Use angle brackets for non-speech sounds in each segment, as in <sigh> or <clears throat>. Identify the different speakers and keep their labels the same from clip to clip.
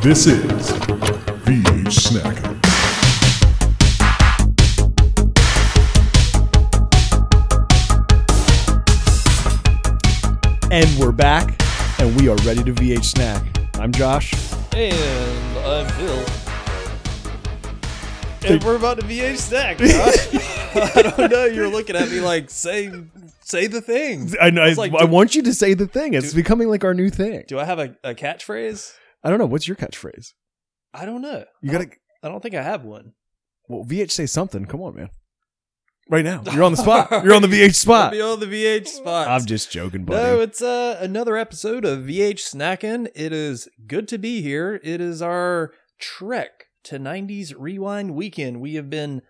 Speaker 1: This is VH Snacker.
Speaker 2: And we're back, and we are ready to VH snack. I'm Josh.
Speaker 3: And I'm Phil. And we're about to VH snack,
Speaker 2: <laughs>
Speaker 3: Josh. I don't know. You're looking at me like, say, say the thing.
Speaker 2: I know. I,
Speaker 3: It's like,
Speaker 2: I
Speaker 3: do-
Speaker 2: want you to say the thing. It's becoming like our new thing.
Speaker 3: Do I have a, a catchphrase?
Speaker 2: I don't know. What's your catchphrase?
Speaker 3: I don't know.
Speaker 2: You <sighs> gotta.
Speaker 3: I don't think I have one.
Speaker 2: Well, VH say something. Come on, man. Right now, you're on the <laughs> spot. You're on the VH spot.
Speaker 3: Be on the VH spot.
Speaker 2: Ah. I'm just joking, buddy.
Speaker 3: No, it's uh, another episode of VH Snackin'. It is good to be here. It is our trek to 90s Rewind Weekend. We have been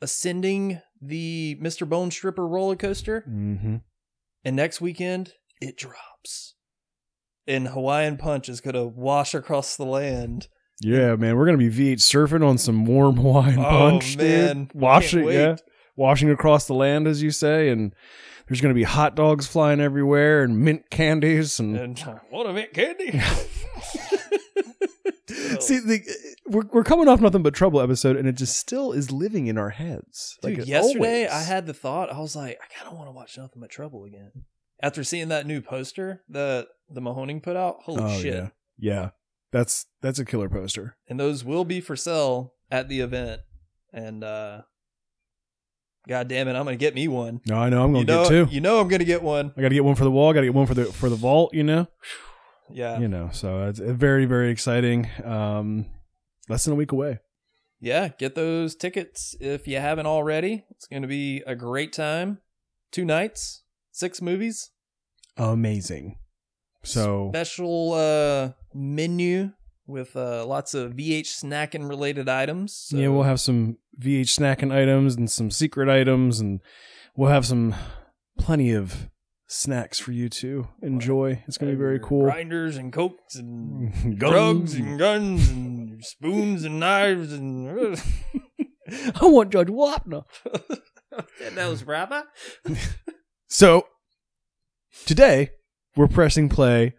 Speaker 3: ascending the Mr. Bone Stripper roller coaster,
Speaker 2: mm-hmm.
Speaker 3: and next weekend it drops. And Hawaiian Punch is going to wash across the land.
Speaker 2: Yeah, man, we're gonna be VH surfing on some warm Hawaiian
Speaker 3: Oh,
Speaker 2: punch,
Speaker 3: man.
Speaker 2: dude. Washing,
Speaker 3: Can't wait.
Speaker 2: yeah, washing across the land, as you say, and there's gonna be hot dogs flying everywhere and mint candies and.
Speaker 3: And what a
Speaker 2: <laughs>
Speaker 3: mint candy!
Speaker 2: See, the, we're we're coming off nothing but trouble episode, and it just still is living in our heads.
Speaker 3: Dude,
Speaker 2: it
Speaker 3: yesterday I
Speaker 2: always-
Speaker 3: had the thought I was like, I kind of want to watch Nothing But Trouble again after seeing that new poster that the Mahoning put out. Holy
Speaker 2: Oh,
Speaker 3: shit!
Speaker 2: Yeah. yeah, that's that's a killer poster.
Speaker 3: And those will be for sale at the event. And uh, God damn it, I'm gonna get me one.
Speaker 2: No, I know I'm gonna
Speaker 3: you know,
Speaker 2: get two.
Speaker 3: you know, I'm gonna get one.
Speaker 2: I got to get one for the wall. Got to get one for the for the vault. You know,
Speaker 3: Yeah, yeah.
Speaker 2: you know. So it's uh, very very exciting. Um, less than a week away.
Speaker 3: Get those tickets if you haven't already. It's gonna be a great time. Two nights, six movies.
Speaker 2: Amazing. So
Speaker 3: special uh menu with uh lots of VH snacking related items. So-
Speaker 2: yeah, we'll have some VH snacking items and some secret items, and we'll have some plenty of snacks for you to enjoy. It's gonna be very
Speaker 3: Your
Speaker 2: cool. Mm.
Speaker 3: Grinders and cokes and
Speaker 2: Guns.
Speaker 3: drugs
Speaker 2: Mm.
Speaker 3: and guns and spoons and knives and <laughs>
Speaker 2: I want Judge Wapner.
Speaker 3: that was Brava.
Speaker 2: So today we're pressing play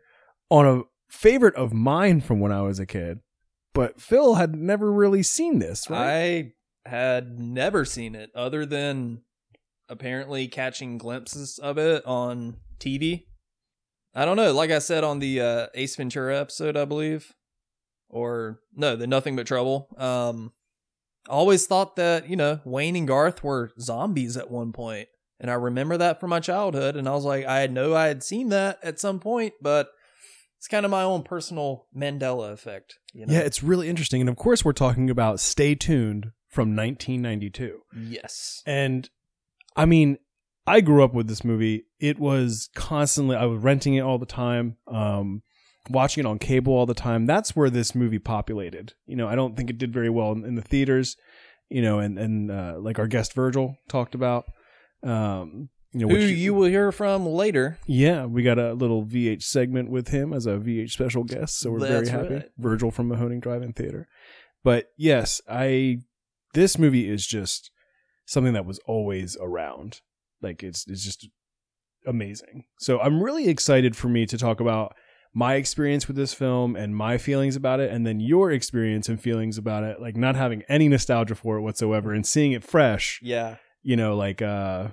Speaker 2: on a favorite of mine from when I was a kid, but Phil had never really seen this, right?
Speaker 3: I had never seen it other than apparently catching glimpses of it on TV. I don't know. Like I said on the uh, Ace Ventura episode, I believe, or no, the Nothing But Trouble. Um, I always thought that you know Wayne and Garth were zombies at one point, and I remember that from my childhood. And I was like, I know I had seen that at some point, but it's kind of my own personal Mandela effect. You know?
Speaker 2: yeah, it's really interesting. And of course, we're talking about Stay Tuned from 1992.
Speaker 3: Yes.
Speaker 2: And I mean, I grew up with this movie. It was constantly I was renting it all the time, um, watching it on cable all the time. That's where this movie populated. You know, I don't think it did very well in, in the theaters. You know, and and uh, like our guest Virgil talked about, um, you know,
Speaker 3: who
Speaker 2: which-
Speaker 3: you will hear from later.
Speaker 2: yeah, we got a little VH segment with him as a VH special guest, so we're very
Speaker 3: That's
Speaker 2: happy.
Speaker 3: right.
Speaker 2: Virgil from Mahoning Drive-In Theater. But yes, I this movie is just something that was always around. Like it's it's just amazing. So I'm really excited for me to talk about my experience with this film and my feelings about it and then your experience and feelings about it, like not having any nostalgia for it whatsoever and seeing it fresh,
Speaker 3: Yeah.
Speaker 2: you know, like uh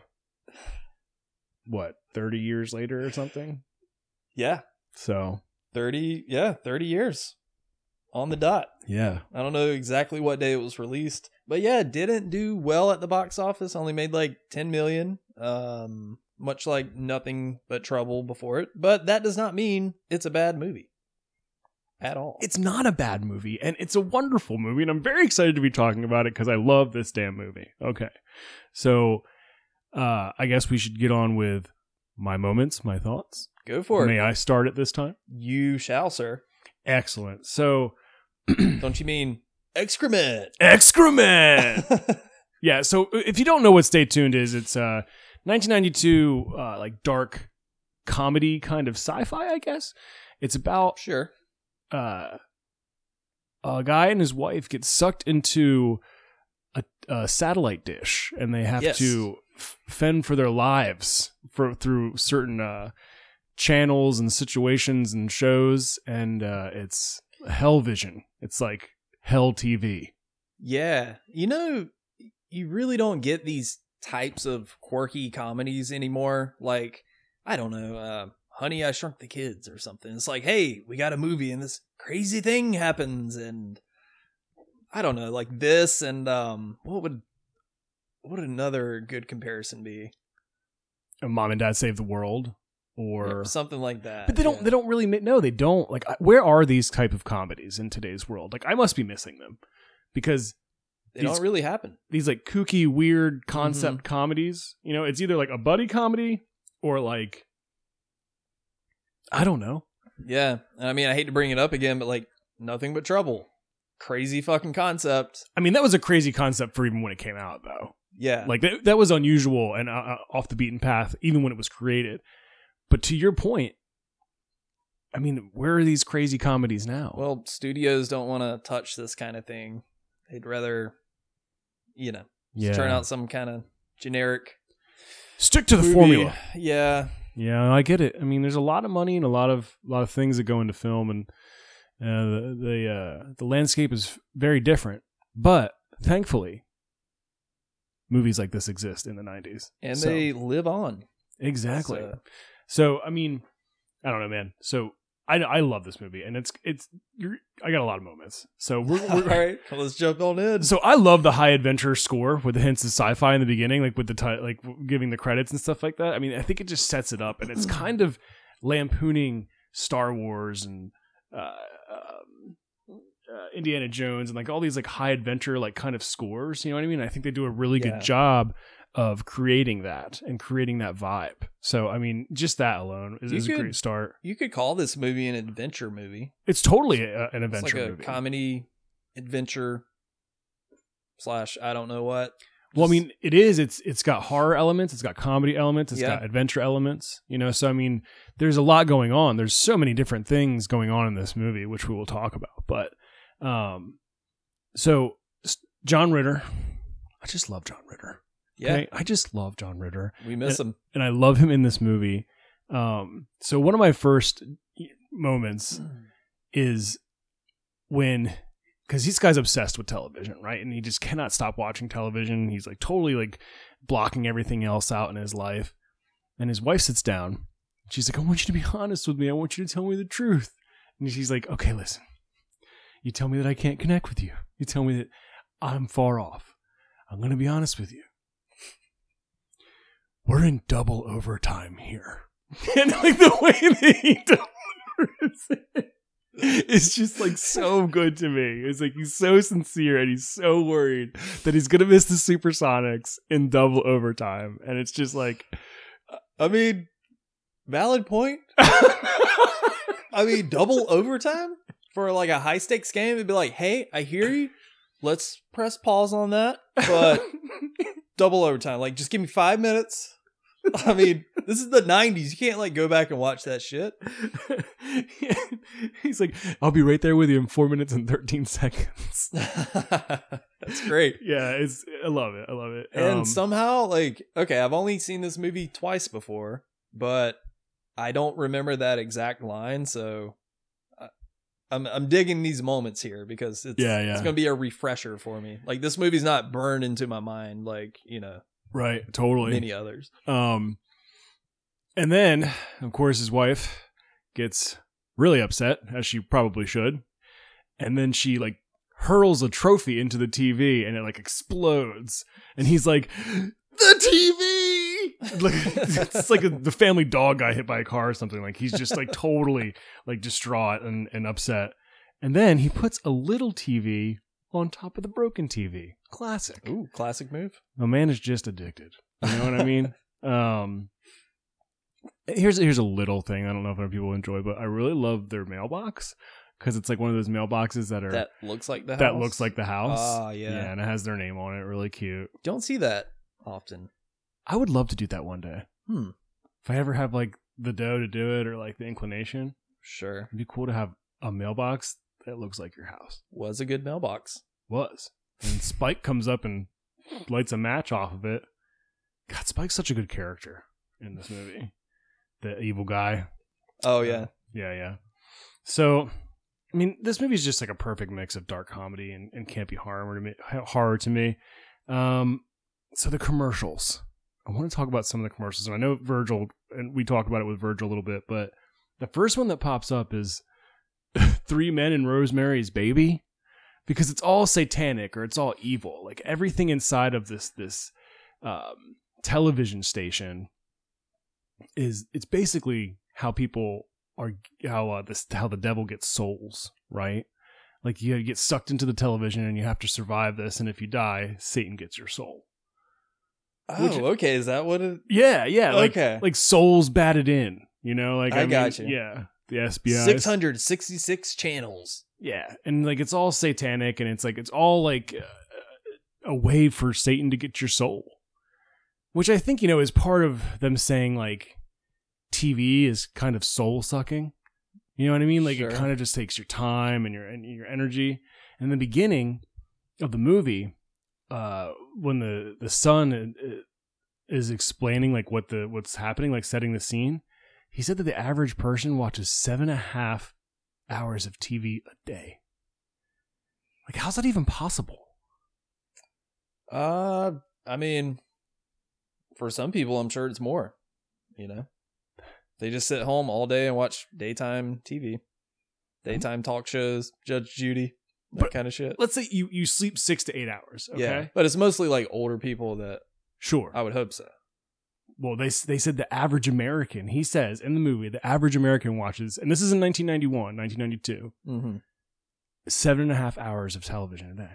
Speaker 2: what, 30 years later or something?
Speaker 3: Yeah.
Speaker 2: So
Speaker 3: 30, yeah, 30 years on the dot.
Speaker 2: yeah,
Speaker 3: I don't know exactly what day it was released, but yeah, it didn't do well at the box office. Only made like 10 million. Um much like nothing but trouble before it, but that does not mean it's a bad movie at all.
Speaker 2: it's not a bad movie, and it's a wonderful movie, and I'm very excited to be talking about it because I love this damn movie. Okay, so uh, I guess we should get on with my moments, my thoughts.
Speaker 3: Go for
Speaker 2: May
Speaker 3: it.
Speaker 2: I start it this time?
Speaker 3: You shall, sir.
Speaker 2: Excellent. So
Speaker 3: Don't you mean excrement? Eh.
Speaker 2: excrement. yeah. So uh, if you don't know what Stay Tuned is, it's uh 1992 uh, like dark comedy kind of sci-fi. I guess it's about
Speaker 3: <laughs> sure.
Speaker 2: uh, a guy and his wife get sucked into a, a satellite dish, and they have
Speaker 3: Yes.
Speaker 2: to f- fend for their lives for through certain uh, channels and situations and shows, and uh, it's Hell Vision. It's like Hell TV.
Speaker 3: Yeah. You know, you really don't get these types of quirky comedies anymore. Like, I don't know, uh, Honey, I Shrunk the Kids or something. It's like, hey, we got a movie and this crazy thing happens. And I don't know, like this and um, what would. What would another good comparison be?
Speaker 2: Mom and Dad Save the World, or
Speaker 3: something like that.
Speaker 2: But they don't.
Speaker 3: yeah.
Speaker 2: They don't really. ma- No, they don't. Like, I- where are these type of comedies in today's world? Like, I must be missing them because
Speaker 3: They don't
Speaker 2: these-
Speaker 3: really happen.
Speaker 2: these like kooky, weird concept
Speaker 3: Mm-hmm.
Speaker 2: comedies. You know, it's either like a buddy comedy or like I don't know.
Speaker 3: Yeah. And I mean, I hate to bring it up again, but like nothing but trouble. Crazy fucking concept.
Speaker 2: I mean, that was a crazy concept for even when it came out, though.
Speaker 3: Yeah.
Speaker 2: Like that, that was unusual and uh, uh, off the beaten path, even when it was created. But to your point, I mean, where are these crazy comedies now?
Speaker 3: well, studios don't want to touch this kind of thing. They'd rather, you know, just turn out some kind of generic
Speaker 2: stick to the
Speaker 3: movie.
Speaker 2: formula.
Speaker 3: Yeah.
Speaker 2: Yeah, I get it. I mean, there's a lot of money and a lot of a lot of things that go into film, and uh, the the, uh, the landscape is very different. But thankfully, movies like this exist in the '90s,
Speaker 3: And
Speaker 2: So-
Speaker 3: they
Speaker 2: <laughs>
Speaker 3: live on.
Speaker 2: exactly. So.
Speaker 3: So,
Speaker 2: I mean, I don't know, man. So I I love this movie, and it's it's you're I got a lot of moments. So we're,
Speaker 3: all <laughs>
Speaker 2: we're
Speaker 3: right. Well, let's jump on in.
Speaker 2: so I love the high adventure score with the hints of sci-fi in the beginning, like with the ti- like w- giving the credits and stuff like that. I mean, I think it just sets it up, and
Speaker 3: Mm-hmm.
Speaker 2: it's kind of lampooning Star Wars and uh, um, uh, Indiana Jones and like all these like high adventure like kind of scores. You know what I mean? I think they do a really
Speaker 3: Yeah.
Speaker 2: good job of creating that and creating that vibe. So I mean, just that alone is,
Speaker 3: You
Speaker 2: is a
Speaker 3: could-
Speaker 2: great start.
Speaker 3: you could call this movie an adventure movie.
Speaker 2: It's totally a, an adventure
Speaker 3: it's like a
Speaker 2: movie.
Speaker 3: comedy adventure slash I don't know what.
Speaker 2: Well, I mean, it is. It's it's got horror elements. It's got comedy elements. It's
Speaker 3: Yeah.
Speaker 2: got adventure elements. You know, so I mean, there's a lot going on. There's so many different things going on in this movie, which we will talk about. But, um, so s- John Ritter, I just love John Ritter.
Speaker 3: Yeah.
Speaker 2: okay? I just love John Ritter,
Speaker 3: We miss them.
Speaker 2: and I love him in this movie. Um, so one of my first moments is when because this guy's obsessed with television right and he just cannot stop watching television he's like totally like blocking everything else out in his life and his wife sits down she's like i want you to be honest with me i want you to tell me the truth and she's like okay listen you tell me that i can't connect with you you tell me that i'm far off i'm going to be honest with you we're in double overtime here <laughs> and like the way that he delivers it it's just like so good to me. It's like he's so sincere and he's so worried that he's gonna miss the Supersonics in double overtime, and it's just like <laughs>
Speaker 3: I mean, valid point. I mean, double overtime for like a high stakes game. It'd be like, hey, I hear you. Let's press pause on that. But double overtime, like, just give me five minutes. I mean, this is the '90s. You can't like go back and watch that shit. <laughs>
Speaker 2: he's like, "I'll be right there with you in four minutes and thirteen seconds."
Speaker 3: That's great.
Speaker 2: yeah, it's I love it. I love it.
Speaker 3: And
Speaker 2: Um,
Speaker 3: somehow, like, okay, I've only seen this movie twice before, but I don't remember that exact line. So I, I'm I'm digging these moments here because it's
Speaker 2: Yeah, yeah.
Speaker 3: it's gonna be a refresher for me. Like this movie's not burned into my mind like you know
Speaker 2: right, totally.
Speaker 3: many others.
Speaker 2: Um, and then, of course, his wife gets really upset, as she probably should. And then she like hurls a trophy into the TV, and it like explodes. And he's like, "The TV!" Like <laughs> it's like a, the family dog got hit by a car or something. Like he's just like totally like distraught and, and upset. And then he puts a little TV on top of the broken TV. Classic.
Speaker 3: Ooh, classic move.
Speaker 2: My man is just addicted. You know what
Speaker 3: <laughs>
Speaker 2: I mean? um, here's here's a little thing. I don't know if other people enjoy, but I really love their mailbox because it's like one of those mailboxes that are that,
Speaker 3: That looks like the house.
Speaker 2: looks like the house.
Speaker 3: Ah, yeah.
Speaker 2: and it has their name on it. Really cute.
Speaker 3: Don't see that often.
Speaker 2: I would love to do that one day.
Speaker 3: Hmm.
Speaker 2: If I ever have like the dough to do it or like the inclination,
Speaker 3: Sure,
Speaker 2: it'd be cool to have a mailbox that looks like your house
Speaker 3: was a good mailbox.
Speaker 2: was. And Spike comes up and lights a match off of it. God, Spike's such a good character in this movie. The evil guy.
Speaker 3: Oh yeah,
Speaker 2: Yeah, yeah. So I mean, this movie is just like a perfect mix of dark comedy and, and campy horror to me. Horror to me. Um, so the commercials. I want to talk about some of the commercials, and I know Virgil and we talked about it with Virgil a little bit, but the first one that pops up is <laughs> three men and Rosemary's baby, because it's all satanic or it's all evil. Like everything inside of this this um, television station is it's basically how people are how uh, this how the devil gets souls, right? Like you get sucked into the television and you have to survive this, and if you die, Satan gets your soul.
Speaker 3: Oh,
Speaker 2: Which-
Speaker 3: okay. Is that what it?
Speaker 2: Yeah, yeah, like
Speaker 3: okay.
Speaker 2: like souls batted in, you know, like
Speaker 3: I
Speaker 2: mean,
Speaker 3: gotcha.
Speaker 2: Yeah, the FBI,
Speaker 3: 666 channels.
Speaker 2: yeah, and like it's all satanic, and it's like it's all like uh, a way for Satan to get your soul, which I think you know is part of them saying like TV is kind of soul sucking. You know what I mean? Like
Speaker 3: Sure.
Speaker 2: it kind of just takes your time and your and your energy. And in the beginning of the movie, uh, when the the son uh, is explaining like what the what's happening, like setting the scene, he said that the average person watches seven and a half hours of TV a day. Like, how's that even possible?
Speaker 3: Uh, I mean, for some people, I'm sure it's more. You know, they just sit home all day and watch daytime
Speaker 2: Hmm.
Speaker 3: TV, daytime talk shows, Judge Judy, that
Speaker 2: But-
Speaker 3: kind of shit.
Speaker 2: Let's say you you sleep six to eight hours. Okay,
Speaker 3: Yeah, Uh, but it's mostly like older people that
Speaker 2: sure.
Speaker 3: I would hope so.
Speaker 2: well they they said the average american he says in the movie the average american watches and this is in 1991 1992
Speaker 3: Mm-hmm.
Speaker 2: seven and a half hours of television a day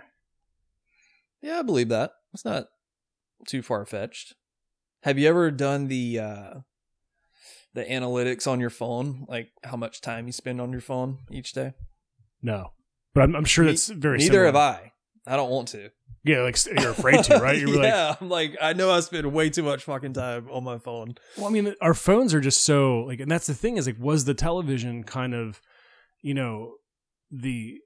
Speaker 3: Yeah, I believe that. It's not too far fetched. Have you ever done the uh the analytics on your phone, like how much time you spend on your phone each day?
Speaker 2: no but i'm, I'm sure
Speaker 3: Ne-
Speaker 2: that's very
Speaker 3: Neither
Speaker 2: similar.
Speaker 3: have I. I don't want to.
Speaker 2: yeah like s- you're afraid to
Speaker 3: <laughs>
Speaker 2: right you're like
Speaker 3: yeah, I'm like, I know I spend way too much fucking time on my phone.
Speaker 2: well i mean our phones are just so like and that's the thing is like was the television kind of you know the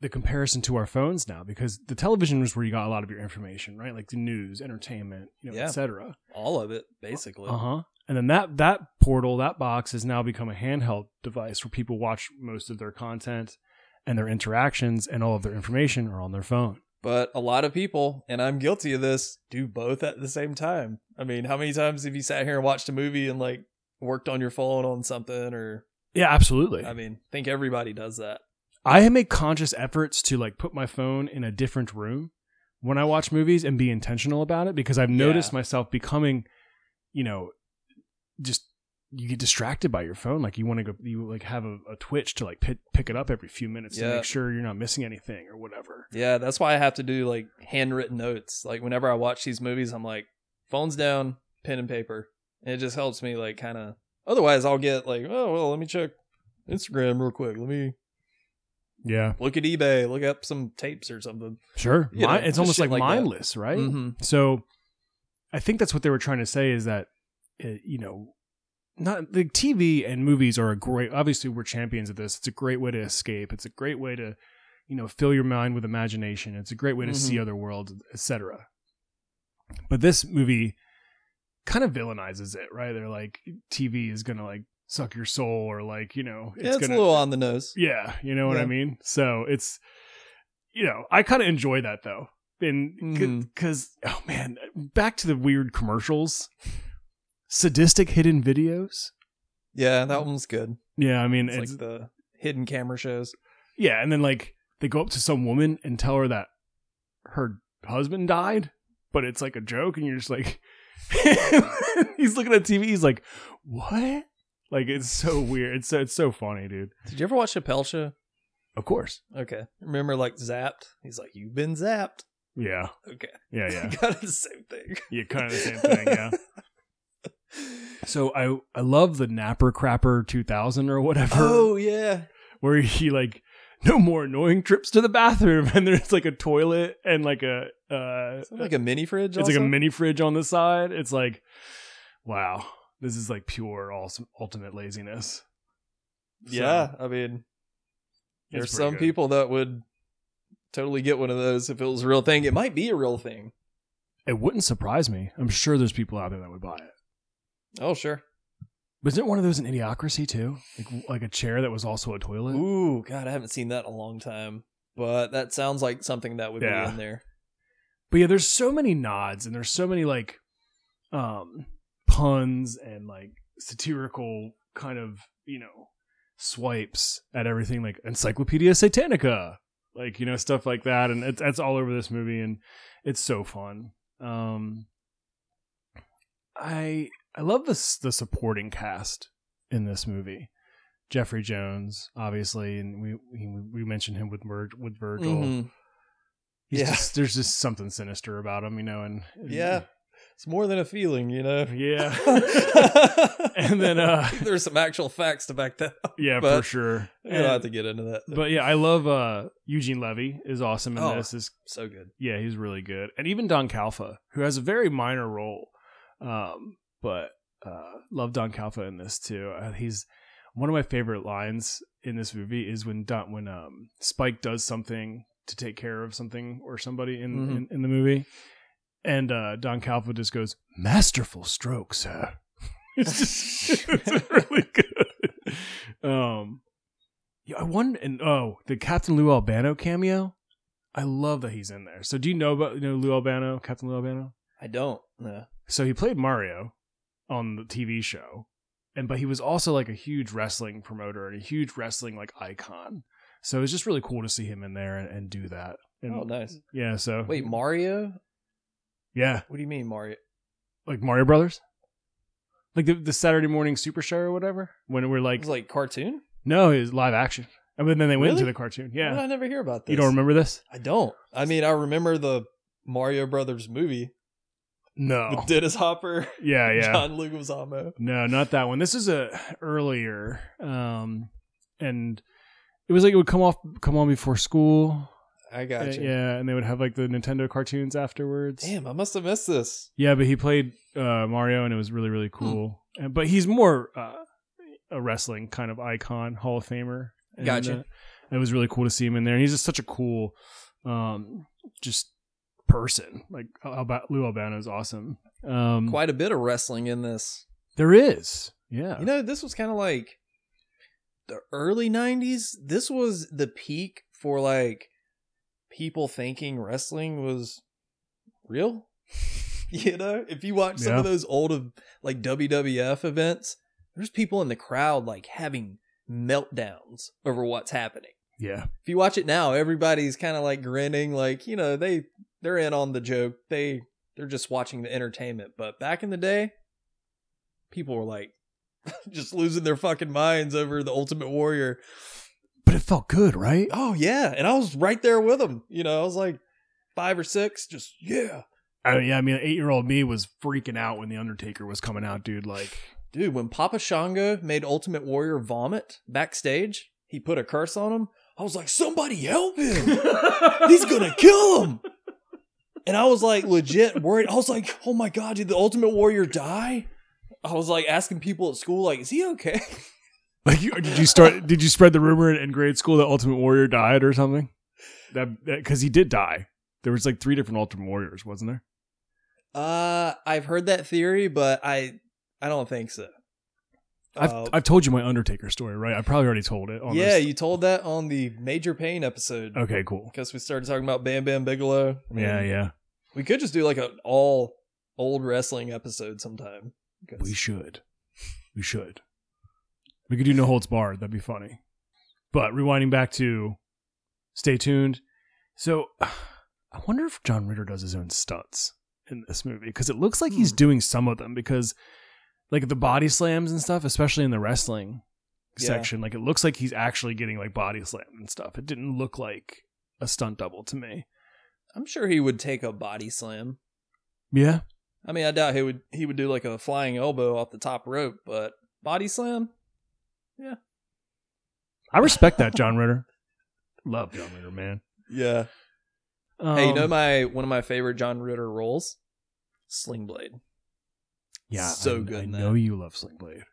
Speaker 2: the comparison to our phones now because the television was where you got a lot of your information right like the news entertainment you know
Speaker 3: Yeah.
Speaker 2: etc
Speaker 3: All of it, basically.
Speaker 2: Uh huh. And then that that portal, that box, has now become a handheld device where people watch most of their content and their interactions and all of their information are on their phone.
Speaker 3: But a lot of people, and I'm guilty of this, do both at the same time. I mean, how many times have you sat here and watched a movie and like worked on your phone on something or
Speaker 2: Yeah, absolutely.
Speaker 3: I mean, I think everybody does that.
Speaker 2: I have made conscious efforts to like put my phone in a different room when I watch movies and be intentional about it because I've noticed
Speaker 3: Yeah.
Speaker 2: myself becoming, you know, just you get distracted by your phone. Like you want to go, you like have a, a twitch to like pick, pick it up every few minutes to
Speaker 3: Yeah.
Speaker 2: make sure you're not missing anything or whatever.
Speaker 3: Yeah, that's why I have to do like handwritten notes. Like whenever I watch these movies, I'm like, phones down, pen and paper. And it just helps me like kind of. Otherwise, I'll get like, oh well, let me check Instagram real quick. Let me
Speaker 2: Yeah.
Speaker 3: look at eBay, look up some tapes or something.
Speaker 2: Sure.
Speaker 3: You know,
Speaker 2: Mi- it's
Speaker 3: just
Speaker 2: almost
Speaker 3: shit
Speaker 2: like,
Speaker 3: like that.
Speaker 2: mindless, right?
Speaker 3: Mm-hmm.
Speaker 2: So I think that's what they were trying to say is that, uh you know, not the TV and movies are a great, obviously, we're champions of this. It's a great way to escape. It's a great way to, you know, fill your mind with imagination. It's a great way to
Speaker 3: Mhm.
Speaker 2: see other worlds, etc. But this movie kind of villainizes it, right? They're like, TV is going to like suck your soul or like, you know,
Speaker 3: It's,
Speaker 2: going
Speaker 3: a
Speaker 2: to
Speaker 3: little on <laughs> the nose.
Speaker 2: yeah, you know what I
Speaker 3: Yeah.
Speaker 2: mean? So it's you know, I kind of enjoy that though. And
Speaker 3: Mhm.
Speaker 2: cuz oh man, back to the weird commercials. Sadistic hidden videos?
Speaker 3: Yeah, that one's good.
Speaker 2: Yeah, I mean, it's,
Speaker 3: It's, like the hidden camera shows.
Speaker 2: yeah, and then like they go up to some woman and tell her that her husband died, but it's like a joke and you're just like <laughs> he's looking at TV, he's like, "What?" Like it's so weird. It's so, it's so funny, dude.
Speaker 3: Did you ever watch Chappelle Show?
Speaker 2: Of course.
Speaker 3: Okay, remember like Zapped? He's like, you've been zapped.
Speaker 2: Yeah.
Speaker 3: Okay, <laughs>
Speaker 2: Yeah, yeah.
Speaker 3: got the same thing.
Speaker 2: yeah, kind of the same thing, yeah. So I I love the Napper Crapper 2000 or whatever,
Speaker 3: <laughs> oh yeah,
Speaker 2: where he like no more annoying trips to the bathroom, <laughs> and there's like a toilet and like a uh,
Speaker 3: Is that like a mini fridge.
Speaker 2: it's like a
Speaker 3: also?
Speaker 2: mini fridge on the side. It's like, wow, this is like pure awesome ultimate laziness. So,
Speaker 3: yeah. I mean,
Speaker 2: it's
Speaker 3: there's
Speaker 2: pretty
Speaker 3: some
Speaker 2: good.
Speaker 3: people that would totally get one of those if it was a real thing. It might be a real thing.
Speaker 2: It wouldn't surprise me. I'm sure there's people out there that would buy it.
Speaker 3: Oh sure,
Speaker 2: Was it one of those in Idiocracy too? Like like a chair that was also a toilet.
Speaker 3: Ooh, God, I haven't seen that in a long time. But that sounds like something that would
Speaker 2: Yeah.
Speaker 3: be in there.
Speaker 2: But yeah, there's so many nods and there's so many like um puns and like satirical kind of, you know, swipes at everything like Encyclopedia Satanica. Like, you know, stuff like that and it's that's all over this movie and it's so fun. Um I I love this the supporting cast in this movie. Jeffrey Jones, obviously, and we we, we mentioned him with Vir- with Virgil.
Speaker 3: Mhm.
Speaker 2: He's
Speaker 3: Yeah.
Speaker 2: just- there's just something sinister about him, you know, and, and-
Speaker 3: Yeah. It's more than a feeling, you know? <laughs>
Speaker 2: yeah, And then, uh,
Speaker 3: there's some actual facts to back that up.
Speaker 2: yeah, for
Speaker 3: But-
Speaker 2: sure.
Speaker 3: We don't have
Speaker 2: And-
Speaker 3: to get into that.
Speaker 2: but yeah, I love uh, Eugene Levy is awesome in
Speaker 3: Oh.
Speaker 2: this. Is
Speaker 3: so good.
Speaker 2: yeah, he's really good, and even Don Calfa, who has a very minor role, um, but uh, love Don Calfa in this too. Uh, he's one of my favorite lines in this movie is when Don when um, Spike does something to take care of something or somebody in
Speaker 3: Mhm.
Speaker 2: in, in the movie, and uh, Don Calfa just goes masterful stroke, sir. <laughs> it's just it's really good. Um, yeah, I wonder. And oh, the Captain Lou Albano cameo. I love that he's in there. So do you know about you know Lou Albano, Captain Lou Albano?
Speaker 3: I don't. No.
Speaker 2: So he played Mario on the TV show, and but he was also like a huge wrestling promoter and a huge wrestling like icon. So it's just really cool to see him in there and, and do that. And,
Speaker 3: Oh, nice.
Speaker 2: Yeah. So
Speaker 3: Wait, Mario?
Speaker 2: yeah,
Speaker 3: What do you mean, Mario?
Speaker 2: like Mario Brothers, like the, the Saturday morning super show or whatever. When we're like,
Speaker 3: It's like cartoon?
Speaker 2: no, it's live action. And then they went
Speaker 3: Really?
Speaker 2: into the cartoon.
Speaker 3: How did
Speaker 2: Yeah.
Speaker 3: I never hear about this?
Speaker 2: You don't remember this?
Speaker 3: I don't. I mean, I remember the Mario Brothers movie <laughs>
Speaker 2: No.
Speaker 3: with Dennis Hopper,
Speaker 2: Yeah, Oh. yeah.
Speaker 3: John Leguizamo.
Speaker 2: No, not that one. This is a earlier, um, and it was like it would come off, come on before school.
Speaker 3: I got
Speaker 2: Uh,
Speaker 3: you.
Speaker 2: yeah, and they would have like the Nintendo cartoons afterwards.
Speaker 3: Damn, I must have missed this.
Speaker 2: Yeah, but he played uh, Mario, and it was really really
Speaker 3: Hmm.
Speaker 2: cool. And, but he's more uh, a wrestling kind of icon, Hall of Famer. And,
Speaker 3: Gotcha.
Speaker 2: uh, it was really cool to see him in there. And he's just such a cool, um, just person. Like Alba- Lou Albano is awesome. Um,
Speaker 3: Quite a bit of wrestling in this.
Speaker 2: there is. Yeah.
Speaker 3: You know, this was kind of like the early 90s. This was the peak for like people thinking wrestling was real. <laughs> you know, if you watch some
Speaker 2: Yeah.
Speaker 3: of those old uh, like WWF events, there's people in the crowd like having meltdowns over what's happening.
Speaker 2: yeah.
Speaker 3: If you watch it now, everybody's kind of like grinning like, you know, they they're in on the joke. They they're just watching the entertainment. But back in the day, people were like <laughs> just losing their fucking minds over the Ultimate Warrior.
Speaker 2: But it felt good, right?
Speaker 3: Oh yeah, and I was right there with them. You know, I was like five or six, just yeah,
Speaker 2: I mean, yeah, I mean, eight year old me was freaking out when the Undertaker was coming out, dude. Like,
Speaker 3: dude. When Papa Shango made Ultimate Warrior vomit backstage, he put a curse on him. I was like, somebody
Speaker 2: <laughs>
Speaker 3: help him. He's gonna kill him. And I was like legit worried. I was like, oh my god, did the Ultimate Warrior die? I was like asking people at school, like, is he okay? <laughs>
Speaker 2: like, you, did you start? Did you spread the rumor in, in grade school that Ultimate Warrior died or something? That because he did die. There was like three different Ultimate Warriors, wasn't there?
Speaker 3: Uh, I've heard that theory, but I I don't think so.
Speaker 2: I've
Speaker 3: Uh,
Speaker 2: I've told you my Undertaker story, right? I probably already told it. On
Speaker 3: yeah,
Speaker 2: this-
Speaker 3: you told that on the Major Pain episode
Speaker 2: Okay. Cool.
Speaker 3: because we started talking about Bam Bam Bigelow. I mean,
Speaker 2: Yeah. Yeah.
Speaker 3: We could just do like an all old wrestling episode sometime. 'cause-
Speaker 2: We should. We should. We could do No Holds Barred. That'd be funny. But rewinding back to stay tuned. So <sighs> I wonder if John Ritter does his own stunts in this movie because it looks like he's
Speaker 3: Hmm.
Speaker 2: doing some of them because, like, the body slams and stuff, especially in the wrestling
Speaker 3: Yeah.
Speaker 2: section, like, it looks like he's actually getting, like, body slam and stuff. It didn't look like a stunt double to me.
Speaker 3: I'm sure he would take a body slam.
Speaker 2: Yeah.
Speaker 3: I mean, I doubt he would he would do like a flying elbow off the top rope, but body slam.
Speaker 2: I respect that, John Ritter. Love John Ritter, man.
Speaker 3: Yeah. hey, you know
Speaker 2: Um,
Speaker 3: my one of my favorite John Ritter roles, Sling Blade.
Speaker 2: Yeah,
Speaker 3: So
Speaker 2: I,
Speaker 3: good
Speaker 2: I
Speaker 3: in
Speaker 2: know
Speaker 3: that.
Speaker 2: you love Sling Blade.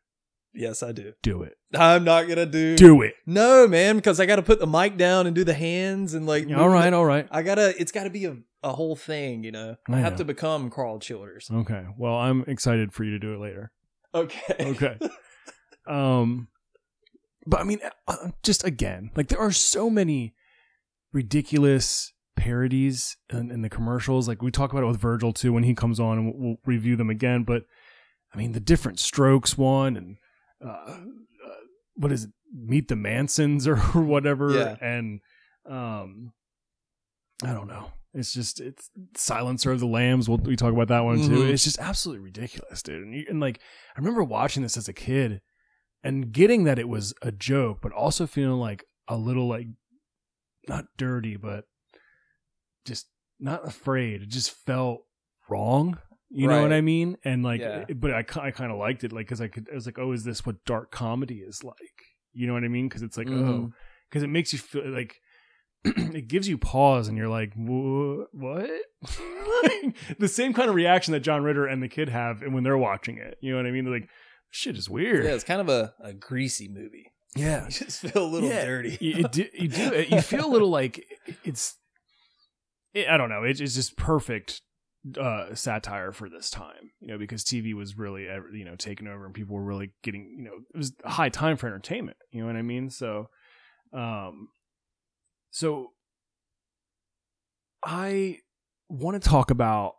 Speaker 3: Yes, I do.
Speaker 2: Do it.
Speaker 3: I'm not gonna do
Speaker 2: Do
Speaker 3: <laughs>
Speaker 2: it.
Speaker 3: no, man, because I got to put the mic down and do the hands and like.
Speaker 2: all
Speaker 3: move
Speaker 2: right,
Speaker 3: the-
Speaker 2: all right.
Speaker 3: I gotta. It's got to be a, a whole thing, you know.
Speaker 2: I
Speaker 3: I, have
Speaker 2: know.
Speaker 3: to become Carl Childers.
Speaker 2: Oh, Okay. Well, I'm excited for you to do it later.
Speaker 3: <laughs> Okay.
Speaker 2: Okay. Um, but I mean, uh, just again, like there are so many ridiculous parodies in, in the commercials. Like we talk about it with Virgil too when he comes on, and we'll, we'll review them again. But I mean, the different strokes one, and uh, uh, what is it, Meet the Mansons or <laughs> whatever,
Speaker 3: Yeah.
Speaker 2: and um, I don't know. It's just it's Silencer of the Lambs. We'll, we talk about that one too.
Speaker 3: Mhm.
Speaker 2: It's just absolutely ridiculous, dude. And, you, and like I remember watching this as a kid and getting that it was a joke, but also feeling like a little like not dirty, but just not afraid. It just felt wrong. You know
Speaker 3: Right.
Speaker 2: what I mean? And like,
Speaker 3: Yeah.
Speaker 2: but I, ki- I kind of liked it, like, because I could, I was like, oh, is this what dark comedy is like? You know what I mean? Because it's like, oh,
Speaker 3: Mhm.
Speaker 2: because it makes you feel like <clears throat> it gives you pause, and you're like, "Wha- what? <laughs> Like, the same kind of reaction that John Ritter and the kid have, and when they're watching it, you know what I mean? They're like, shit is weird.
Speaker 3: Yeah, it's kind of a, a greasy movie.
Speaker 2: yeah,
Speaker 3: You <laughs> just feel a little
Speaker 2: Yeah.
Speaker 3: <laughs> dirty.
Speaker 2: you, you do, you do it. You feel a little like it's. It, I don't know. It, it's just perfect uh, satire for this time, you know, because TV was really ever- you know taken over and people were really getting you know it was a high time for entertainment. You know what I mean? So, um, so I want to talk about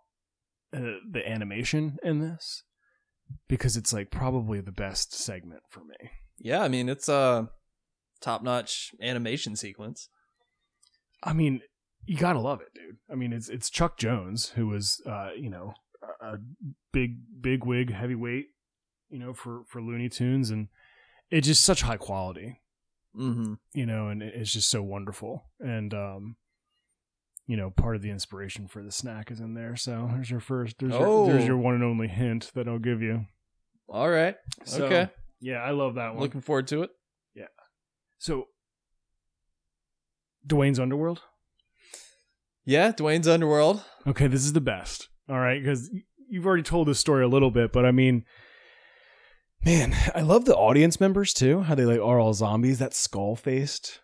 Speaker 2: uh, the animation in this because it's like probably the best segment for me.
Speaker 3: yeah, I mean it's a top notch animation sequence.
Speaker 2: I mean, you gotta love it, dude. I mean, it's it's Chuck Jones who was, uh, you know, a, a big big wig heavyweight, you know, for for Looney Tunes, and it's just such high quality,
Speaker 3: Mm-hmm.
Speaker 2: you know, and it- it's just so wonderful, and um, you know, part of the inspiration for the snack is in there. So there's your first, there's,
Speaker 3: Oh.
Speaker 2: your, there's your one and only hint that I'll give you.
Speaker 3: All right.
Speaker 2: So,
Speaker 3: okay.
Speaker 2: Yeah, I love that one.
Speaker 3: Looking forward to it.
Speaker 2: so, Dwayne's Underworld.
Speaker 3: Yeah, Dwayne's Underworld.
Speaker 2: Okay, this is the best. All right, because you've already told this story a little bit, but I mean, man, I love the audience members too. How they like are all zombies. That skull faced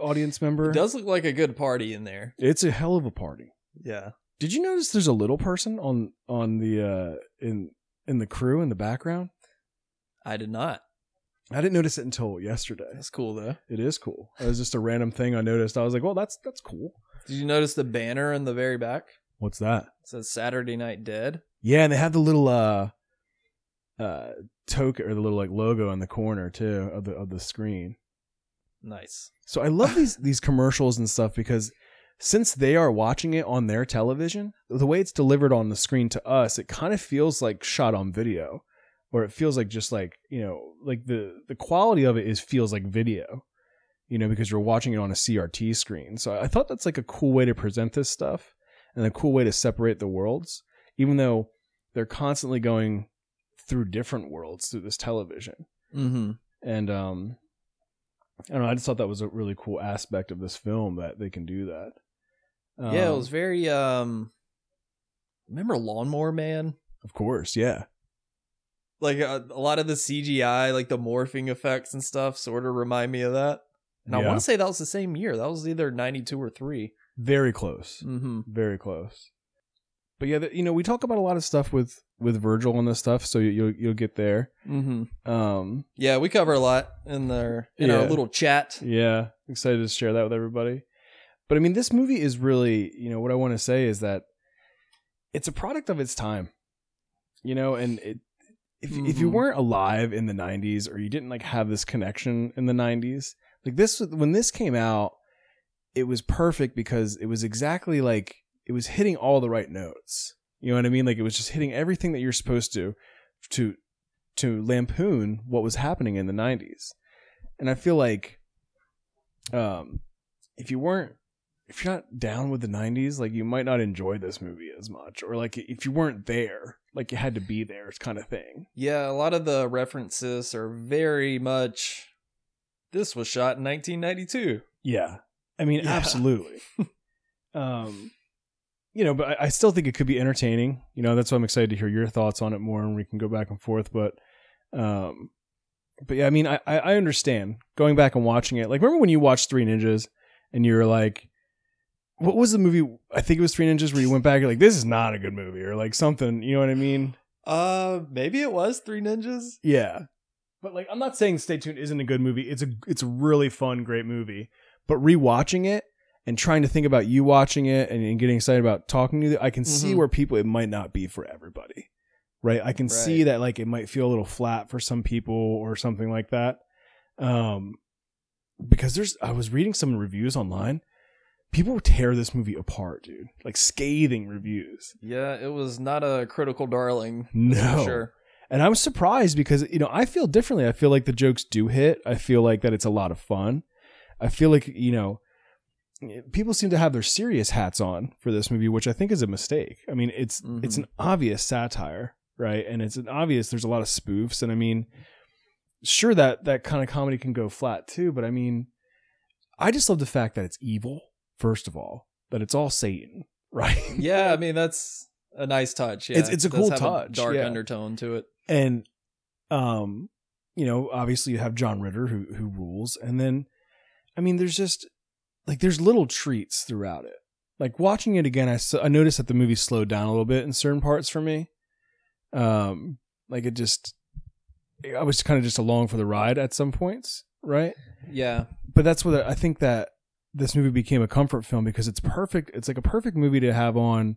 Speaker 2: audience member.
Speaker 3: It does look like a good party in there.
Speaker 2: It's a hell of a party.
Speaker 3: Yeah.
Speaker 2: Did you notice there's a little person on on the uh in in the crew in the background?
Speaker 3: I did not.
Speaker 2: I didn't notice it until yesterday.
Speaker 3: That's cool though.
Speaker 2: It is cool. It was just a random thing I noticed. I was like, well, that's that's cool.
Speaker 3: Did you notice the banner in the very back?
Speaker 2: What's that?
Speaker 3: It says Saturday Night Dead.
Speaker 2: Yeah, and they have the little uh uh token or the little like logo in the corner too of the of the screen.
Speaker 3: Nice.
Speaker 2: So I love these these commercials and stuff because since they are watching it on their television, the way it's delivered on the screen to us, it kind of feels like shot on video or it feels like just like, you know, like the the quality of it is feels like video. You know, because you're watching it on a CRT screen. So I thought that's like a cool way to present this stuff and a cool way to separate the worlds, even though they're constantly going through different worlds through this television
Speaker 3: Mm-hmm.
Speaker 2: and um i don't know i just thought that was a really cool aspect of this film that they can do that
Speaker 3: yeah, it
Speaker 2: Um,
Speaker 3: was very um remember Lawnmower Man?
Speaker 2: of course yeah
Speaker 3: Like uh, a, a lot of the CGI, like the morphing effects and stuff sort of remind me of that. And I
Speaker 2: Yeah.
Speaker 3: want to say that was the same year. That was either 92 or 3.
Speaker 2: very close
Speaker 3: Mm-hmm.
Speaker 2: very close but yeah the, you know we talk about a lot of stuff with with virgil and this stuff so you, you'll you'll get there
Speaker 3: Mm-hmm.
Speaker 2: um
Speaker 3: Yeah, we cover a lot in our in our
Speaker 2: Yeah.
Speaker 3: little chat.
Speaker 2: yeah excited to share that with everybody but i mean this movie is really you know what i want to say is that it's a product of its time you know and it if, if you
Speaker 3: Mhm.
Speaker 2: weren't alive in the 90s or you didn't like have this connection in the 90s like this when this came out it was perfect because it was exactly like it was hitting all the right notes you know what i mean like it was just hitting everything that you're supposed to to to lampoon what was happening in the 90s and i feel like um if you weren't if you're not down with the 90s like you might not enjoy this movie as much or like if you weren't there like you had to be there kind of thing
Speaker 3: Yeah, a lot of the references are very much this was shot in 1992.
Speaker 2: yeah i mean
Speaker 3: Yeah.
Speaker 2: absolutely <laughs> um you know but I, I still think it could be entertaining you know that's why i'm excited to hear your thoughts on it more and we can go back and forth but um but yeah i mean i i I understand going back and watching it like remember when you watched three ninjas and you were like what was the movie i think it was three ninjas where you went back and like this is not a good movie or like something you know what i mean
Speaker 3: Uh, maybe it was Three Ninjas.
Speaker 2: Yeah. But like I'm not saying Stay Tuned isn't a good movie. It's a it's a really fun, great movie. But rewatching it and trying to think about you watching it and, and getting excited about talking to you, I can see
Speaker 3: Mhm.
Speaker 2: where people it might not be for everybody. Right? I can see
Speaker 3: Right.
Speaker 2: that like it might feel a little flat for some people or something like that. Um because there's I was reading some reviews online. People tear this movie apart, dude. Like scathing reviews.
Speaker 3: Yeah, it was not a critical darling. that's
Speaker 2: No.
Speaker 3: for sure.
Speaker 2: And I'm surprised because, you know, I feel differently. I feel like the jokes do hit. I feel like that it's a lot of fun. I feel like, you know, people seem to have their serious hats on for this movie, which I think is a mistake. I mean, it's
Speaker 3: Mhm.
Speaker 2: it's an obvious satire, right? And it's an obvious there's a lot of spoofs and I mean, sure that that kind of comedy can go flat too, but I mean, I just love the fact that it's evil first of all, that it's all Satan, <laughs> right?
Speaker 3: Yeah, I mean that's a nice touch. Yeah,
Speaker 2: It's- it's a
Speaker 3: It does
Speaker 2: cool
Speaker 3: have
Speaker 2: touch,
Speaker 3: dark
Speaker 2: yeah.
Speaker 3: undertone to it.
Speaker 2: and um you know obviously you have john ritter who who rules and then i mean there's just like there's little treats throughout it like watching it again i, s- I noticed that the movie slowed down a little bit in certain parts for me um like it just i was kind of just along for the ride at some points right
Speaker 3: Yeah,
Speaker 2: but that's what I think that this movie became a comfort film because it's perfect. It's like a perfect movie to have on,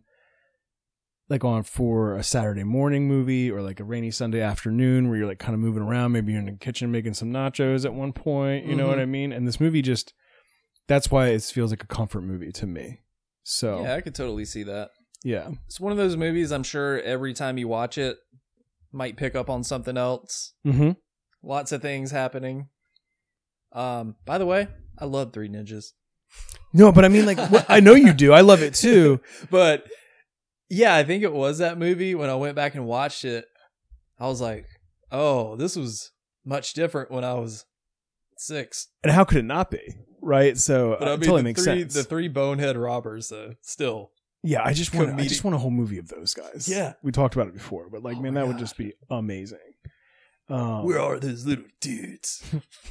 Speaker 2: like on for a Saturday morning movie or like a rainy Sunday afternoon where you're like kind of moving around. Maybe you're in the kitchen making some nachos at one point. You know what
Speaker 3: Mhm.
Speaker 2: I mean? And this movie just that's why it feels like a comfort movie to me. So
Speaker 3: yeah, I could totally see that.
Speaker 2: yeah,
Speaker 3: It's one of those movies. I'm sure every time you watch it, might pick up on something else.
Speaker 2: hmm
Speaker 3: Lots of things happening. Um, by the way, I love Three Ninjas,
Speaker 2: no, but I mean like what, I know you do. I love it
Speaker 3: <laughs>
Speaker 2: too.
Speaker 3: but yeah, I think it was that movie when I went back and watched it. I was like, oh, this was much different when I was six.
Speaker 2: And how could it not be? Right, so
Speaker 3: But
Speaker 2: uh,
Speaker 3: I
Speaker 2: it
Speaker 3: mean,
Speaker 2: totally
Speaker 3: the
Speaker 2: makes
Speaker 3: three,
Speaker 2: sense.
Speaker 3: The three bonehead robbers, though, still.
Speaker 2: Yeah, I just want I
Speaker 3: comedic-
Speaker 2: just want a whole movie of those guys.
Speaker 3: Yeah.
Speaker 2: we talked about it before, but like,
Speaker 3: Oh
Speaker 2: man,
Speaker 3: my
Speaker 2: that would
Speaker 3: gosh.
Speaker 2: just be amazing. Um,
Speaker 3: are those little dudes?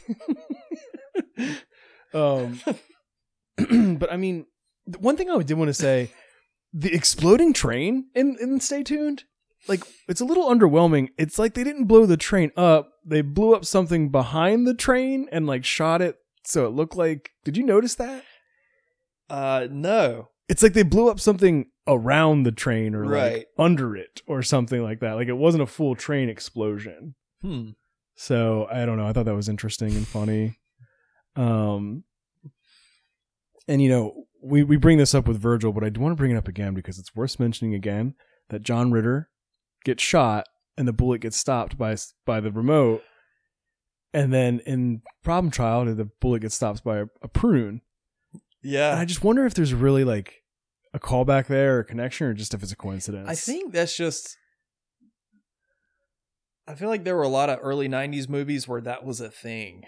Speaker 3: <laughs> <laughs>
Speaker 2: um, <clears throat> but I mean, the one thing I did want to say, the exploding train in in Stay Tuned, like it's a little underwhelming. It's like they didn't blow the train up; they blew up something behind the train and like shot it, so it looked like. Did you notice that?
Speaker 3: Uh, no.
Speaker 2: it's like they blew up something around the train or like
Speaker 3: Right.
Speaker 2: under it or something like that. Like it wasn't a full train explosion.
Speaker 3: Hmm.
Speaker 2: So I don't know. I thought that was interesting and funny. Um, and you know, we we bring this up with Virgil, but I do want to bring it up again because it's worth mentioning again that John Ritter gets shot and the bullet gets stopped by s- by the remote, and then in Problem Child, the bullet gets stopped by a, a prune. And I
Speaker 3: Yeah.
Speaker 2: just wonder if there's really like a callback there or a connection or just if it's a coincidence.
Speaker 3: I think that's just. I feel like there were a lot of early 90s movies where that was a thing.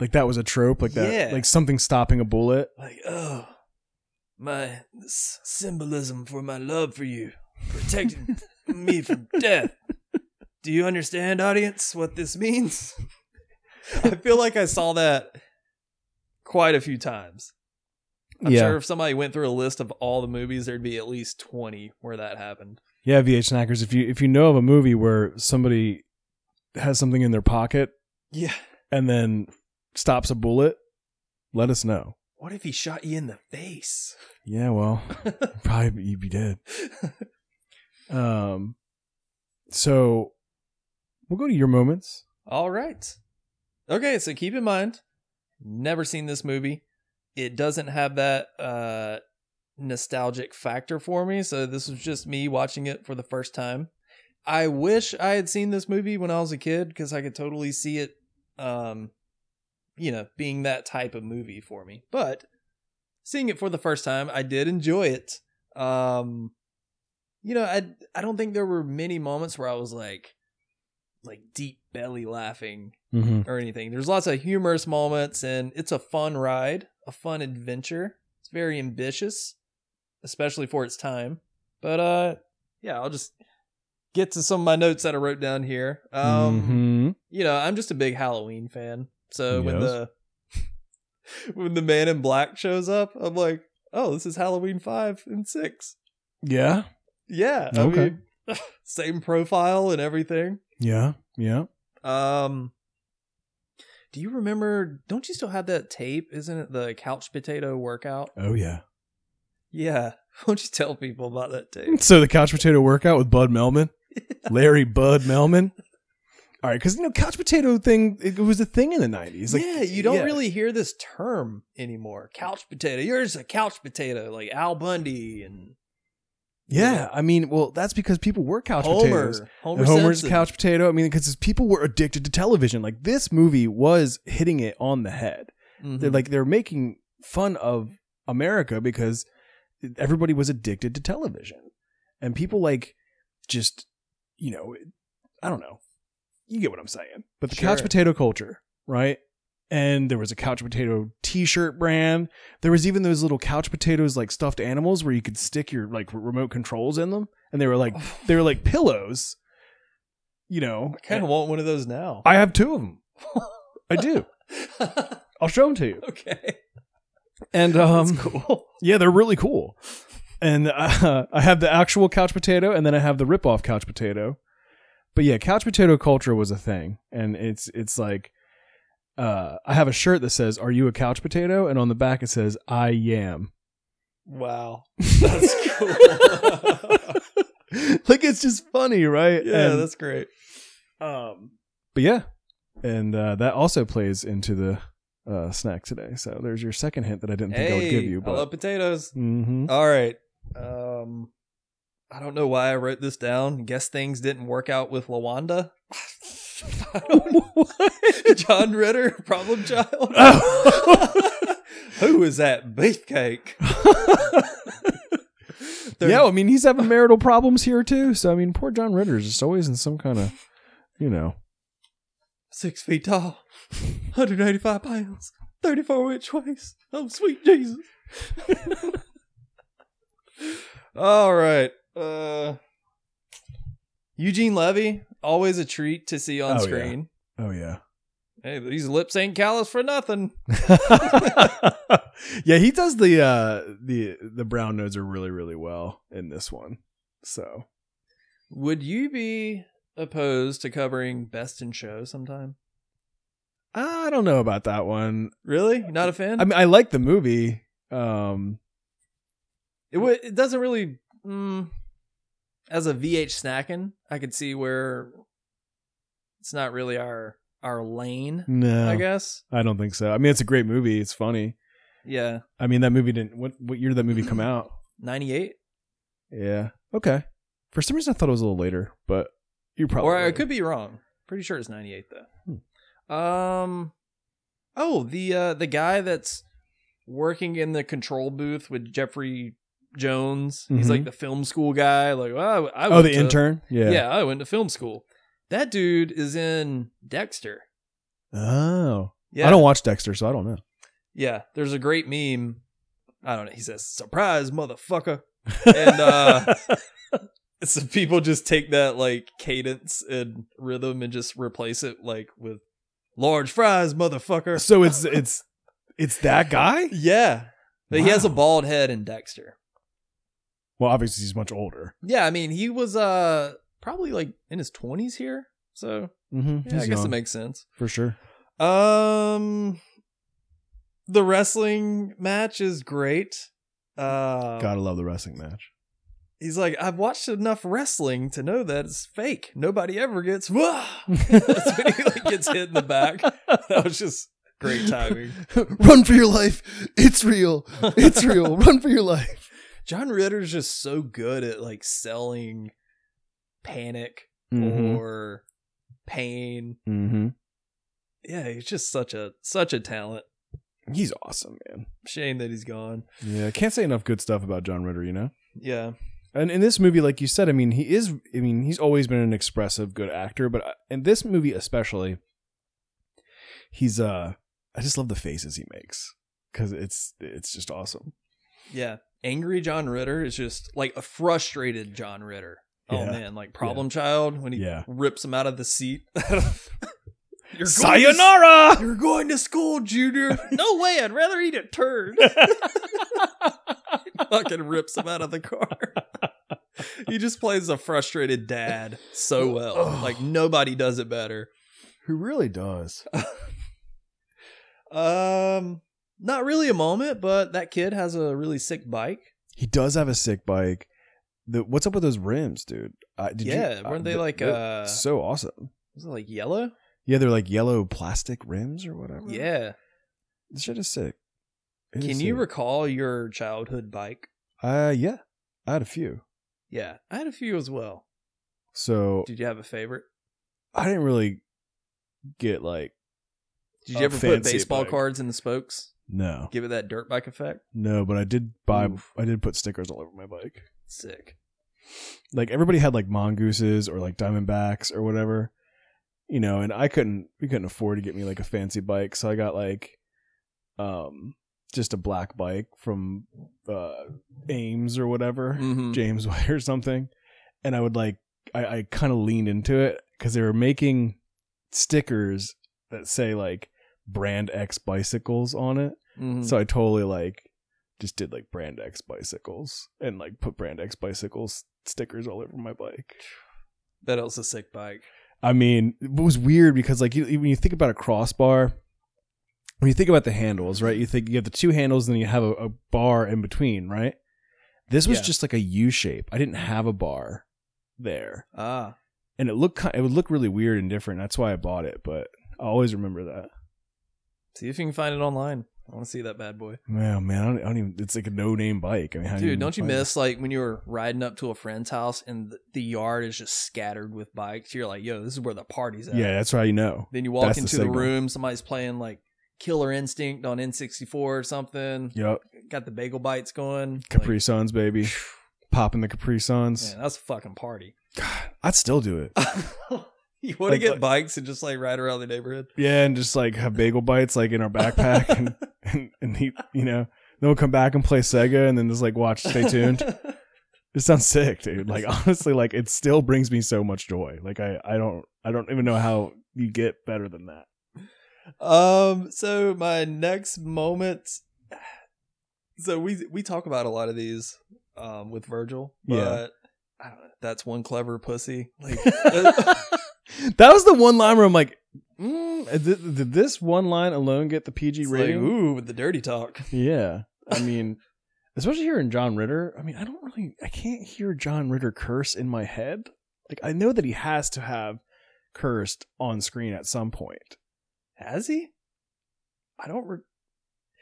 Speaker 2: like that was a trope, like that,
Speaker 3: Yeah.
Speaker 2: like something stopping a bullet.
Speaker 3: Like, oh, my s- symbolism for my love for you, <laughs> protecting me from death. Do you understand, audience, what this means? <laughs> I feel like I saw that quite a few times. I'm
Speaker 2: yeah.
Speaker 3: sure if somebody went through a list of all the movies, there'd be at least 20 where that happened.
Speaker 2: Yeah, VH Snackers. If you if you know of a movie where somebody has something in their pocket
Speaker 3: Yeah.
Speaker 2: and then stops a bullet, let us know.
Speaker 3: What if he shot you in the face? <laughs>
Speaker 2: Yeah, well, probably you'd be dead. Um, so we'll go to your moments.
Speaker 3: All right. Okay, so keep in mind, never seen this movie. It doesn't have that uh nostalgic factor for me, so this was just me watching it for the first time. I wish I had seen this movie when I was a kid cuz I could totally see it um you know, being that type of movie for me. But seeing it for the first time, I did enjoy it. Um you know, I I don't think there were many moments where I was like like deep belly laughing
Speaker 2: Mm-hmm.
Speaker 3: or anything. There's lots of humorous moments, and it's a fun ride, a fun adventure. It's very ambitious, especially for its time. But uh, yeah, I'll just get to some of my notes that I wrote down here. Um,
Speaker 2: Mm-hmm.
Speaker 3: You know, I'm just a big Halloween fan, so when
Speaker 2: Yes.
Speaker 3: the <laughs> when the Man in Black shows up, I'm like, oh, this is Halloween five and six.
Speaker 2: Yeah,
Speaker 3: Yeah, I
Speaker 2: Okay.
Speaker 3: <laughs> mean, same profile and everything.
Speaker 2: yeah, yeah.
Speaker 3: Um, Do you remember? Don't you still have that tape? Isn't it the couch potato workout?
Speaker 2: Oh yeah.
Speaker 3: Yeah. <laughs> Won't you tell people about that tape?
Speaker 2: So the couch potato workout with Bud
Speaker 3: <laughs>
Speaker 2: Melman, Larry Bud Melman. All right, because you know couch potato thing it was a thing in the nineties. Like,
Speaker 3: yeah, you don't
Speaker 2: yeah.
Speaker 3: really hear this term anymore. Couch potato. You're just a couch potato, like Al Bundy and
Speaker 2: yeah, I mean, well, that's because people were couch
Speaker 3: Homer.
Speaker 2: potatoes.
Speaker 3: Homer
Speaker 2: And Homer's
Speaker 3: Simpson.
Speaker 2: couch potato. I mean, because people were addicted to television. Like this movie was hitting it on the head.
Speaker 3: Mhm.
Speaker 2: They're like they're making fun of America because everybody was addicted to television, and people like just you know, I don't know. You get what I'm saying. But the couch
Speaker 3: Sure.
Speaker 2: potato culture, right? And there was a couch potato T-shirt brand. There was even those little couch potatoes, like stuffed animals, where you could stick your like remote controls in them, and they were like they were like pillows. You know,
Speaker 3: I kind of want one of those now.
Speaker 2: I have two of them. I do. I'll show them to you.
Speaker 3: <laughs> okay.
Speaker 2: And um,
Speaker 3: That's cool.
Speaker 2: Yeah, they're really cool. And uh, <laughs> I have the actual couch potato, and then I have the rip-off couch potato. But yeah, couch potato culture was a thing, and it's it's like uh, I have a shirt that says "Are you a couch potato?" and on the back it says "I am." <laughs>
Speaker 3: Wow. That's cool.
Speaker 2: like it's just funny, right?
Speaker 3: <laughs> yeah,
Speaker 2: And-
Speaker 3: that's great.
Speaker 2: um, but yeah, and uh, that also plays into the uh, snack today. So there's your second hint that I didn't think I would give you,
Speaker 3: I
Speaker 2: but
Speaker 3: love potatoes.
Speaker 2: Mhm.
Speaker 3: All right. Um, I don't know why I wrote this down. Guess things didn't work out with Lawanda. I don't know what. John Ritter, problem child. <laughs> Who is that beefcake? They're-
Speaker 2: yeah, I mean, he's having marital problems here too. So I mean, poor John Ritter is just always in some kind of, you know,
Speaker 3: six feet tall, 185 pounds, 34 inch waist. Oh, sweet Jesus. <laughs> All right. Uh, Eugene Levy, always a treat to see on
Speaker 2: Oh, yeah.
Speaker 3: screen.
Speaker 2: oh yeah,
Speaker 3: Hey, these lips ain't callous for nothing.
Speaker 2: <laughs> yeah, he does the uh the the brown nodes are really really well in this one. So
Speaker 3: Would you be opposed to covering Best in Show sometime?
Speaker 2: I don't know about that one.
Speaker 3: Really? Not a fan?
Speaker 2: I mean, I like the movie. Um,
Speaker 3: It, w- it doesn't really. Mm, as a VH snacking, I could see where it's not really our our lane.
Speaker 2: no,
Speaker 3: I
Speaker 2: I,
Speaker 3: guess.
Speaker 2: don't think so. I mean, it's a great movie. It's funny.
Speaker 3: Yeah,
Speaker 2: I mean, that movie didn't. What what year did that movie come out?
Speaker 3: ninety eight.
Speaker 2: Yeah. Okay. For some reason, I thought it was a little later, but you probably Hmm.
Speaker 3: Or I
Speaker 2: right.
Speaker 3: could be wrong. Pretty sure it's ninety eight though. Um. Oh, the uh, the guy that's working in the control booth with Jeffrey Jones. He's
Speaker 2: Mhm.
Speaker 3: like the film school guy. Like, well, I, I
Speaker 2: Oh,
Speaker 3: went
Speaker 2: the
Speaker 3: to-
Speaker 2: intern.
Speaker 3: Yeah.
Speaker 2: Yeah.
Speaker 3: I went to film school. That dude is in Dexter.
Speaker 2: Oh.
Speaker 3: Yeah,
Speaker 2: I don't watch Dexter, so I don't know.
Speaker 3: Yeah, there's a great meme. I don't know. He says, "Surprise, motherfucker!" And, uh, <laughs> So people just take that like cadence and rhythm and just replace it like with "large fries, motherfucker."
Speaker 2: so it's it's it's that guy.
Speaker 3: Yeah, but <laughs> he has a
Speaker 2: Wow.
Speaker 3: bald head in Dexter.
Speaker 2: Well, obviously he's much older.
Speaker 3: Yeah, I mean he was uh probably like in his twenties here, so
Speaker 2: Mm-hmm.
Speaker 3: yeah, I guess it makes sense.
Speaker 2: for sure.
Speaker 3: Um, the wrestling match is great. Uh,
Speaker 2: Gotta love the wrestling <laughs> match.
Speaker 3: He's like, I've watched enough wrestling to know that it's fake. Nobody ever gets. <laughs> Wah! That's
Speaker 2: <laughs>
Speaker 3: when he like gets hit in the <laughs> back. That was just great timing.
Speaker 2: Run for your life! It's real. It's real. Run for your life.
Speaker 3: <laughs> John Ritter's just so good at like selling panic Mm-hmm. or pain.
Speaker 2: Mm-hmm.
Speaker 3: Yeah, he's just such a such a talent.
Speaker 2: He's awesome, man.
Speaker 3: Shame that he's gone.
Speaker 2: Yeah, I can't say enough good stuff about John Ritter. You know.
Speaker 3: Yeah,
Speaker 2: And in this movie, like you said, I mean, he is. I mean, he's always been an expressive, good actor, but I- in this movie especially, he's. uh I just love the faces he makes because it's it's just awesome.
Speaker 3: yeah. Angry John Ritter is just like a frustrated John Ritter. Oh
Speaker 2: Yeah.
Speaker 3: man, like problem child when he
Speaker 2: Yeah.
Speaker 3: rips him out of the seat. <laughs> You're going to
Speaker 2: Sayonara.
Speaker 3: You're going to
Speaker 2: <laughs>
Speaker 3: school, Junior. no way. I'd rather eat a turd. <laughs> Fucking rips him out of the car. <laughs> he just plays a frustrated dad so well.
Speaker 2: Oh.
Speaker 3: Like nobody does it better.
Speaker 2: Who really does?
Speaker 3: Um, not really a moment, but that kid has a really sick bike.
Speaker 2: He does have a sick bike. The, what's up with those rims, dude? Uh, did you-
Speaker 3: yeah,
Speaker 2: uh,
Speaker 3: weren't they
Speaker 2: th-
Speaker 3: like
Speaker 2: they're
Speaker 3: uh,
Speaker 2: so awesome?
Speaker 3: was it like yellow?
Speaker 2: Yeah, they're like yellow plastic rims or whatever.
Speaker 3: Yeah.
Speaker 2: this shit is sick. It is
Speaker 3: Can you
Speaker 2: sick.
Speaker 3: recall your childhood bike?
Speaker 2: uh, yeah, I had a few.
Speaker 3: Yeah, I had a few as well.
Speaker 2: So
Speaker 3: Did you have a favorite?
Speaker 2: I didn't really get like
Speaker 3: Did you
Speaker 2: A
Speaker 3: ever put
Speaker 2: fancy
Speaker 3: baseball
Speaker 2: bike.
Speaker 3: cards in the spokes?
Speaker 2: no,
Speaker 3: Give it that dirt bike effect.
Speaker 2: no, but I did buy.
Speaker 3: Oof.
Speaker 2: I did put stickers all over my bike.
Speaker 3: Sick.
Speaker 2: Like everybody had like mongooses or like diamondbacks or whatever, you know. And I couldn't. We couldn't afford to get me like a fancy bike, so I got like, um, just a black bike from uh Ames or whatever.
Speaker 3: Mhm.
Speaker 2: James <laughs> Way or something, and I would like I, I kind of leaned into it because they were making stickers that say like brand X bicycles on it.
Speaker 3: Mhm.
Speaker 2: So I totally like just did like brand X bicycles and like put brand X bicycles stickers all over my bike.
Speaker 3: that was a sick bike.
Speaker 2: I mean, it was weird because like you, when you think about a crossbar, when you think about the handles, right? You think you have the two handles, and then you have a, a bar in between, right? This was
Speaker 3: Yeah.
Speaker 2: just like a U shape. I didn't have a bar there,
Speaker 3: Ah,
Speaker 2: and it looked kind, it would look really weird and different. That's why I bought it, but I always remember that.
Speaker 3: see if you can find it online. I want to see that bad boy.
Speaker 2: Man, man, I don't, I don't even. It's like a no name bike. I mean, how do
Speaker 3: Dude, don't you
Speaker 2: find it?
Speaker 3: miss like when you were riding up to a friend's house and th- the yard is just scattered with bikes? You're like, yo, this is where the party's at.
Speaker 2: Yeah, that's how you know.
Speaker 3: Then you walk
Speaker 2: that's the
Speaker 3: into the,
Speaker 2: signal.
Speaker 3: room, somebody's playing like Killer Instinct on N64 or something.
Speaker 2: Yep,
Speaker 3: Got the bagel bites going.
Speaker 2: Capri Suns, baby, popping the Capri
Speaker 3: Like,
Speaker 2: Suns.
Speaker 3: man, that's a fucking party. <laughs>
Speaker 2: I'd still do it.
Speaker 3: you want to
Speaker 2: Like-
Speaker 3: get bikes and just like ride around the neighborhood?
Speaker 2: Yeah, and just like have bagel bites like in our
Speaker 3: <laughs>
Speaker 2: backpack, and and, and he, you know, then we'll come back and play Sega, and then just like watch.
Speaker 3: <laughs>
Speaker 2: Stay tuned. it sounds sick, dude. Like honestly, like it still brings me so much joy. Like I, I don't, I don't even know how you get better than
Speaker 3: <laughs>
Speaker 2: that.
Speaker 3: Um. So my next moment. <sighs> So we we talk about a lot of these, um, with Virgil. But
Speaker 2: Yeah.
Speaker 3: I don't know. That's one clever pussy. <laughs> Like,
Speaker 2: that was the one line where I'm like, mm, did, did this one line alone get the PG
Speaker 3: it's <laughs> like,
Speaker 2: rating?
Speaker 3: ooh, with the dirty talk.
Speaker 2: Yeah, I mean, especially here in John Ritter. I mean, I don't really, I can't hear John Ritter curse in my head. Like, I know that he has to have cursed on screen at some point.
Speaker 3: Has he? I don't. Re-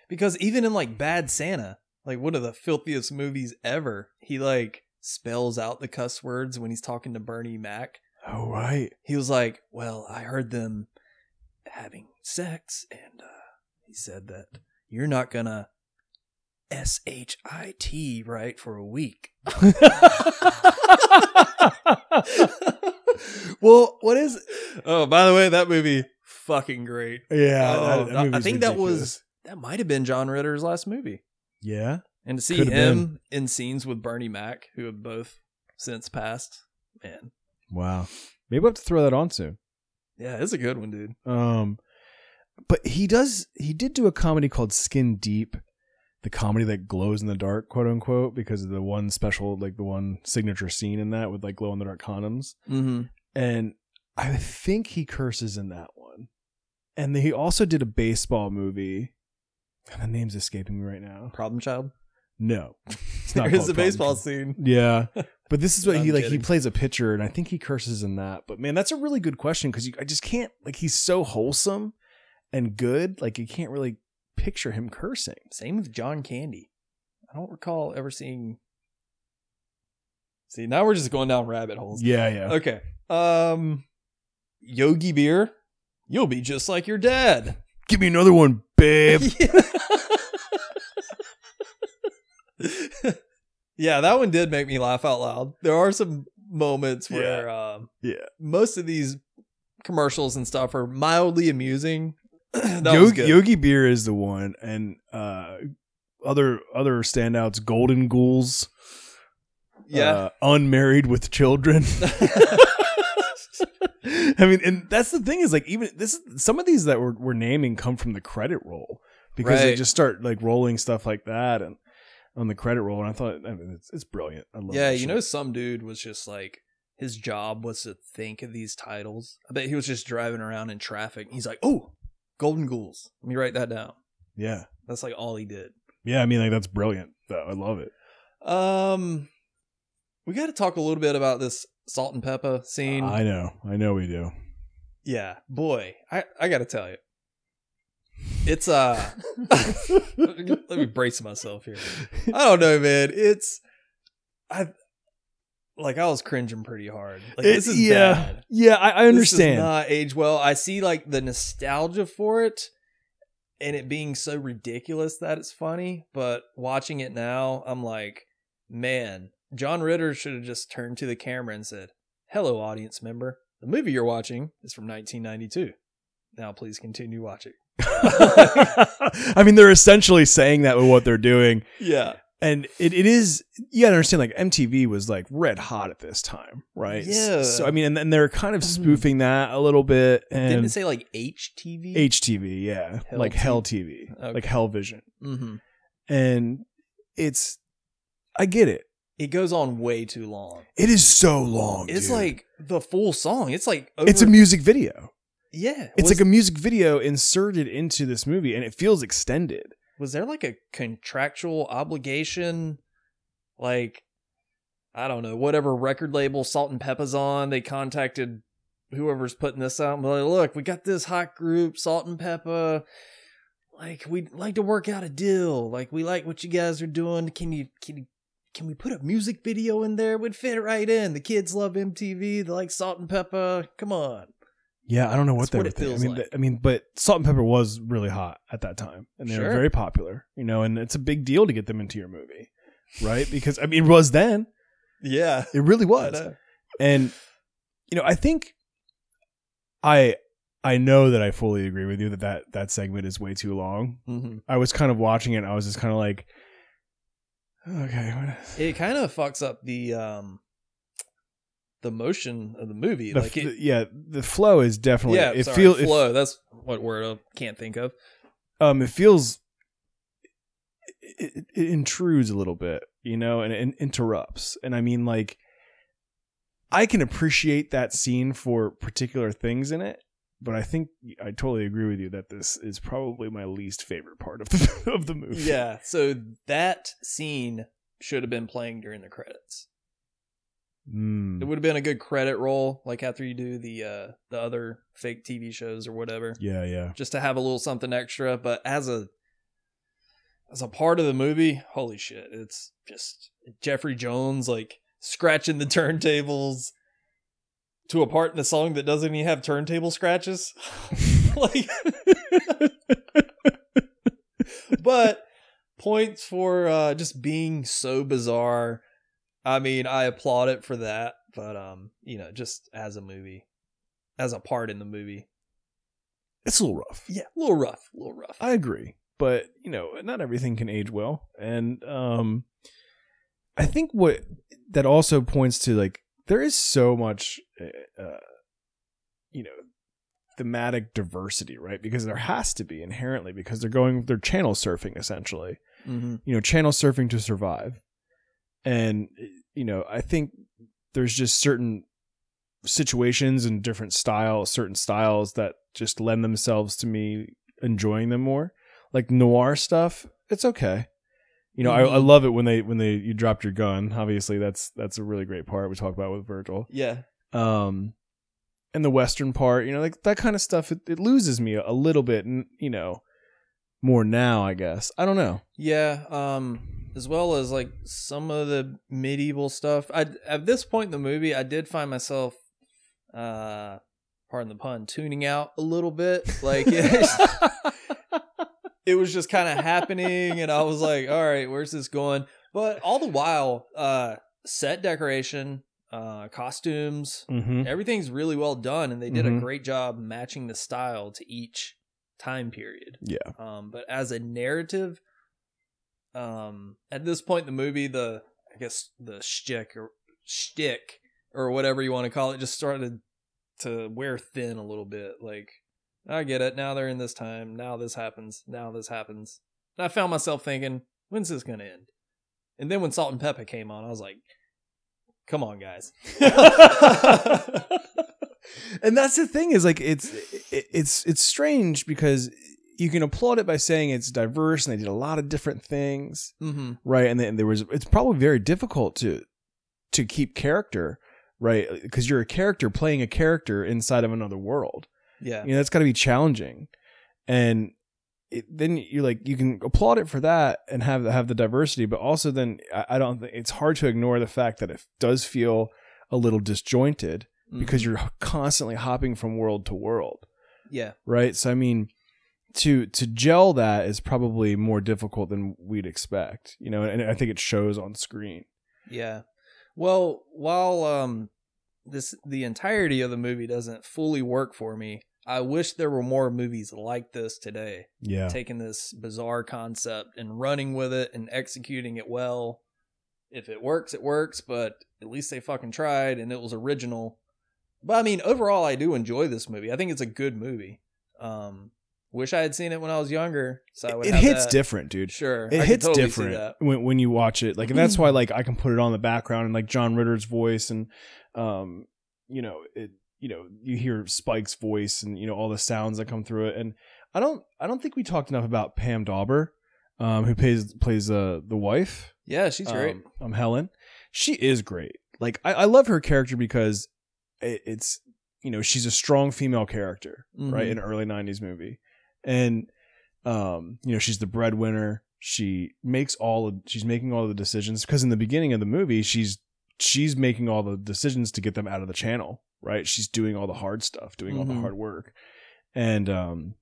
Speaker 3: because even in like Bad Santa, like one of the filthiest movies ever, he like spells out the cuss words when he's talking to Bernie Mac.
Speaker 2: Oh right,
Speaker 3: he was like, "Well, I heard them having sex, and uh, he said that you're not gonna s h i t right for
Speaker 2: <laughs>
Speaker 3: a week." <laughs> well, what is? Oh, by the way, that movie fucking great.
Speaker 2: yeah.
Speaker 3: Oh, I
Speaker 2: movie's
Speaker 3: think that was-
Speaker 2: ridiculous.
Speaker 3: That might have been John Ritter's last movie,
Speaker 2: yeah.
Speaker 3: and to see
Speaker 2: Could've
Speaker 3: him in scenes with Bernie Mac, who have both since passed, man,
Speaker 2: Wow, maybe I will have to throw that on soon.
Speaker 3: yeah, it's a good one, dude.
Speaker 2: Um, but he does. He did do a comedy called Skin Deep, the comedy that glows in the dark, quote unquote, because of the one special, like the one signature scene in that with like glow in the dark condoms.
Speaker 3: Mm-hmm.
Speaker 2: And I think he curses in that one. And then he also did a baseball movie. And the name's escaping me right now.
Speaker 3: Problem child.
Speaker 2: No, it's
Speaker 3: There
Speaker 2: not
Speaker 3: is
Speaker 2: called
Speaker 3: a baseball
Speaker 2: Problem
Speaker 3: scene.
Speaker 2: Child. Yeah,
Speaker 3: <laughs>
Speaker 2: but this is what
Speaker 3: I'm
Speaker 2: he like. He
Speaker 3: kidding.
Speaker 2: plays a pitcher, and I think he curses in that. But man, that's a really good question because I just can't like. He's so wholesome and good. Like you can't really picture him cursing.
Speaker 3: Same with John Candy. I don't recall ever seeing. See, now we're just going down rabbit holes.
Speaker 2: Yeah, yeah.
Speaker 3: Okay. Um, Yogi Beer, you'll be just like your dad.
Speaker 2: Give me another one, babe.
Speaker 3: <laughs> yeah, that one did make me laugh out loud. There are some moments where, um,
Speaker 2: Yeah.
Speaker 3: most of these commercials and stuff are mildly amusing. <clears throat> that was
Speaker 2: Yogi,
Speaker 3: good.
Speaker 2: Yogi Beer is the one, and uh, other other standouts: Golden Ghouls,
Speaker 3: yeah.
Speaker 2: uh, Unmarried with Children. <laughs> I mean, and that's the thing is like even this some of these that we're, we're naming come from the credit roll because they
Speaker 3: Right.
Speaker 2: just start like rolling stuff like that and on the credit roll. And I thought, I mean, it's, it's brilliant. I love
Speaker 3: <laughs> yeah,
Speaker 2: that
Speaker 3: you
Speaker 2: shit.
Speaker 3: know, some dude was just like, his job was to think of these titles. I bet he was just driving around in traffic. and He's like, oh, Golden Ghouls. Let me write that down.
Speaker 2: Yeah.
Speaker 3: That's like all he did.
Speaker 2: Yeah, I mean like that's brilliant though. I love it.
Speaker 3: Um, we got to talk a little bit about this salt and pepper scene.
Speaker 2: I know. I know we do.
Speaker 3: yeah, boy, I I got to tell you, it's uh, <laughs> let me brace myself here. I don't know, man. It's I like I was cringing pretty hard. Like
Speaker 2: It-
Speaker 3: this is
Speaker 2: yeah.
Speaker 3: bad.
Speaker 2: Yeah, I, I
Speaker 3: This
Speaker 2: understand.
Speaker 3: does not <laughs> age well. I see like the nostalgia for it and it being so ridiculous that it's funny, but watching it now, I'm like, man, John Ritter should have just turned to the camera and said, "Hello audience member. The movie you're watching is from 1992. Now please continue watching."
Speaker 2: <laughs> I mean, they're essentially saying that with what they're doing.
Speaker 3: Yeah.
Speaker 2: And it, it is, you gotta understand, like, MTV was like red hot at this time, right?
Speaker 3: Yeah. Mm-hmm.
Speaker 2: So, I mean, and then they're kind of spoofing that a little bit.
Speaker 3: Didn't it
Speaker 2: And
Speaker 3: say like HTV?
Speaker 2: HTV, yeah.
Speaker 3: Hell
Speaker 2: like
Speaker 3: TV.
Speaker 2: Hell TV,
Speaker 3: Okay.
Speaker 2: like Hell Vision.
Speaker 3: mm-hmm.
Speaker 2: And it's, I get it.
Speaker 3: It goes on way too long.
Speaker 2: It is so long.
Speaker 3: It's
Speaker 2: Oh, dude.
Speaker 3: like the full song. It's like over,
Speaker 2: it's a music video.
Speaker 3: yeah.
Speaker 2: It's
Speaker 3: was,
Speaker 2: like a music video inserted into this movie, and it feels extended.
Speaker 3: was there like a contractual obligation like i don't know whatever record label salt and peppa's on they contacted whoever's putting this out and be like look we got this hot group salt and peppa like we'd like to work out a deal like we like what you guys are doing can you can you can we put a music video in there? Would fit right in. The kids love MTV. They like Salt and Peppa. Come on.
Speaker 2: Yeah, I don't know what
Speaker 3: That's
Speaker 2: they
Speaker 3: what
Speaker 2: were
Speaker 3: it
Speaker 2: thinking.
Speaker 3: feels
Speaker 2: I mean,
Speaker 3: like.
Speaker 2: th- I mean, but Salt and Pepper was really hot at that time, and they were
Speaker 3: Sure.
Speaker 2: very popular. You know, and it's a big deal to get them into your movie, right? Because I mean, it was then.
Speaker 3: Yeah.
Speaker 2: It really was,
Speaker 3: uh,
Speaker 2: and you know, I think I I know that I fully agree with you that that that segment is way too long.
Speaker 3: Mm-hmm.
Speaker 2: I was kind of watching it. And I was just kind of like, okay, what is-
Speaker 3: it kind of fucks up the um the motion of the movie
Speaker 2: the,
Speaker 3: like
Speaker 2: f-
Speaker 3: it
Speaker 2: yeah, the flow is definitely
Speaker 3: yeah
Speaker 2: it
Speaker 3: sorry,
Speaker 2: feels it
Speaker 3: flow that's what word i can't
Speaker 2: <laughs>
Speaker 3: think of
Speaker 2: um it feels it, it, it intrudes a little bit you know and it interrupts and i mean like i can appreciate that scene for particular things in it but i think i totally agree with you that this is probably my least favorite part of the, <laughs> of the movie
Speaker 3: yeah so that scene should have been playing during the credits
Speaker 2: Mm.
Speaker 3: it would have been a good credit roll like after you do the uh the other fake tv shows or whatever
Speaker 2: yeah yeah
Speaker 3: just to have a little something extra but as a as a part of the movie holy shit it's just jeffrey jones like scratching the <laughs> turntables to a part in the song that doesn't even have turntable scratches <laughs> like <laughs> but points for uh just being so bizarre i mean i applaud it for that but um you know just as a movie as a part in the movie
Speaker 2: it's a little rough
Speaker 3: yeah, a little rough, a little rough.
Speaker 2: I agree, but you know, not everything can age well, and um, I think what that also points to like there is so much, uh, uh, you know, thematic diversity, right? Because there has to be inherently because they're going they're channel surfing essentially,
Speaker 3: mm-hmm.
Speaker 2: you know, channel surfing to survive, and you know, I think there's just certain situations and different styles, certain styles that just lend themselves to me enjoying them more. Like noir stuff, it's okay. You know, I, I
Speaker 3: Mhm.
Speaker 2: love it when they when they you dropped your gun. Obviously, that's that's a really great part we talk about with Virgil.
Speaker 3: Yeah,
Speaker 2: Um, and the western part, you know, like that kind of stuff, it, it loses me a, a little bit, and you know, more now, I guess. I don't know.
Speaker 3: yeah. Um, as well as like some of the medieval stuff. I at this point in the movie, I did find myself, uh, pardon the pun, tuning out a little bit. Like <laughs> it, it was just kind of happening, and I was like, all right, where's this going? But all the while, uh, set decoration, uh, costumes,
Speaker 2: Mm-hmm.
Speaker 3: everything's really well done and they did
Speaker 2: Mhm.
Speaker 3: a great job matching the style to each time period
Speaker 2: Yeah.
Speaker 3: um but as a narrative um at this point in the movie the i guess the shtick or shtick or whatever you want to call it just started to wear thin a little bit like i get it now they're in this time now this happens now this happens and i found myself thinking when's this gonna end and then when salt and pepper came on i was like come on guys
Speaker 2: and that's the thing is like it's it- it's it's strange because you can applaud it by saying it's diverse and they did a lot of different things,
Speaker 3: <laughs> Mm-hmm.
Speaker 2: right? And then there was it's probably very difficult to to keep character, right? Because you're a character playing a character inside of another world.
Speaker 3: Yeah.
Speaker 2: You know, that's got to be challenging, and it, then you like you can applaud it for that and have the, have the diversity, but also then I, I don't think it's hard to ignore the fact that it does feel a little disjointed
Speaker 3: Mhm.
Speaker 2: because you're constantly hopping from world to world,
Speaker 3: yeah.
Speaker 2: right? So I mean, to to gel that is probably more difficult than we'd expect, you know. And I think it shows on screen.
Speaker 3: Yeah. Well, while um this the entirety of the movie doesn't fully work for me, I wish there were more movies like this today.
Speaker 2: Yeah,
Speaker 3: Taking this bizarre concept and running with it and executing it well. If it works, it works, but at least they fucking tried and it was original. But I mean, overall I do enjoy this movie. I think it's a good movie. Um wish I had seen it when I was younger, so I would
Speaker 2: it
Speaker 3: have
Speaker 2: hits
Speaker 3: that.
Speaker 2: different, dude.
Speaker 3: Sure. I
Speaker 2: It
Speaker 3: could
Speaker 2: hits
Speaker 3: totally see
Speaker 2: different
Speaker 3: that.
Speaker 2: when when you watch it. Like, and that's why like I can put it on the background and like John Ritter's voice and, um, you know it. You know, you hear Spike's voice and you know all the sounds that come through it. And I don't, I don't think we talked enough about Pam Dauber, um, who plays plays uh, the wife.
Speaker 3: Yeah, she's great.
Speaker 2: Um, um, Helen. She is great. Like I, I love her character because it, it's you know she's a strong female character, right?
Speaker 3: Mhm.
Speaker 2: In an early '90s movie, and um, you know she's the breadwinner. She makes all of, she's making all the decisions because in the beginning of the movie she's she's making all the decisions to get them out of the channel, right? She's doing all the hard stuff, doing all
Speaker 3: Mhm.
Speaker 2: the hard work, and um,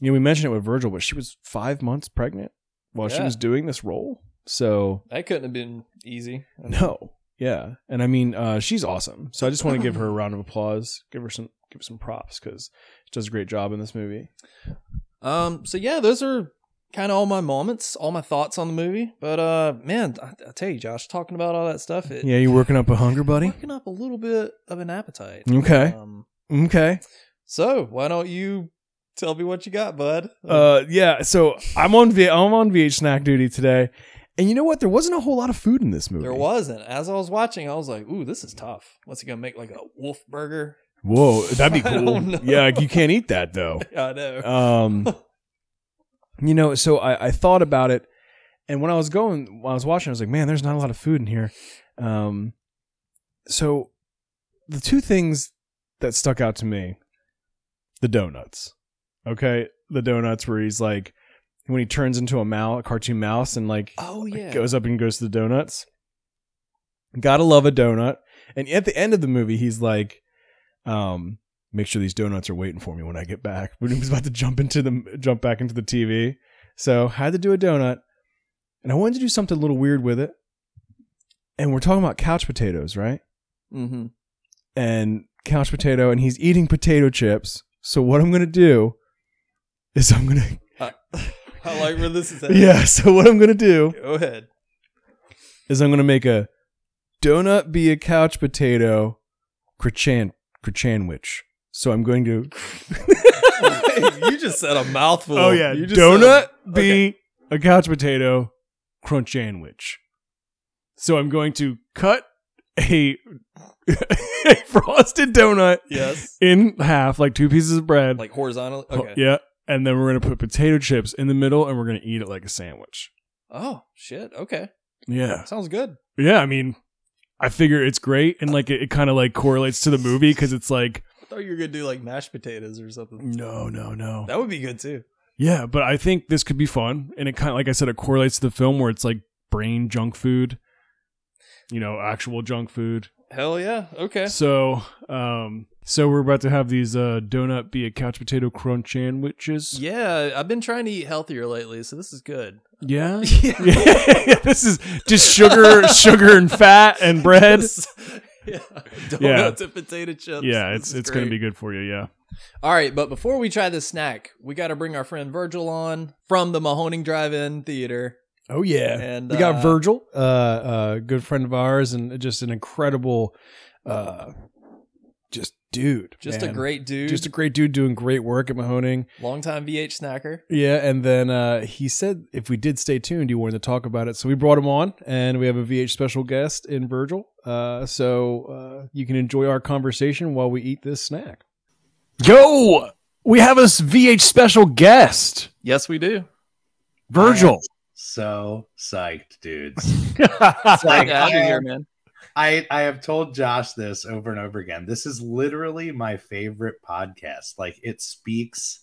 Speaker 2: you know we mentioned it with Virgil, but she was five months pregnant while she
Speaker 3: Yeah.
Speaker 2: was doing this role, so
Speaker 3: That couldn't have been easy.
Speaker 2: <laughs> no. Yeah. And I mean, uh, she's awesome. So I just want to give her a round of applause, give her some give her some props because she does a great job in this movie.
Speaker 3: Um. So yeah, those are kind of all my moments, all my thoughts on the movie. But uh, man, I, I tell you, Josh, talking about all that stuff, it
Speaker 2: Yeah, you working up a hunger, buddy?
Speaker 3: working up a little bit of an appetite.
Speaker 2: Okay.
Speaker 3: Um.
Speaker 2: Okay.
Speaker 3: So why don't you tell me what you got, bud?
Speaker 2: Uh yeah, so I'm on v- I'm on VH snack duty today. And you know what? There wasn't a whole lot of food in this movie.
Speaker 3: there wasn't. As I was watching, I was like, "Ooh, this is tough." What's he gonna make? Like a wolf burger? <laughs>
Speaker 2: Whoa, that'd be
Speaker 3: I
Speaker 2: cool.
Speaker 3: don't know.
Speaker 2: Yeah, like, you can't eat that though.
Speaker 3: I know.
Speaker 2: Um, you know, so I, I thought about it, and when I was going, when I was watching, I was like, man, there's not a lot of food in here. Um, so the two things that stuck out to me, the donuts. Okay, the donuts where he's like, when he turns into a mouse, a cartoon mouse, and like
Speaker 3: oh yeah.
Speaker 2: goes up and goes to the donuts. Gotta love a donut. And at the end of the movie, he's like, um, make sure these donuts are waiting for me when I get back. <laughs> When he was about to jump into the jump back into the TV. So had to do a donut. And I wanted to do something a little weird with it. And we're talking about couch potatoes, right? <laughs>
Speaker 3: mm-hmm.
Speaker 2: And couch potato, and he's eating potato chips. So what I'm gonna do is I'm gonna <laughs>
Speaker 3: I, <laughs> I like where this is at.
Speaker 2: Yeah, so what I'm gonna do <laughs>
Speaker 3: Go ahead.
Speaker 2: is I'm gonna make a donut be a couch potato crachan crachanwich. So I'm going to
Speaker 3: you just said a mouthful. You just said a-
Speaker 2: Oh, donut be a couch potato crunch So I'm going to cut a, <laughs> a frosted donut
Speaker 3: yes.
Speaker 2: in half, like two pieces of bread.
Speaker 3: like horizontally.
Speaker 2: Oh,
Speaker 3: Okay.
Speaker 2: yeah, and then we're gonna put potato chips in the middle, and we're gonna eat it like a sandwich.
Speaker 3: Oh shit. Okay.
Speaker 2: Yeah,
Speaker 3: Sounds good.
Speaker 2: Yeah, I mean, I figure it's great, and like it, it kind of like correlates to the movie because it's like
Speaker 3: I thought you were gonna do like mashed potatoes or something.
Speaker 2: no, no, no.
Speaker 3: That would be good too.
Speaker 2: Yeah, but I think this could be fun, and it kind of like I said, it correlates to the film where it's like brain junk food, you know, actual junk food.
Speaker 3: Hell yeah. Okay.
Speaker 2: So, um, so we're about to have these uh donut be a couch potato crunch sandwiches.
Speaker 3: Yeah, I've been trying to eat healthier lately, so this is good.
Speaker 2: Yeah. <laughs> this is just sugar, sugar and fat and
Speaker 3: <laughs>
Speaker 2: bread.
Speaker 3: <laughs> yeah.
Speaker 2: Yeah.
Speaker 3: Donuts and potato chips.
Speaker 2: Yeah,
Speaker 3: This
Speaker 2: it's
Speaker 3: is
Speaker 2: it's gonna be
Speaker 3: great.
Speaker 2: good for you. Yeah.
Speaker 3: All right, but before we try this snack, we got to bring our friend Virgil on from the Mahoning Drive-In Theater.
Speaker 2: Oh yeah.
Speaker 3: And
Speaker 2: we got
Speaker 3: uh,
Speaker 2: Virgil, uh, uh, good friend of ours, and just an incredible, uh, just dude,
Speaker 3: Just a
Speaker 2: man.
Speaker 3: great dude.
Speaker 2: just a great dude doing great work at Mahoning.
Speaker 3: longtime VH snacker.
Speaker 2: Yeah, and then uh, he said if we did stay tuned, he wanted to talk about it. So we brought him on, and we have a VH special guest in Virgil. Uh, so uh, you can enjoy our conversation while we eat this snack.
Speaker 4: Yo, we have a s- VH special guest,
Speaker 5: Yes, we do.
Speaker 2: <laughs>
Speaker 4: Virgil.
Speaker 6: so psyched, <laughs> dudes.
Speaker 4: That's
Speaker 6: It's like,
Speaker 3: Yeah,
Speaker 6: I,
Speaker 3: out of here, man.
Speaker 6: I, I have told Josh this over and over again. This is literally my favorite podcast. Like it speaks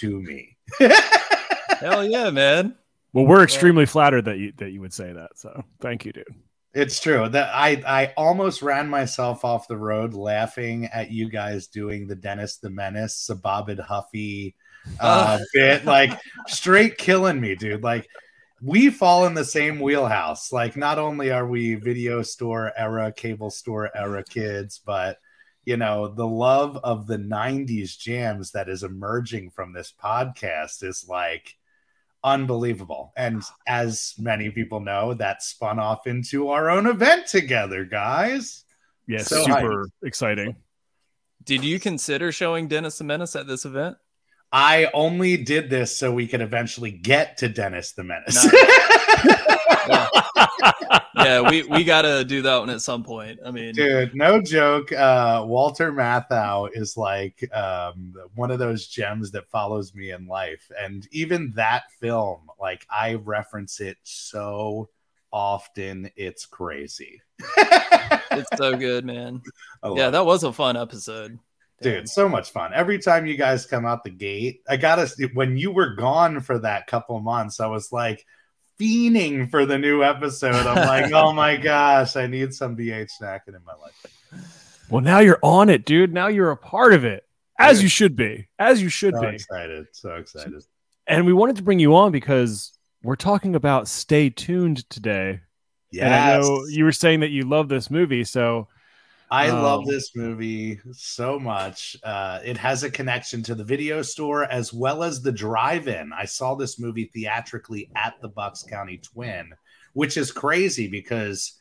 Speaker 6: to me. <laughs>
Speaker 3: Hell yeah, man.
Speaker 4: well, we're extremely flattered that you that you would say that. So thank you, dude.
Speaker 6: it's true that I I almost ran myself off the road laughing at you guys doing the Dennis the Menace, Sababid Huffy uh, bit, like straight killing me, dude. Like we fall in the same wheelhouse. Like not only are we video store era, cable store era kids, but you know the love of the '90s jams that is emerging from this podcast is like unbelievable. And as many people know, that spun off into our own event together, guys.
Speaker 4: Yeah,
Speaker 6: So
Speaker 4: super exciting.
Speaker 3: Did you consider showing Dennis the Menace at this event?
Speaker 6: I only did this so we could eventually get to Dennis the Menace. <laughs>
Speaker 3: Yeah, we, we gotta do that one at some point. I mean,
Speaker 6: Dude, no joke. Uh, Walter Matthau is like um, one of those gems that follows me in life. And even that film, like I reference it so often, it's crazy. <laughs>
Speaker 3: it's so good,
Speaker 4: <laughs>
Speaker 3: man.
Speaker 6: I love
Speaker 3: Yeah, that was a fun episode.
Speaker 6: dude so much fun every time you guys come out the gate i gotta when you were gone for that couple months i was like fiending for the new episode i'm
Speaker 4: <laughs>
Speaker 6: like oh my gosh i need some bh snacking in my life
Speaker 4: Well, now you're on it, dude. Now you're a part of it, as
Speaker 6: Yeah.
Speaker 4: you should be, as you should
Speaker 6: so
Speaker 4: be.
Speaker 6: excited so excited
Speaker 4: And we wanted to bring you on because we're talking about Stay Tuned today. And I
Speaker 6: yeah
Speaker 4: know you were saying that you love this movie, so
Speaker 6: I
Speaker 4: Um,
Speaker 6: love this movie so much. Uh, it has a connection to the video store as well as the drive-in. I saw this movie theatrically at the Bucks County Twin, which is crazy because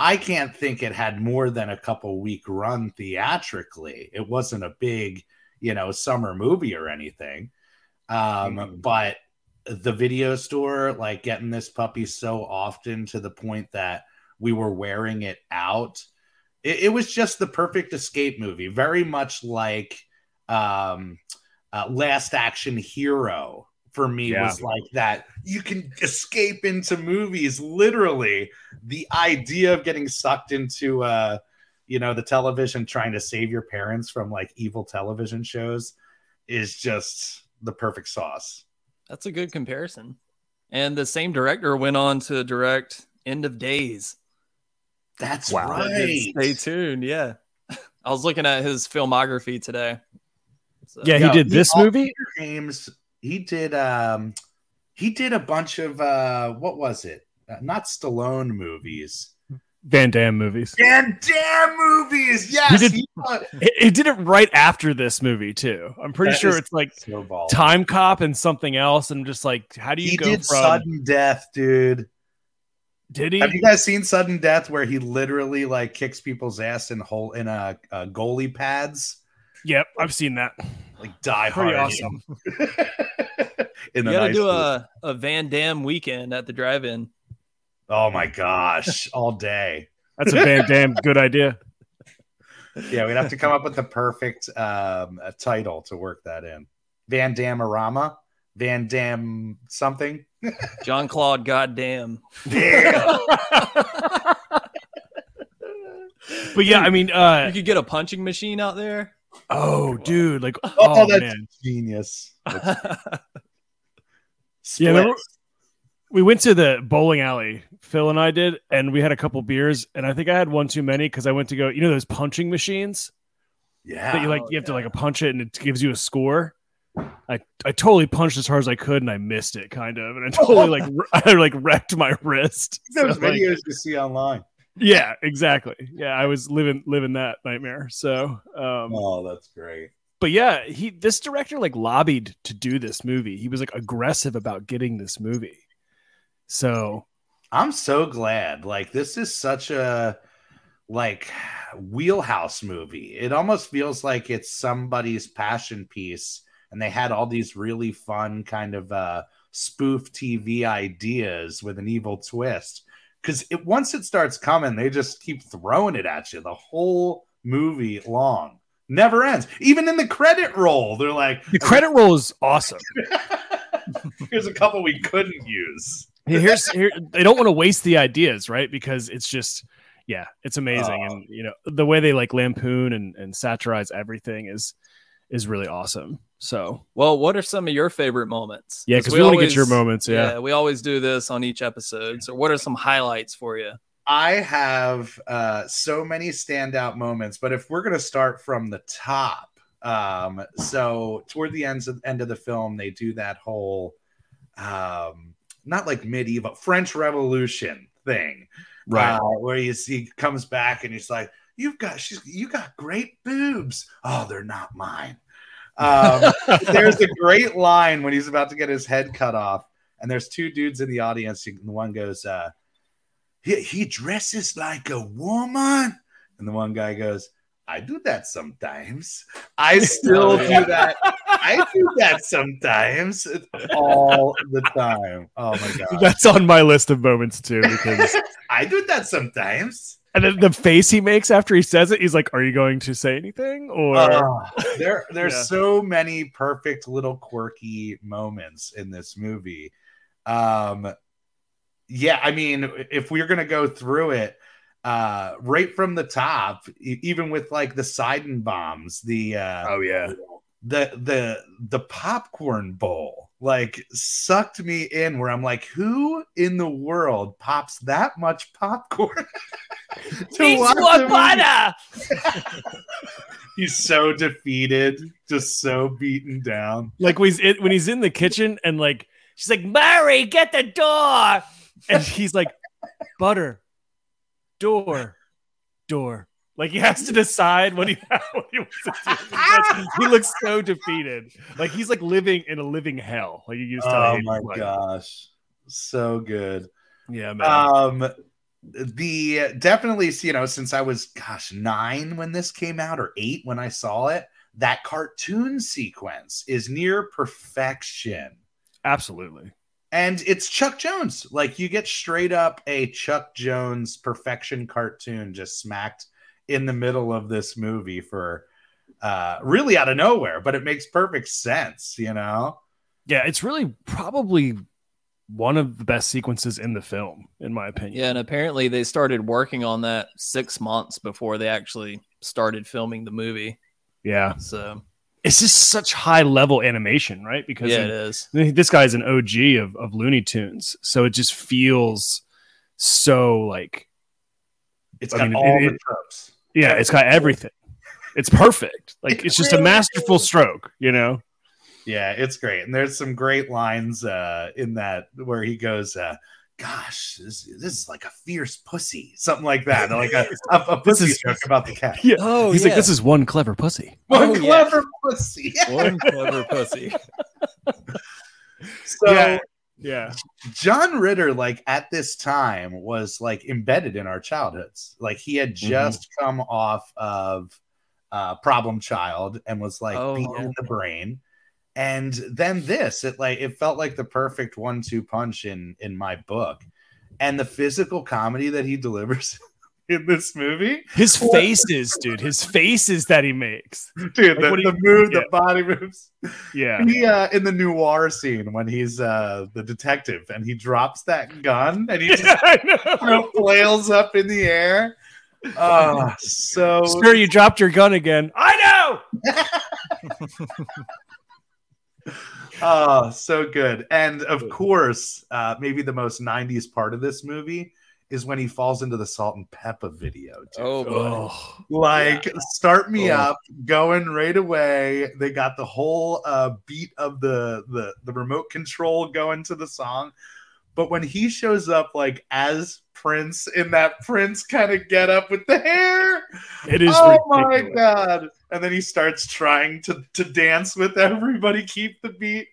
Speaker 6: I can't think it had more than a couple week run theatrically. It wasn't a big, you know, summer movie or anything. Um, but the video store, like getting this puppy so often to the point that we were wearing it out it, it was just the perfect escape movie very much like um uh, last action hero for me
Speaker 4: Yeah.
Speaker 6: was like that you can escape into movies literally the idea of getting sucked into uh you know the television trying to save your parents from like evil television shows is just the perfect sauce
Speaker 3: That's a good comparison. And the same director went on to direct End of Days.
Speaker 6: that's
Speaker 4: Wow.
Speaker 3: That did
Speaker 6: right
Speaker 3: Stay tuned. Yeah. <laughs> I was looking at his filmography today. So,
Speaker 4: yeah,
Speaker 6: Yeah,
Speaker 4: he did
Speaker 6: he
Speaker 4: this
Speaker 6: al-
Speaker 4: movie.
Speaker 6: James, he did um he did a bunch of uh what was it? Uh, not Stallone movies.
Speaker 4: Van Damme movies.
Speaker 6: Van Damme movies. Yes.
Speaker 4: did-
Speaker 6: <laughs> he thought-
Speaker 4: It, it did it right after this movie too. I'm pretty
Speaker 6: That
Speaker 4: sure
Speaker 6: is
Speaker 4: it's like
Speaker 6: so bald.
Speaker 4: Time Cop and something else. And I'm just like, how do you
Speaker 6: He
Speaker 4: go
Speaker 6: did
Speaker 4: from?
Speaker 6: sudden death, dude.
Speaker 4: did he?
Speaker 6: Have you guys seen sudden death where he literally like kicks people's ass in whole in uh, uh goalie pads?
Speaker 4: Yep, I've seen that.
Speaker 6: Like die
Speaker 4: Pretty
Speaker 6: hard.
Speaker 4: awesome.
Speaker 6: <laughs> in
Speaker 3: You
Speaker 6: the
Speaker 3: gotta
Speaker 6: nice
Speaker 3: do a, a Van Damme weekend at the drive in.
Speaker 6: Oh my gosh, all day.
Speaker 4: That's a Van Damme good idea.
Speaker 6: yeah, we'd have to come up with the perfect um, a title to work that in. Van Damarama, Van Dam something.
Speaker 3: John Claude, goddamn.
Speaker 6: Yeah.
Speaker 4: But yeah, I mean, uh,
Speaker 3: You could get a punching machine out there. <laughs>
Speaker 4: oh,
Speaker 6: <laughs>
Speaker 4: dude, like, oh,
Speaker 6: Oh, that's-
Speaker 4: man, <laughs>
Speaker 6: Genius.
Speaker 4: Yeah,
Speaker 6: Split.
Speaker 4: remember- we went to the bowling alley. Phil and I did, and we had a couple beers, and I think I had one too many because I went to go. You know those punching machines that
Speaker 6: yeah.
Speaker 4: you like,
Speaker 3: Oh,
Speaker 4: you have to
Speaker 3: yeah.
Speaker 4: like punch it, and it gives you a score. I, I totally punched as hard as I could and I missed it kind of and I
Speaker 6: <laughs>
Speaker 4: totally like <laughs> r- I like wrecked my wrist.
Speaker 6: Those
Speaker 4: So, like,
Speaker 6: videos you see online.
Speaker 4: Yeah, exactly. Yeah, I was living living that nightmare. So, um,
Speaker 6: Oh, that's great.
Speaker 4: but yeah, he this director like lobbied to do this movie. He was like aggressive about getting this movie. So
Speaker 6: I'm so glad. Like this is such a like wheelhouse movie. It almost feels like it's somebody's passion piece, and they had all these really fun kind of uh, spoof TV ideas with an evil twist. Because it, once it starts coming, they just keep throwing it at you the whole movie long. Never ends. Even in the credit roll, they're like, <laughs>
Speaker 4: The credit roll is awesome.
Speaker 6: here's a couple we couldn't use.
Speaker 4: Here's here, they don't want to waste the ideas, right? Because it's just yeah, it's amazing,
Speaker 6: Oh.
Speaker 4: and you know the way they like lampoon and and satirize everything is is really awesome. So
Speaker 3: Well, what are some of your favorite moments?
Speaker 4: yeah, because we, want to get your
Speaker 3: always-
Speaker 4: moments. Yeah.
Speaker 3: we always do this on each episode. So, what are some highlights for you?
Speaker 6: I have uh, so many standout moments, but if we're going to start from the top, um, so toward the ends of, end of the film, they do that whole um, not like medieval French Revolution thing,
Speaker 4: Right.
Speaker 6: uh, where you see he comes back and he's like, "You've got she's you got great boobs. Oh, they're not mine." Um, there's a great line when he's about to get his head cut off, and there's two dudes in the audience. And the one goes, uh, he, he dresses like a woman. And the one guy goes, I do that sometimes. I still do that. I do that sometimes <laughs> all the time. Oh my God.
Speaker 4: That's on my list of moments too. Because
Speaker 6: I do that sometimes.
Speaker 4: and then the face he makes after he says it, he's like, "Are you going to say anything?" Or
Speaker 6: Ah, there, there's
Speaker 4: Yeah.
Speaker 6: so many perfect little quirky moments in this movie. Um, yeah, I mean, if we're gonna go through it, uh, right from the top, e- even with like the Sidon bombs, the uh,
Speaker 4: oh yeah,
Speaker 6: the the the popcorn bowl like sucked me in where I'm like, who in the world pops that much popcorn? <laughs> to watch a movie? <laughs> He's so defeated, just so beaten down.
Speaker 4: like when he's in, when he's in the kitchen and like she's like, "Murray, get the door," and he's like, "Butter, door, door." Like he has to decide what he, <laughs> what he wants to do. That's- he looks so defeated. Like he's like living in a living hell. Like you used to.
Speaker 6: Oh
Speaker 4: hate
Speaker 6: my
Speaker 4: his life.
Speaker 6: gosh. So good.
Speaker 4: Yeah, man.
Speaker 6: Um the definitely, you know, since I was gosh, 9 when this came out or 8 when I saw it, that cartoon sequence is near perfection.
Speaker 4: Absolutely.
Speaker 6: And it's Chuck Jones. Like you get straight up a Chuck Jones perfection cartoon just smacked in the middle of this movie for uh really out of nowhere, but it makes perfect sense, you know.
Speaker 4: Yeah, it's really probably one of the best sequences in the film, in my opinion.
Speaker 3: Yeah, and apparently they started working on that six months before they actually started filming the movie.
Speaker 4: Yeah.
Speaker 3: So,
Speaker 4: It's just such high level animation, right? Because
Speaker 3: yeah,
Speaker 4: in-
Speaker 3: it is.
Speaker 4: I mean, this guy's an OG of, of Looney Tunes. So it just feels so like,
Speaker 6: It's
Speaker 4: I
Speaker 6: got
Speaker 4: mean,
Speaker 6: all
Speaker 4: it-
Speaker 6: the
Speaker 4: it-
Speaker 6: tropes.
Speaker 4: yeah, it's got everything. It's perfect. Like it's just a masterful stroke, you know?
Speaker 6: Yeah, it's great. And there's some great lines uh in that where he goes, uh, gosh, this, this is like a fierce pussy, something like that. Like a, a, a
Speaker 4: <laughs> This
Speaker 6: pussy
Speaker 4: is-
Speaker 6: joke about the
Speaker 4: <laughs>
Speaker 6: cat.
Speaker 4: Yeah.
Speaker 3: Oh,
Speaker 4: He's
Speaker 3: yeah.
Speaker 4: like, this is one clever pussy.
Speaker 6: One
Speaker 3: Oh, yeah.
Speaker 6: clever pussy.
Speaker 3: <laughs>
Speaker 6: <laughs>
Speaker 3: one clever pussy.
Speaker 6: So
Speaker 4: Yeah. Yeah.
Speaker 6: John Ritter, like at this time, was like embedded in our childhoods. Like he had
Speaker 4: Mm-hmm.
Speaker 6: just come off of uh, Problem Child and was like
Speaker 3: Oh.
Speaker 6: beaten in the brain. And then this, it like it felt like the perfect one-two punch in in my book. And the physical comedy that he delivers <laughs> in this movie,
Speaker 4: His faces, dude, his faces that he makes.
Speaker 6: dude,
Speaker 4: Like,
Speaker 6: the,
Speaker 4: what do you-
Speaker 6: the move,
Speaker 4: yeah.
Speaker 6: the body moves. <laughs>
Speaker 4: Yeah. <laughs>
Speaker 6: He uh, in the noir scene when he's uh, the detective and he drops that gun and he just
Speaker 4: I know.
Speaker 6: kind of flails up in the air. Oh, so
Speaker 4: Sir, you dropped your gun again. I know.
Speaker 6: oh, so good. And of course, uh, maybe the most 90s part of this movie is when he falls into the Salt and Peppa video. dude.
Speaker 3: Oh, boy.
Speaker 6: Like, start me
Speaker 3: Oh.
Speaker 6: up, going right away. They got the whole uh, beat of the, the the remote control going to the song. But when he shows up, like as Prince in that Prince kind of get up with the hair,
Speaker 4: It is
Speaker 6: oh my
Speaker 4: ridiculous.
Speaker 6: god! And then he starts trying to to dance with everybody, keep the beat.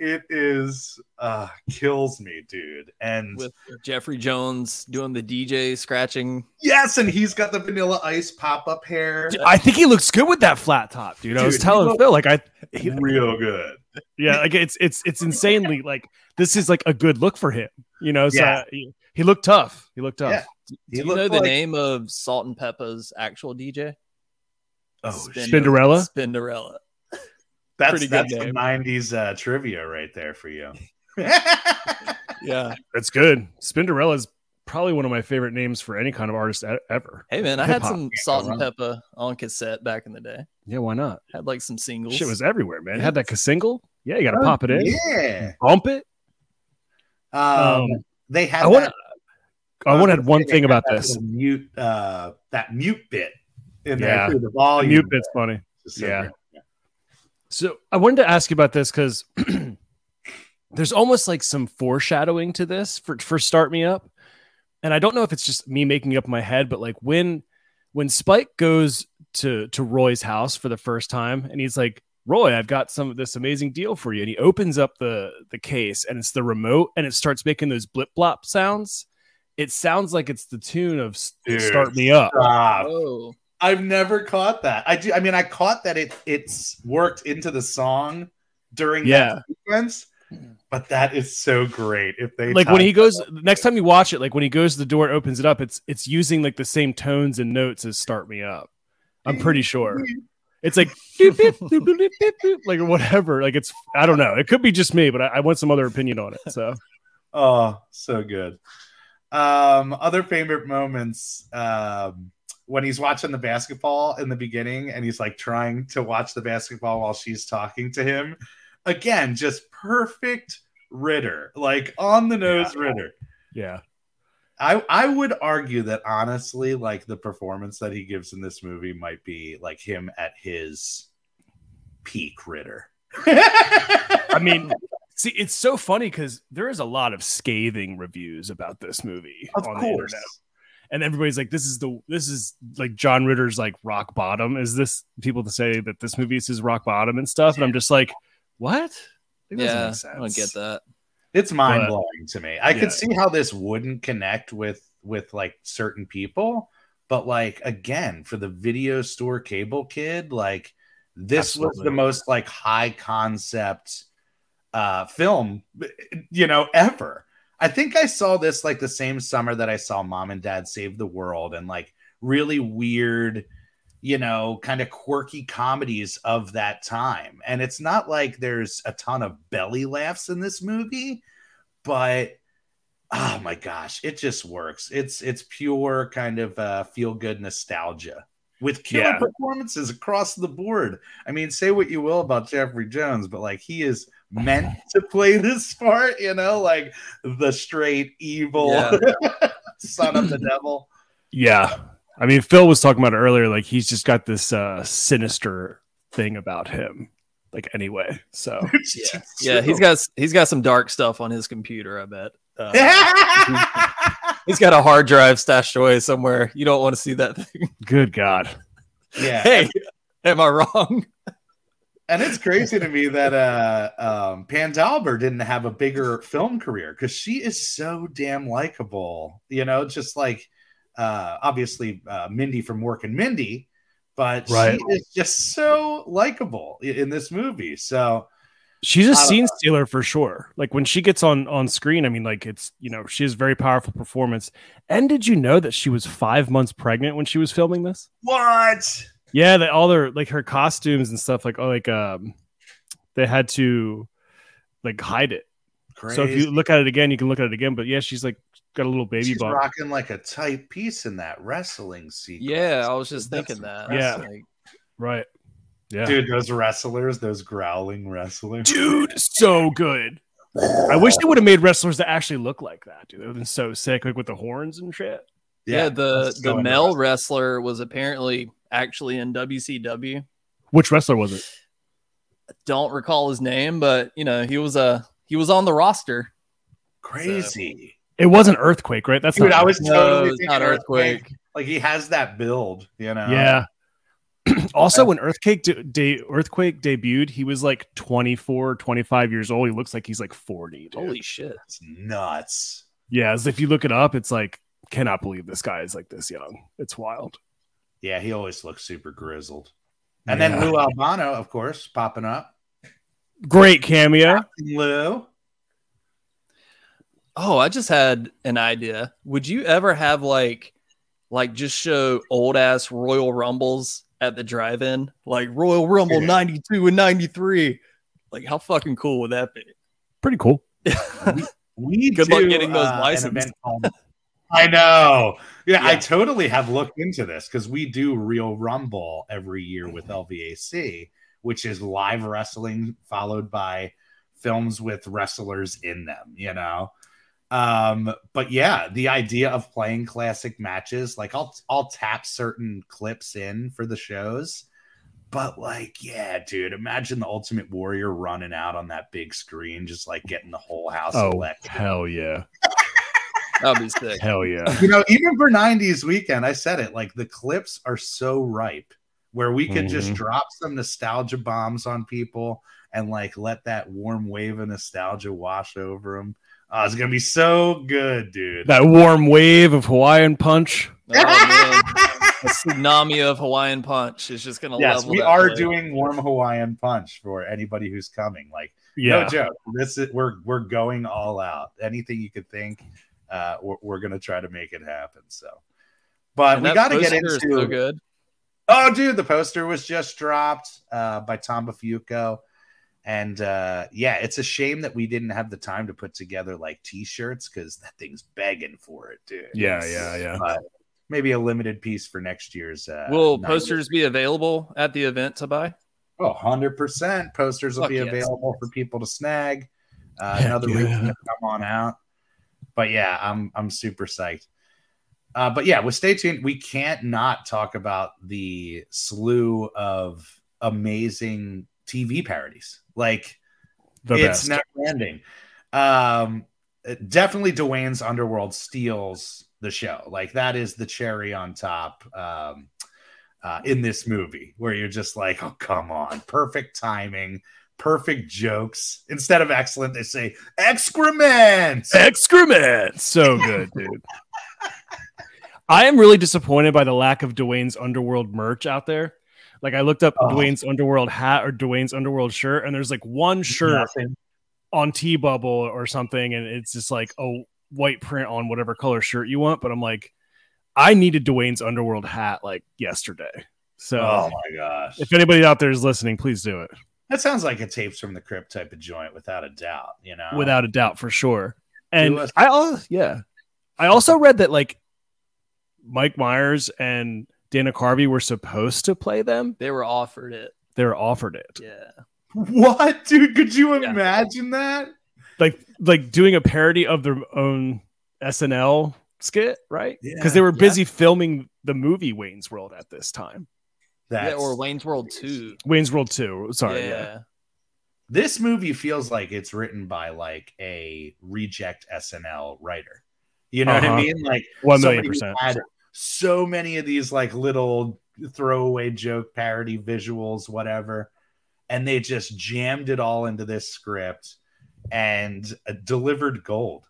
Speaker 6: it is uh kills me, dude. And
Speaker 3: with Jeffrey Jones doing the DJ scratching.
Speaker 6: yes, and he's got the vanilla ice pop-up hair.
Speaker 4: I think he looks good with that flat top, dude. I was
Speaker 6: Dude,
Speaker 4: telling
Speaker 6: he
Speaker 4: Phil, like I, he-
Speaker 6: Real good.
Speaker 4: yeah, like it's it's it's insanely like this is like a good look for him, you know. So
Speaker 6: Yeah.
Speaker 4: he, he looked tough. He looked tough.
Speaker 6: Yeah. He
Speaker 3: Do you know
Speaker 6: looked
Speaker 3: the
Speaker 6: like-
Speaker 3: name of Salt and Peppa's actual DJ?
Speaker 6: Oh, shit.
Speaker 4: Spinderella?
Speaker 3: Spinderella.
Speaker 6: that's
Speaker 3: pretty good
Speaker 6: that's the
Speaker 3: name.
Speaker 6: '90s uh, trivia right there
Speaker 3: <laughs>
Speaker 6: for you.
Speaker 3: Yeah.
Speaker 4: That's good. Spinderella's probably one of my favorite names for any kind of artist e- ever.
Speaker 3: Hey man, I had
Speaker 4: Hip-hop
Speaker 3: some
Speaker 6: go
Speaker 3: Salt and
Speaker 6: wrong.
Speaker 3: Peppa on cassette back in the day.
Speaker 4: Yeah, why not?
Speaker 3: Had like some singles.
Speaker 4: Shit was everywhere, man. Had that single. Yeah, you gotta pop it in,
Speaker 6: Oh, Yeah.
Speaker 4: bump it.
Speaker 6: Um, uh,
Speaker 4: Um,
Speaker 6: they had.
Speaker 4: I wanna-
Speaker 6: that-
Speaker 4: I
Speaker 6: was
Speaker 4: want to
Speaker 6: gonna
Speaker 4: add one
Speaker 6: say they
Speaker 4: thing
Speaker 6: had
Speaker 4: about
Speaker 6: that
Speaker 4: this.
Speaker 6: little mute uh, that mute bit in
Speaker 4: Yeah.
Speaker 6: there through the
Speaker 4: The
Speaker 6: volume.
Speaker 4: mute bit's funny.
Speaker 6: It's so
Speaker 4: Yeah.
Speaker 6: great.
Speaker 4: So I wanted to ask you about this because <clears throat> there's almost like some foreshadowing to this for for Start Me Up, and I don't know if it's just me making it up in my head, but like when when Spike goes to to Roy's house for the first time, and he's like, "Roy, I've got some of this amazing deal for you," and he opens up the the case, and it's the remote, and it starts making those blip blop sounds. It sounds like it's the tune of S-
Speaker 6: Dude,
Speaker 4: "Start Me Up."
Speaker 6: Ah,
Speaker 3: Oh.
Speaker 6: I've never caught that. I do. I mean, I caught that it it's worked into the song during
Speaker 4: Yeah.
Speaker 6: that sequence, but that is so great. If they
Speaker 4: like when
Speaker 6: tie-
Speaker 4: he goes next time you watch it like when he goes to the door and opens it up it's it's using like the same tones and notes as start me up i'm pretty sure it's like <laughs> doop, doop, doop, doop, doop, doop, doop, like or whatever like it's i don't know it could be just me but I, I want some other opinion on it so
Speaker 6: oh, so good. Um, other favorite moments. Um, when he's watching the basketball in the beginning, and he's like trying to watch the basketball while she's talking to him. Again, just perfect Ritter, like on the nose Ritter.
Speaker 4: yeah
Speaker 6: I I would argue that honestly, like the performance that he gives in this movie might be like him at his peak Ritter. <laughs>
Speaker 4: i mean see it's so funny because there is a lot of scathing reviews about this movie
Speaker 6: of
Speaker 4: on the
Speaker 6: course.
Speaker 4: internet. and everybody's like this is the this is like john ritter's like rock bottom is this people to say that this movie is his rock bottom and stuff and i'm just like what Like, that doesn't
Speaker 3: Yeah.
Speaker 4: make
Speaker 3: I don't get
Speaker 4: sense.
Speaker 3: that.
Speaker 6: It's mind blowing to me. I
Speaker 4: Yeah.
Speaker 6: could see how this wouldn't connect with with like certain people, but like again, for the video store cable kid, like this was the
Speaker 4: Absolutely.
Speaker 6: most like high concept uh film you know ever. I think I saw this like the same summer that I saw Mom and Dad Save the World and like really weird you know, kind of quirky comedies of that time. And it's not like there's a ton of belly laughs in this movie, but oh my gosh, it just works. It's it's pure kind of uh, feel good nostalgia with killer
Speaker 4: Yeah.
Speaker 6: performances across the board. I mean, say what you will about Jeffrey Jones, but like he is meant to play this part, you know, like the straight evil
Speaker 3: Yeah.
Speaker 6: <laughs> son of the devil.
Speaker 4: yeah i mean phil was talking about it earlier like he's just got this uh sinister thing about him like anyway so
Speaker 6: <laughs>
Speaker 4: <laughs>
Speaker 3: <laughs> Yeah. Yeah, he's got he's got some dark stuff on his computer, I bet. Uh,
Speaker 6: got
Speaker 3: he's got a hard drive stashed away somewhere. You don't want to see that <laughs> thing.
Speaker 4: good god
Speaker 6: Yeah.
Speaker 3: Hey, am I wrong?
Speaker 6: And it's crazy to me that uh um Pandalber didn't have a bigger film career because she is so damn likable, you know, just like uh obviously uh Mindy from Work and Mindy, but
Speaker 4: Right.
Speaker 6: she is just so likable i- in this movie. So
Speaker 4: She's
Speaker 6: I
Speaker 4: a
Speaker 6: don't
Speaker 4: scene stealer for sure. Like when she gets on on screen, I mean, like it's you know she has very powerful performance. And did you know that she was five months pregnant when she was filming this?
Speaker 6: what
Speaker 4: Yeah, that all their like her costumes and stuff like oh like um they had to like hide it.
Speaker 6: crazy.
Speaker 4: So if you look at it again, you can look at it again. But yeah, she's like got a little baby
Speaker 6: She's
Speaker 4: bump.
Speaker 6: rocking like a tight piece in that wrestling sequence.
Speaker 3: Yeah, I was just
Speaker 6: That's
Speaker 3: thinking that.
Speaker 4: Yeah.
Speaker 3: Like,
Speaker 4: Right. Yeah.
Speaker 6: Dude, those wrestlers, those growling wrestlers.
Speaker 4: Dude, so good. I wish they would have made wrestlers that actually look like that, dude. That would have been so sick, like with the horns and shit.
Speaker 3: yeah, the
Speaker 6: that's
Speaker 3: the
Speaker 6: going
Speaker 3: male
Speaker 6: wrestling.
Speaker 3: wrestler was apparently actually in WCW.
Speaker 4: Which wrestler was it?
Speaker 3: Don't recall his name, but you know, he was a he was on the roster.
Speaker 6: crazy.
Speaker 4: It wasn't Earthquake, right? That's
Speaker 6: Dude,
Speaker 4: not
Speaker 6: I was
Speaker 3: No,
Speaker 6: totally
Speaker 3: it's
Speaker 6: thinking
Speaker 3: Uh, not
Speaker 6: earthquake.
Speaker 3: earthquake.
Speaker 6: Like he has that build, you know.
Speaker 4: yeah <clears throat> also, when Earthquake de- de- Earthquake debuted, he was like 24, 25 years old. He looks like he's like 40. dude.
Speaker 3: Holy shit.
Speaker 6: It's nuts.
Speaker 4: Yeah, as if you look it up, it's like cannot believe this guy is like this young. It's wild.
Speaker 6: Yeah, he always looks super grizzled. And
Speaker 4: Yeah.
Speaker 6: then Lou Albano, of course, popping up.
Speaker 4: Great cameo.
Speaker 6: Lou.
Speaker 3: Oh, I just had an idea. Would you ever have like like just show old ass Royal Rumbles at the drive in? Like Royal Rumble
Speaker 6: Yeah.
Speaker 3: 92 and 93. Like how fucking cool would
Speaker 6: <laughs>
Speaker 3: that be?
Speaker 4: Pretty cool.
Speaker 6: We uh,
Speaker 3: Good luck getting those
Speaker 6: an
Speaker 3: licenses.
Speaker 6: event called- I know. Yeah, I
Speaker 3: Yeah.
Speaker 6: totally have looked into this because we do Real Rumble every year
Speaker 3: Mm-hmm.
Speaker 6: with LVAC, which is live wrestling followed by films with wrestlers in them, you know. Um, but yeah, the idea of playing classic matches, like I'll I'll tap certain clips in for the shows. But like, yeah, dude, imagine the Ultimate Warrior running out on that big screen, just like getting the whole house
Speaker 4: Oh
Speaker 6: electric.
Speaker 4: hell yeah.
Speaker 3: That'd be sick.
Speaker 4: Hell yeah.
Speaker 6: <laughs> you know, even for 90s weekend, I said it like the clips are so ripe where we could just
Speaker 4: Mhm.
Speaker 6: drop some nostalgia bombs on people and like let that warm wave of nostalgia wash over them. Oh, it's gonna be so good, dude.
Speaker 4: That warm wave of Hawaiian punch.
Speaker 3: Oh, man. A tsunami of Hawaiian punch is just gonna
Speaker 6: yes,
Speaker 3: level
Speaker 6: we
Speaker 3: that
Speaker 6: are
Speaker 3: plate.
Speaker 6: doing warm Hawaiian punch for anybody who's coming. Like,
Speaker 4: Yeah.
Speaker 6: no joke. This is we're we're going all out. Anything you could think, uh, we're, we're gonna try to make it happen. So, but
Speaker 3: And
Speaker 6: we
Speaker 3: that
Speaker 6: got to get
Speaker 3: poster is
Speaker 6: into
Speaker 3: so good.
Speaker 6: Oh, dude, the poster was just dropped uh, by Tom Bafuco. And uh, yeah, it's a shame that we didn't have the time to put together like t shirts because that thing's begging for it, dude.
Speaker 4: yeah, yeah, yeah.
Speaker 6: But maybe a limited piece for next year's. Uh,
Speaker 3: Will
Speaker 6: night.
Speaker 3: posters be available at the event to buy?
Speaker 6: Oh, 100%. Posters will
Speaker 3: Fuck
Speaker 6: be
Speaker 3: yes.
Speaker 6: available for people to snag. Uh,
Speaker 4: Heck
Speaker 6: another reason
Speaker 4: yeah.
Speaker 6: to come on out. But yeah, I'm I'm super psyched. Uh, but yeah, well, stay tuned. We can't not talk about the slew of amazing TV parodies. Like
Speaker 4: The
Speaker 6: it's
Speaker 4: best.
Speaker 6: never ending. Um, definitely Dwayne's Underworld steals the show. Like that is the cherry on top um, uh, in this movie, where you're just like, oh come on, perfect timing, perfect jokes. Instead of excellent, they say
Speaker 4: <laughs>
Speaker 6: excrement.
Speaker 4: Excrement. So good, dude. I am really disappointed by the lack of Dwayne's Underworld merch out there. Like I looked up
Speaker 6: Oh.
Speaker 4: Dwayne's Underworld hat or Dwayne's Underworld shirt, and there's like one shirt
Speaker 6: Nothing.
Speaker 4: on T Bubble or something, and it's just like a white print on whatever color shirt you want. But I'm like, I needed Dwayne's Underworld hat like yesterday. So
Speaker 6: Oh my gosh,
Speaker 4: if anybody out there is listening, please do it
Speaker 6: that sounds like a tapes from the crypt type of joint, without a doubt. You know,
Speaker 4: without a doubt for sure. And
Speaker 6: us-
Speaker 4: I also yeah, I also read that like Mike Myers and Dana Carvey were supposed to play them.
Speaker 3: They were offered it.
Speaker 4: They were offered it.
Speaker 3: Yeah.
Speaker 6: <laughs> what, dude? Could you
Speaker 3: Yeah.
Speaker 6: imagine that?
Speaker 4: Like like doing a parody of their own SNL skit, right? Because
Speaker 6: Yeah.
Speaker 4: they were
Speaker 3: Yeah.
Speaker 4: busy filming the movie Wayne's World at this time.
Speaker 6: That's
Speaker 3: Yeah, or Wayne's World 2.
Speaker 4: Wayne's World 2. Sorry. Yeah.
Speaker 6: this movie feels like it's written by like a reject SNL writer. You know
Speaker 4: Uh-huh.
Speaker 6: what I mean? Like
Speaker 4: 1 million
Speaker 6: somebody who
Speaker 4: percent.
Speaker 6: had so many of these like little throwaway joke parody visuals, whatever, and they just jammed it all into this script and uh, delivered gold.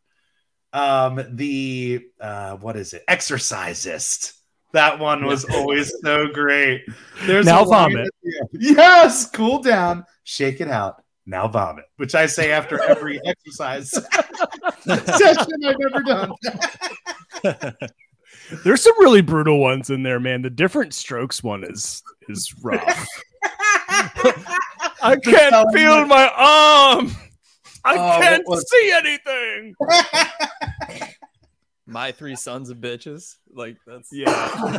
Speaker 6: Um, the uh, what is it? Exorcisist. That one was always so great. There's
Speaker 4: Now
Speaker 6: a line
Speaker 4: vomit.
Speaker 6: at the end. Yes, cool down, shake it out. Now vomit, which I say after every <laughs> exercise session I've ever done. <laughs>
Speaker 4: There's some really brutal ones in there, man. The different strokes one is is rough. I can't
Speaker 6: Selling
Speaker 4: feel
Speaker 6: it.
Speaker 4: my arm. I
Speaker 6: Oh, what
Speaker 4: can't
Speaker 6: was-
Speaker 4: see anything.
Speaker 3: My three sons of bitches. Like that's
Speaker 4: Yeah.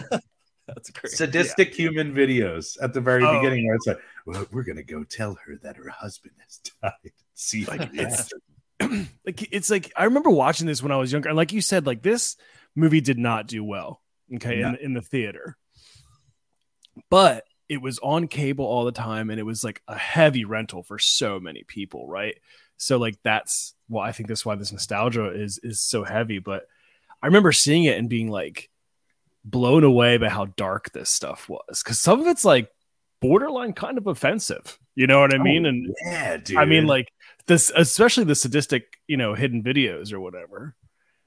Speaker 3: that's great.
Speaker 6: Sadistic human videos at the very
Speaker 4: Oh.
Speaker 6: beginning where it's like, well, we're gonna go tell her that her husband has <laughs> died. See, like
Speaker 4: <laughs> it's- like it's like I remember watching this when I was younger, and like you said, like this movie did not do well, okay, in, in the theater, but it was on cable all the time, and it was like a heavy rental for so many people, right? So like that's well, I think that's why this nostalgia is is so heavy. But I remember seeing it and being like, blown away by how dark this stuff was because some of it's like borderline kind of offensive. You know what I mean? and
Speaker 6: yeah, dude.
Speaker 4: I mean, like this, especially the sadistic, you know, hidden videos or whatever.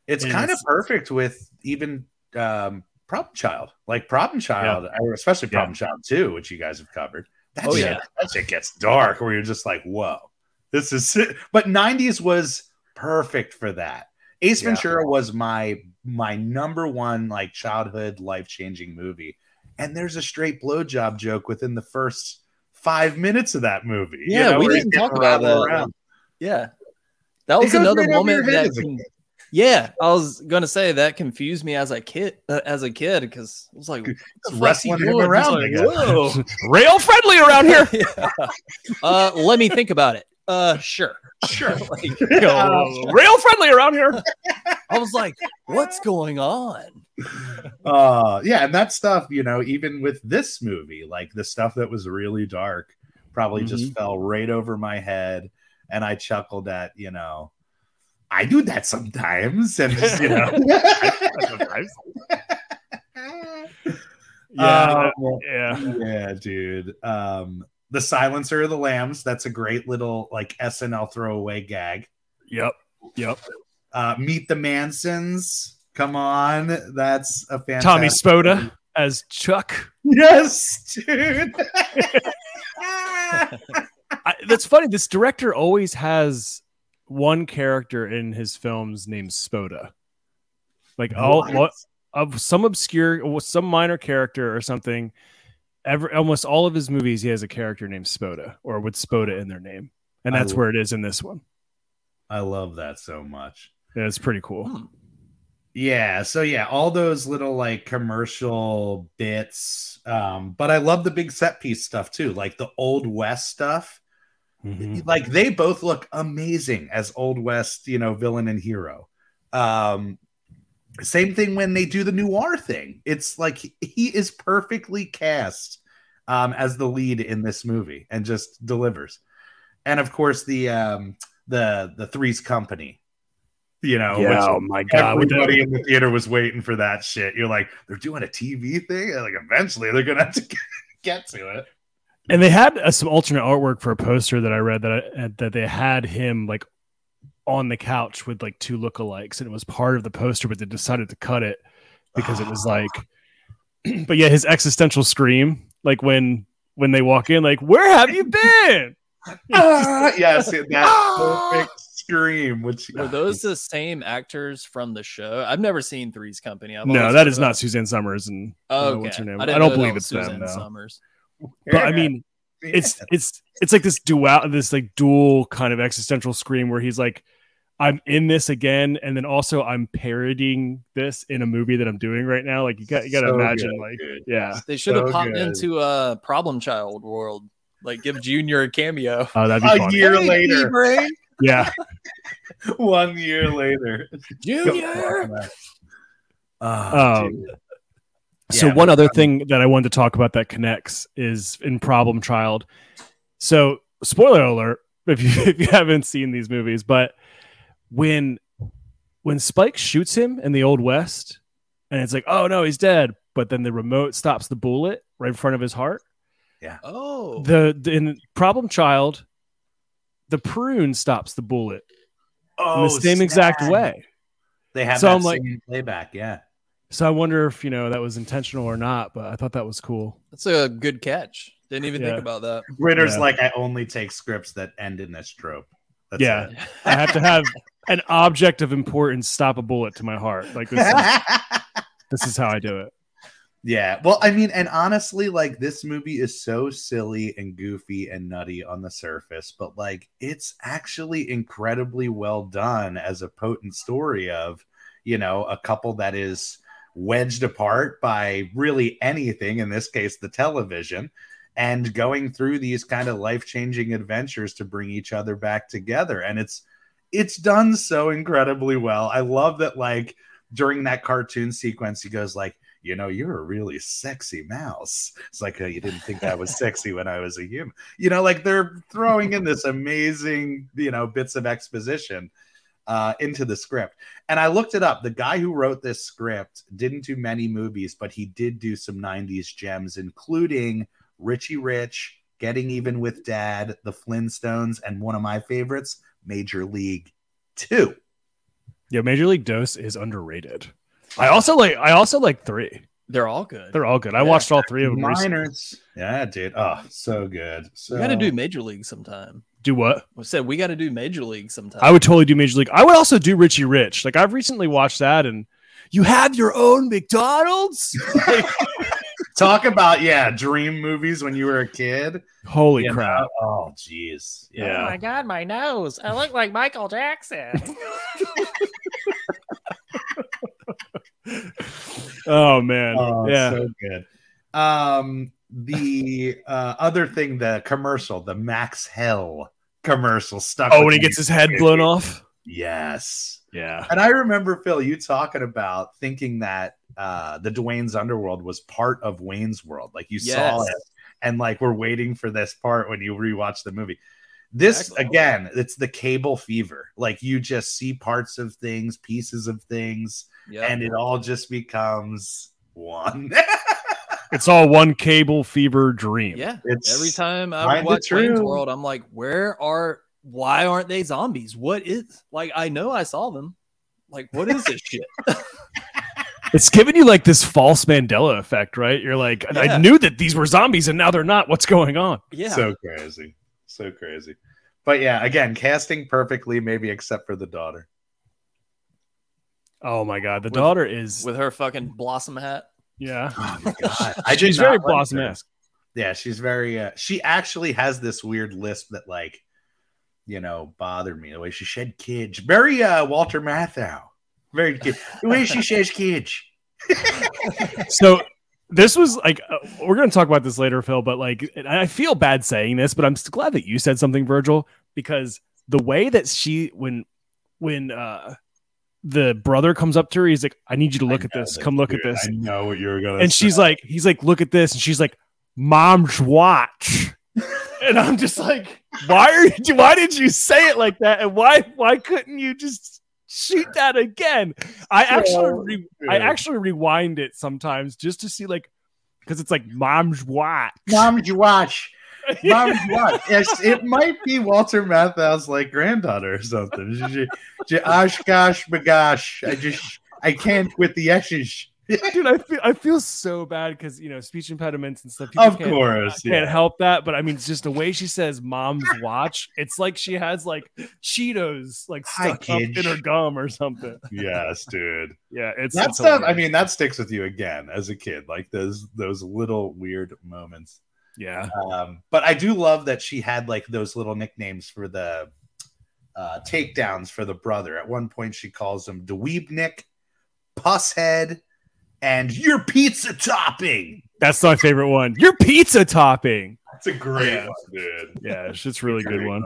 Speaker 6: it's
Speaker 4: and
Speaker 6: kind of
Speaker 4: it's-
Speaker 6: perfect with even um problem child, like problem child, or especially
Speaker 4: Yeah.
Speaker 6: problem child two, which you guys have covered. That
Speaker 4: Oh,
Speaker 6: shit,
Speaker 4: yeah.
Speaker 6: that shit gets dark where you're just like, whoa, this is. But '90s was perfect for that. Ace
Speaker 4: Yeah.
Speaker 6: Ventura was my my number one like childhood life changing movie, and there's a straight blowjob joke within the first five minutes of that movie. you
Speaker 3: Yeah,
Speaker 6: know,
Speaker 3: we
Speaker 6: where
Speaker 3: didn't
Speaker 6: he's
Speaker 3: talk
Speaker 6: getting
Speaker 3: about
Speaker 6: rattled
Speaker 3: that. Yeah. That
Speaker 6: It
Speaker 3: was
Speaker 6: goes
Speaker 3: another
Speaker 6: right over your
Speaker 3: moment
Speaker 6: head
Speaker 3: that
Speaker 6: as a
Speaker 3: con-
Speaker 6: kid.
Speaker 3: Yeah, I was going to say that confused me as a kid uh, as a kid cuz I was
Speaker 4: <laughs>
Speaker 3: like what the fuck's he
Speaker 6: wrestling him
Speaker 3: doing? It's
Speaker 6: around,
Speaker 3: like,
Speaker 6: I guess.
Speaker 3: Whoa.
Speaker 4: Rail friendly around here.
Speaker 3: yeah. Uh let me think about it. Uh sure. <laughs> Sure. like,
Speaker 4: Yo, <laughs> rail friendly around here.
Speaker 3: I was like what's going on?
Speaker 6: uh yeah and that stuff you know even with this movie like the stuff that was really dark probably just fell right over my head and i chuckled at you know i do that sometimes and just, you know <laughs>
Speaker 4: Yeah,
Speaker 6: Um,
Speaker 4: yeah.
Speaker 6: yeah dude um the silencer of the lambs that's a great little like snl throwaway gag
Speaker 4: Yep. Yep.
Speaker 6: uh meet the mansons come on that's a fantastic
Speaker 4: Tommy Spoda as Chuck.
Speaker 6: yes <laughs> dude
Speaker 4: I, that's funny. This director always has one character in his films named Spoda. Like all
Speaker 6: What?
Speaker 4: lo- of some obscure, some minor character or something. Every almost all of his movies, he has a character named Spoda or with Spoda in their name, and
Speaker 6: I
Speaker 4: that's
Speaker 6: love-
Speaker 4: where it is in this one.
Speaker 6: I love that so much.
Speaker 4: Yeah, it's pretty cool.
Speaker 3: Hmm.
Speaker 6: Yeah, so yeah, all those little like commercial bits. Um, but I love the big set piece stuff too, like the old west stuff.
Speaker 4: Mm-hmm.
Speaker 6: Like they both look amazing as old west, you know, villain and hero. Um, same thing when they do the noir thing. It's like he, he is perfectly cast um, as the lead in this movie and just delivers. And of course the um, the the Three's Company, you know, which
Speaker 4: oh my
Speaker 6: Everybody in the theater was waiting for that shit. You're like, they're doing a TV thing. And, Like, eventually, they're gonna have to <laughs> get- get to it.
Speaker 4: and they had uh, some alternate artwork for a poster that I read that I, uh, that they had him like on the couch with like two lookalikes, and it was part of the poster, but they decided to cut it because it was like, <clears throat> but yeah, his existential scream, like when when they walk in, like where have you been?
Speaker 6: Ah, yes, <laughs> that perfect scream. Which
Speaker 3: Were those
Speaker 6: <laughs>
Speaker 3: the same actors from the show? I've never seen Three's Company. I've
Speaker 4: no,
Speaker 3: always
Speaker 4: that
Speaker 3: heard
Speaker 4: is
Speaker 3: about-
Speaker 4: not Suzanne Summers, and
Speaker 3: Oh,
Speaker 4: uh,
Speaker 3: okay.
Speaker 4: what's her name? I,
Speaker 3: didn't know
Speaker 4: don't
Speaker 3: that
Speaker 4: believe
Speaker 3: was
Speaker 4: it's them.
Speaker 3: Suzanne
Speaker 4: No.
Speaker 3: Summers.
Speaker 4: But I mean,
Speaker 6: Yeah.
Speaker 4: it's it's it's like this dual this like dual kind of existential scream where he's like i'm in this again and then also i'm parodying this in a movie that i'm doing right now like you got you got to
Speaker 6: So
Speaker 4: imagine
Speaker 6: good,
Speaker 4: like
Speaker 6: dude.
Speaker 4: yeah
Speaker 3: They should have
Speaker 6: So
Speaker 3: popped
Speaker 6: good.
Speaker 3: into a problem child world. Like give Junior a cameo.
Speaker 4: oh that'd be
Speaker 6: a
Speaker 4: funny
Speaker 6: year
Speaker 3: Hey,
Speaker 6: later,
Speaker 3: Bray.
Speaker 4: yeah
Speaker 6: one year later.
Speaker 3: Junior.
Speaker 6: Ah,
Speaker 4: Um,
Speaker 6: dude.
Speaker 4: so
Speaker 6: Yeah,
Speaker 4: one other thing that i wanted to talk about that connects is in problem child so spoiler alert <laughs> if you if you haven't seen these movies but when when spike shoots him in the old west and it's like oh no he's dead but then the remote stops the bullet right in front of his heart
Speaker 3: Oh.
Speaker 4: the, the in problem child the prune stops the bullet in
Speaker 6: oh,
Speaker 4: the same exact
Speaker 6: snap.
Speaker 4: way
Speaker 6: They have
Speaker 4: So
Speaker 6: that
Speaker 4: I'm like-
Speaker 6: same playback. Yeah,
Speaker 4: so i wonder if you know that was intentional or not but i thought that was cool
Speaker 3: That's a good catch. Didn't even
Speaker 4: Yeah.
Speaker 3: think about that.
Speaker 6: Ritter's
Speaker 4: Yeah.
Speaker 6: like, I only take scripts that end in this trope. That's
Speaker 4: Yeah. i have to have an object of importance stop a bullet to my heart like this
Speaker 6: <laughs>
Speaker 4: is,
Speaker 6: it.
Speaker 4: this is how i do it
Speaker 6: Yeah. Well, I mean, and honestly, like this movie is so silly and goofy and nutty on the surface, but like it's actually incredibly well done as a potent story of, you know, a couple that is wedged apart by really anything, in this case, the television, and going through these kind of life changing adventures to bring each other back together. And it's, it's done so incredibly well. I love that, like, during that cartoon sequence, he goes, like, you know, you're a really sexy mouse. It's like, oh, you didn't think I was sexy when I was a human. You know, like they're throwing in this amazing, you know, bits of exposition. uh, into the script. And I looked it up. The guy who wrote this script didn't do many movies, but he did do some 90s gems, including Richie Rich, Getting Even with Dad, The Flintstones, and one of my favorites, Major League 2.
Speaker 4: Yeah, Major League Dose is underrated. I also like. I also like three.
Speaker 3: They're all good.
Speaker 4: They're all good. I watched all three of them. Recently.
Speaker 6: Minors. Yeah, dude. Oh, so good. So
Speaker 3: we got to do Major League sometime.
Speaker 4: Do what?
Speaker 3: I said we got to do Major League sometime.
Speaker 4: I would totally do Major League. I would also do Richie Rich. Like I've recently watched that, and you have your own McDonald's. Like,
Speaker 6: talk about yeah, dream movies when you were a kid.
Speaker 4: holy
Speaker 6: You
Speaker 4: crap!
Speaker 6: know? Oh, jeez.
Speaker 4: Yeah.
Speaker 5: Oh my god, my nose. I look like Michael Jackson.
Speaker 4: Oh man,
Speaker 6: Oh,
Speaker 4: yeah.
Speaker 6: so good. Um, the uh, other thing, the commercial, the Max Hell commercial stuck.
Speaker 4: oh,
Speaker 6: with
Speaker 4: when he
Speaker 6: me.
Speaker 4: gets his head blown off.
Speaker 6: yes.
Speaker 4: Yeah.
Speaker 6: And I remember Phil, you talking about thinking that uh, the Dwayne's Underworld was part of Wayne's World, like you saw
Speaker 3: Yes.
Speaker 6: it, and like we're waiting for this part when you rewatch the movie. This
Speaker 3: Exactly.
Speaker 6: again, it's the cable fever. Like you just see parts of things, pieces of things,
Speaker 3: Yep.
Speaker 6: and it all just becomes one. <laughs>
Speaker 4: It's all one cable fever dream.
Speaker 3: yeah.
Speaker 6: it's
Speaker 3: Every time I
Speaker 6: kinda
Speaker 3: would watch Wayne's
Speaker 6: true.
Speaker 3: World, I'm like, where are? Why aren't they zombies? What is? Like, I know I saw them. Like, what is this
Speaker 4: <laughs>
Speaker 3: shit?
Speaker 4: It's giving you like this false Mandela effect, right? You're like,
Speaker 3: Yeah.
Speaker 4: I knew that these were zombies and now they're not. What's going on?
Speaker 3: Yeah.
Speaker 6: so crazy, so crazy. But yeah, again, casting perfectly, maybe except for the daughter.
Speaker 4: Oh my god. The
Speaker 3: With-
Speaker 4: daughter is
Speaker 3: with her fucking blossom hat. <laughs>
Speaker 4: yeah.
Speaker 6: Oh my
Speaker 4: <laughs>
Speaker 6: god,
Speaker 4: I
Speaker 6: I did
Speaker 4: She's very
Speaker 6: not like
Speaker 4: blossom
Speaker 6: her.
Speaker 4: esque.
Speaker 6: yeah she's very uh, she actually has this weird lisp that like you know bothered me the way she shed kids very uh walter matthau very kid. the way she sheds kids
Speaker 4: So this was like uh, we're going to talk about this later, Phil. But like, and I feel bad saying this, but I'm s- glad that you said something, Virgil, because the way that she when when uh the brother comes up to her, he's like, "I need you to <laughs> look at this. Come look at this."
Speaker 6: know what you're gonna <laughs>
Speaker 4: and she's like, he's like, look at this, and she's like, mom's watch. and I'm just like, why are you, why did you say it like that? And why why couldn't you just shoot that again? I actually re- I actually rewind it sometimes just to see like because it's like mom's watch.
Speaker 6: mom's watch mom's watch Yes, it might be walter matthau's like granddaughter or something She- she- she- Osh gosh bagosh i just i can't with the ashes
Speaker 4: <laughs> Dude, I feel I feel so bad because you know speech impediments and stuff. people
Speaker 6: of
Speaker 4: can't-
Speaker 6: course
Speaker 4: I can't help that, but I mean, it's just the way she says "mom's watch," it's like she has like Cheetos like
Speaker 6: Hi,
Speaker 4: stuck up in
Speaker 6: kids.
Speaker 4: her gum or something.
Speaker 6: yes dude
Speaker 4: Yeah, it's
Speaker 6: that
Speaker 4: it's
Speaker 6: stuff i
Speaker 4: hilarious.
Speaker 6: mean that sticks with you again as a kid like those those little weird moments
Speaker 4: yeah,
Speaker 6: um but i do love that she had like those little nicknames for the uh takedowns for the brother at one point she calls him dweebnik pusshead and your pizza topping
Speaker 4: that's my favorite one. Your pizza topping.
Speaker 6: that's a great
Speaker 4: Yeah.
Speaker 6: one dude
Speaker 4: Yeah, it's just really
Speaker 6: Very
Speaker 4: good one.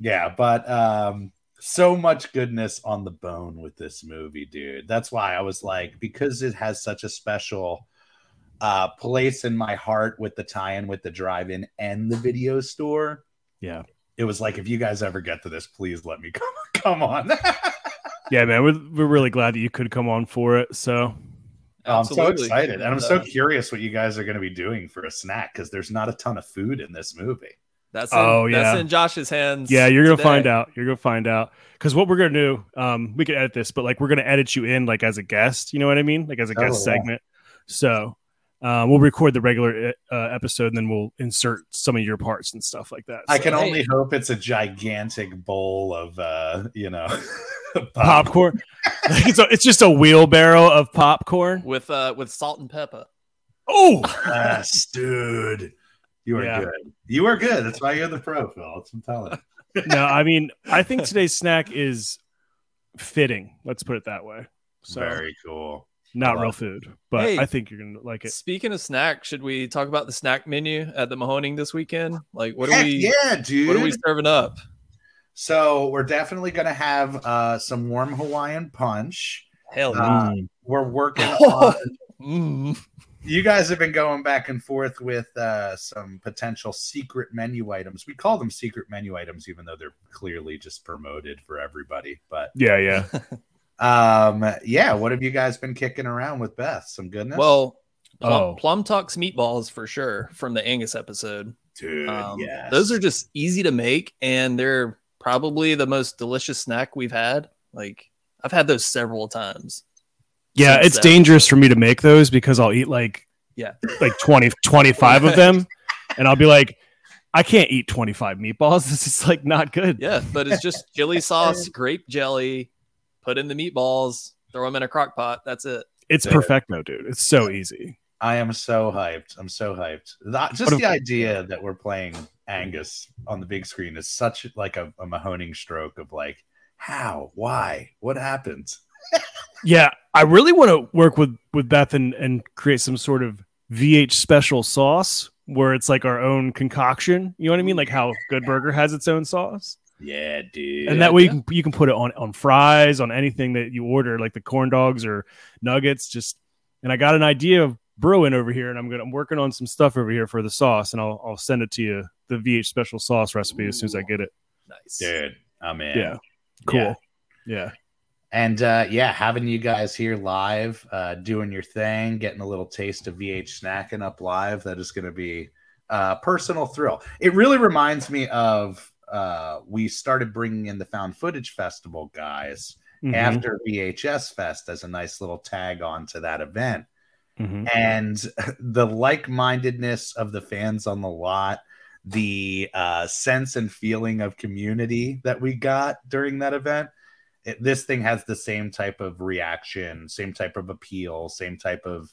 Speaker 6: yeah but um so much goodness on the bone with this movie dude that's why i was like because it has such a special uh place in my heart with the tie-in with the drive-in and the video store
Speaker 4: Yeah.
Speaker 6: it was like if you guys ever get to this please let me <laughs> come come on <laughs> Oh,
Speaker 4: Yeah, man, we're we're really glad that you could come on for it. So
Speaker 6: i'm so
Speaker 3: Absolutely.
Speaker 6: excited and i'm so
Speaker 3: uh,
Speaker 6: curious what you guys are going to be doing for a snack because there's not a ton of food in this movie
Speaker 3: That's in,
Speaker 4: Oh,
Speaker 3: That's
Speaker 4: yeah.
Speaker 3: in Josh's hands.
Speaker 4: yeah, you're gonna
Speaker 3: today.
Speaker 4: find out. You're gonna find out because what we're gonna do, um, we can edit this, but like we're gonna edit you in like as a guest. You know what I mean? Like as a
Speaker 6: Oh,
Speaker 4: guest
Speaker 6: yeah.
Speaker 4: segment. So. Um, we'll record the regular uh, episode, and then we'll insert some of your parts and stuff like that.
Speaker 6: i
Speaker 4: So-
Speaker 6: can
Speaker 3: hey.
Speaker 6: only hope it's a gigantic bowl of uh you know <laughs> popcorn.
Speaker 4: popcorn. <laughs> Like, it's, a- it's just a wheelbarrow of popcorn.
Speaker 3: with uh with salt and pepper.
Speaker 4: Oh,
Speaker 6: Yes, dude. You are
Speaker 4: Yeah.
Speaker 6: good. You are good. That's why you're the pro, Phil. That's what I'm telling. you.
Speaker 4: <laughs> no, I mean, I think today's snack is fitting. Let's put it that way. So,
Speaker 6: Very cool.
Speaker 4: not
Speaker 6: Love
Speaker 4: real
Speaker 6: it.
Speaker 4: food, but
Speaker 3: Hey.
Speaker 4: I think you're gonna like it.
Speaker 3: Speaking of snack, should we talk about the snack menu at the Mahoning this weekend? Like, what are
Speaker 6: Heck
Speaker 3: we?
Speaker 6: yeah, dude.
Speaker 3: What are we serving up?
Speaker 6: So we're definitely gonna have uh, some
Speaker 3: Oh,
Speaker 6: warm Hawaiian punch. <laughs>
Speaker 3: Hell <laughs>
Speaker 6: Uh, we're working on
Speaker 3: Mm.
Speaker 6: you guys have been going back and forth with uh, some potential secret menu items. We call them secret menu items, even though they're clearly just promoted for everybody. But
Speaker 4: Yeah, yeah.
Speaker 6: um, yeah, what have you guys been kicking around with Beth? Some goodness.
Speaker 3: Well, Plum,
Speaker 4: Oh.
Speaker 3: Plum Talks meatballs for sure from the Angus episode.
Speaker 6: dude,
Speaker 3: Um,
Speaker 6: yes.
Speaker 3: Those are just easy to make, and they're probably the most delicious snack we've had. Like I've had those several times.
Speaker 4: Yeah,
Speaker 3: Since
Speaker 4: it's
Speaker 3: that-
Speaker 4: dangerous for me to make those because I'll eat like
Speaker 3: Yeah.
Speaker 4: like 20 25 of
Speaker 3: <laughs>
Speaker 4: them and I'll be like I can't eat 25 meatballs. <laughs> This is like not good.
Speaker 3: Yeah, but it's
Speaker 6: <laughs>
Speaker 3: just chili sauce, grape jelly, put in the meatballs, throw them in a crock pot. That's it.
Speaker 4: It's
Speaker 6: Yeah.
Speaker 4: perfecto, dude. It's so easy.
Speaker 6: I am so hyped. I'm so hyped. That, just
Speaker 4: What a-
Speaker 6: the idea that we're playing Angus on the big screen is such like a, a Mahoning stroke of like, how, why, what happened?
Speaker 4: Yeah, I really want to work with with Beth and and create some sort of VH special sauce where it's like our own concoction. You know what I mean? Like how Good Burger has its own sauce,
Speaker 6: Yeah, dude.
Speaker 4: and that way you can you can put it on on fries, on anything that you order, like the corn dogs or nuggets. Just and I got an idea of brewing over here, and I'm gonna I'm working on some stuff over here for the sauce, and I'll I'll send it to you the VH special sauce recipe as soon as I get it.
Speaker 3: Nice.
Speaker 6: dude. I'm in.
Speaker 4: Yeah, cool.
Speaker 6: Yeah.
Speaker 4: yeah.
Speaker 6: And uh, yeah, having you guys here live, uh, doing your thing, getting a little taste of VH snacking up live, that is going to be uh, a personal thrill. It really reminds me of uh, we started bringing in the Found Footage Festival guys
Speaker 4: Mhm.
Speaker 6: after VHS Fest as a nice little tag on to that event.
Speaker 4: Mhm.
Speaker 6: And <laughs> the like mindedness of the fans on the lot, the uh, sense and feeling of community that we got during that event, it, this thing has the same type of reaction, same type of appeal, same type of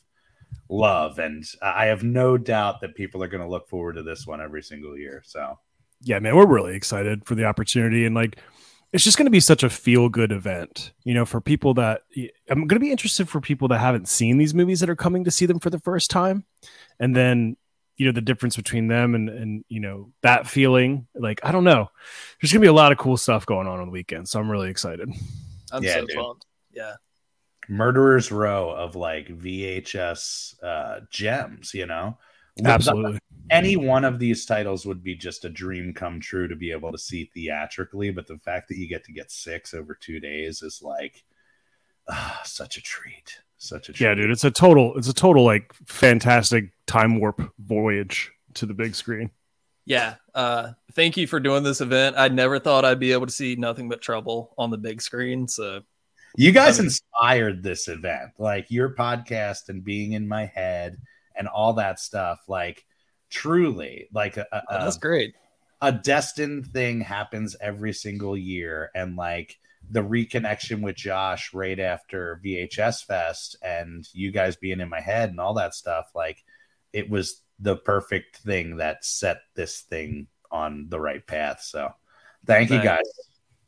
Speaker 6: love. And I have no doubt that people are going to look forward to this one every single year. So,
Speaker 4: yeah, man, we're really excited for the opportunity and like it's just going to be such a feel good event, you know, for people that I'm going to be interested for people that haven't seen these movies that are coming to see them for the first time. And then, you know, the difference between them and, and, you know, that feeling like, I don't know, there's going to be a lot of cool stuff going on on the weekend. So I'm really excited.
Speaker 3: I'm
Speaker 6: Yeah,
Speaker 3: so
Speaker 6: dude.
Speaker 3: pumped. Yeah.
Speaker 6: Murderer's Row of like VHS uh, gems, you know?
Speaker 4: Absolutely.
Speaker 6: any one of these titles would be just a dream come true to be able to see theatrically but the fact that you get to get six over two days is like ah, such a treat such a treat
Speaker 4: Yeah, dude, it's a total, it's a total like fantastic time warp voyage to the big screen.
Speaker 3: Yeah. Uh, thank you for doing this event. I never thought I'd be able to see nothing but trouble on the big screen. So
Speaker 6: you guys
Speaker 3: I mean-
Speaker 6: inspired this event like your podcast and being in my head and all that stuff like truly like a, a- a-
Speaker 3: uh, that's great.
Speaker 6: a destined thing happens every single year and like the reconnection with Josh right after VHS Fest and you guys being in my head and all that stuff like it was the perfect thing that set this thing on the right path so thank you
Speaker 3: Thanks.
Speaker 6: guys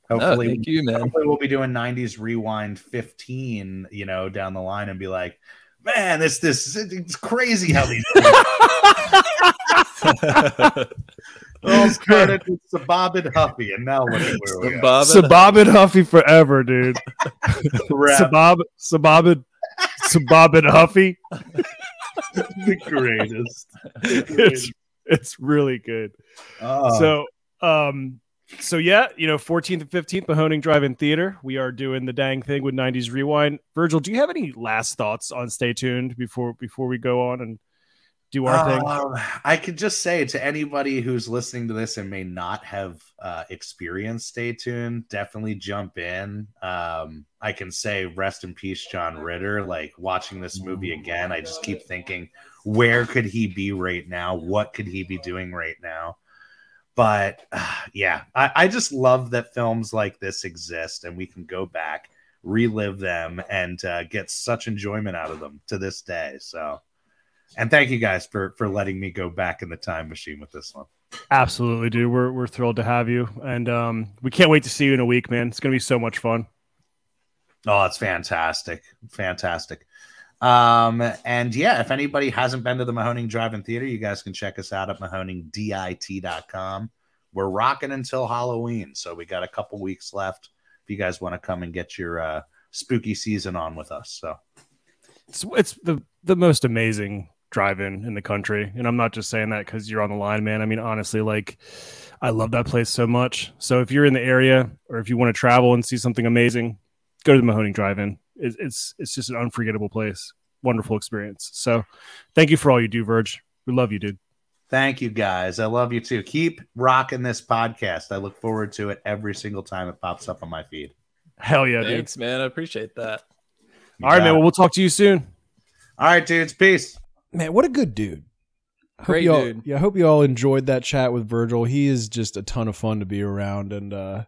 Speaker 3: No,
Speaker 6: hopefully
Speaker 3: thank you, man.
Speaker 6: hopefully we'll be doing 90s rewind 15 you know down the line and be like man this this it's crazy how these <laughs> all started with Bob and Huffy and now look at where we are.
Speaker 3: Bob,
Speaker 4: Sababit Huffy forever, dude.
Speaker 6: Crap.
Speaker 4: Sabab Sababid Sababid Huffy.
Speaker 6: the greatest.
Speaker 4: It's it's really good.
Speaker 6: Oh,
Speaker 4: So um so yeah, you know, 14th and 15th, Mahoning Drive in Theater. We are doing the dang thing with 90s rewind. Virgil, do you have any last thoughts on stay tuned before before we go on and do our thing?
Speaker 6: um, I could just say to anybody who's listening to this and may not have uh, experienced Stay Tuned, definitely jump in. Um, I can say rest in peace, John Ritter. Like watching this movie again, I just keep thinking, where could he be right now? What could he be doing right now? But <sighs> uh, yeah, I, I just love that films like this exist and we can go back, relive them, and uh, get such enjoyment out of them to this day. So. And thank you guys for for letting me go back in the time machine with this one.
Speaker 4: Absolutely, dude. We're we're thrilled to have you. And um we can't wait to see you in a week, man. It's gonna be so much fun.
Speaker 6: Oh, it's fantastic. Fantastic. Um, and yeah, if anybody hasn't been to the Mahoning Drive In Theater, you guys can check us out at mahoningdit.com. We're rocking until Halloween, so we got a couple weeks left if you guys want to come and get your uh spooky season on with us. So
Speaker 4: It's, it's the the most amazing drive-in in the country, and I'm not just saying that because you're on the line, man. I mean, honestly, like I love that place so much. So if you're in the area or if you want to travel and see something amazing, go to the Mahoning Drive-In. It's it's, it's just an unforgettable place. Wonderful experience. So thank you for all you do, Verge. We love you, dude.
Speaker 6: Thank you guys. I love you too. Keep rocking this podcast. I look forward to it every single time it pops up on my feed.
Speaker 4: Hell yeah, dude.
Speaker 3: Thanks, man. I appreciate that.
Speaker 6: You
Speaker 4: All right,
Speaker 6: got
Speaker 4: man.
Speaker 6: it.
Speaker 4: Well, we'll talk to you soon.
Speaker 6: All right, dudes. Peace.
Speaker 2: Man, what a good dude. I hope
Speaker 3: Great
Speaker 2: y'all-
Speaker 3: dude.
Speaker 2: Yeah, I hope you all enjoyed that chat with Virgil. He is just a ton of fun to be around and uh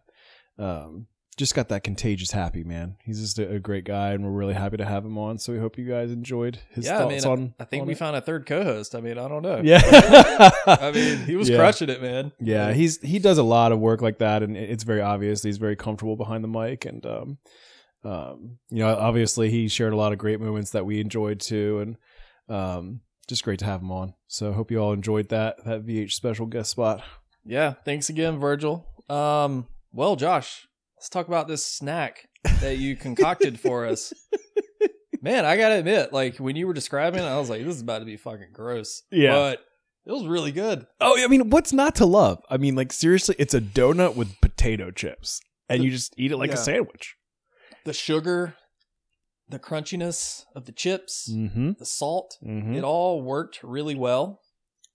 Speaker 2: um just got that contagious happy man. He's just a, a great guy and we're really happy to have him on. So we hope you guys enjoyed his
Speaker 3: yeah, I mean,
Speaker 2: thoughts
Speaker 3: I-
Speaker 2: on
Speaker 3: I, think
Speaker 2: on
Speaker 3: we
Speaker 2: it.
Speaker 3: found a third co-host. I mean, I don't know.
Speaker 2: Yeah.
Speaker 3: <laughs> I mean, he
Speaker 2: <laughs>
Speaker 3: was
Speaker 2: Yeah.
Speaker 3: crushing it, man.
Speaker 2: Yeah, he's he does a lot of work like that, and it- it's very obvious that he's very comfortable behind the mic, and um, um, you know, obviously he shared a lot of great moments that we enjoyed too, and um, just great to have him on. So hope you all enjoyed that that VH special guest spot.
Speaker 3: Yeah, thanks again, Virgil. Um, well, Josh, let's talk about this snack that you concocted
Speaker 2: <laughs>
Speaker 3: for us. Man, I gotta admit, like when you were describing it, I was like, this is about to be fucking gross.
Speaker 4: Yeah.
Speaker 3: But it was really good.
Speaker 2: Oh, I mean, what's not to love? I mean, like seriously, it's a donut with potato chips, and you just eat it like
Speaker 3: Yeah.
Speaker 2: a sandwich.
Speaker 3: The sugar, the crunchiness of the chips,
Speaker 2: Mm-hmm.
Speaker 3: the salt,
Speaker 2: Mm-hmm.
Speaker 3: it all worked really well.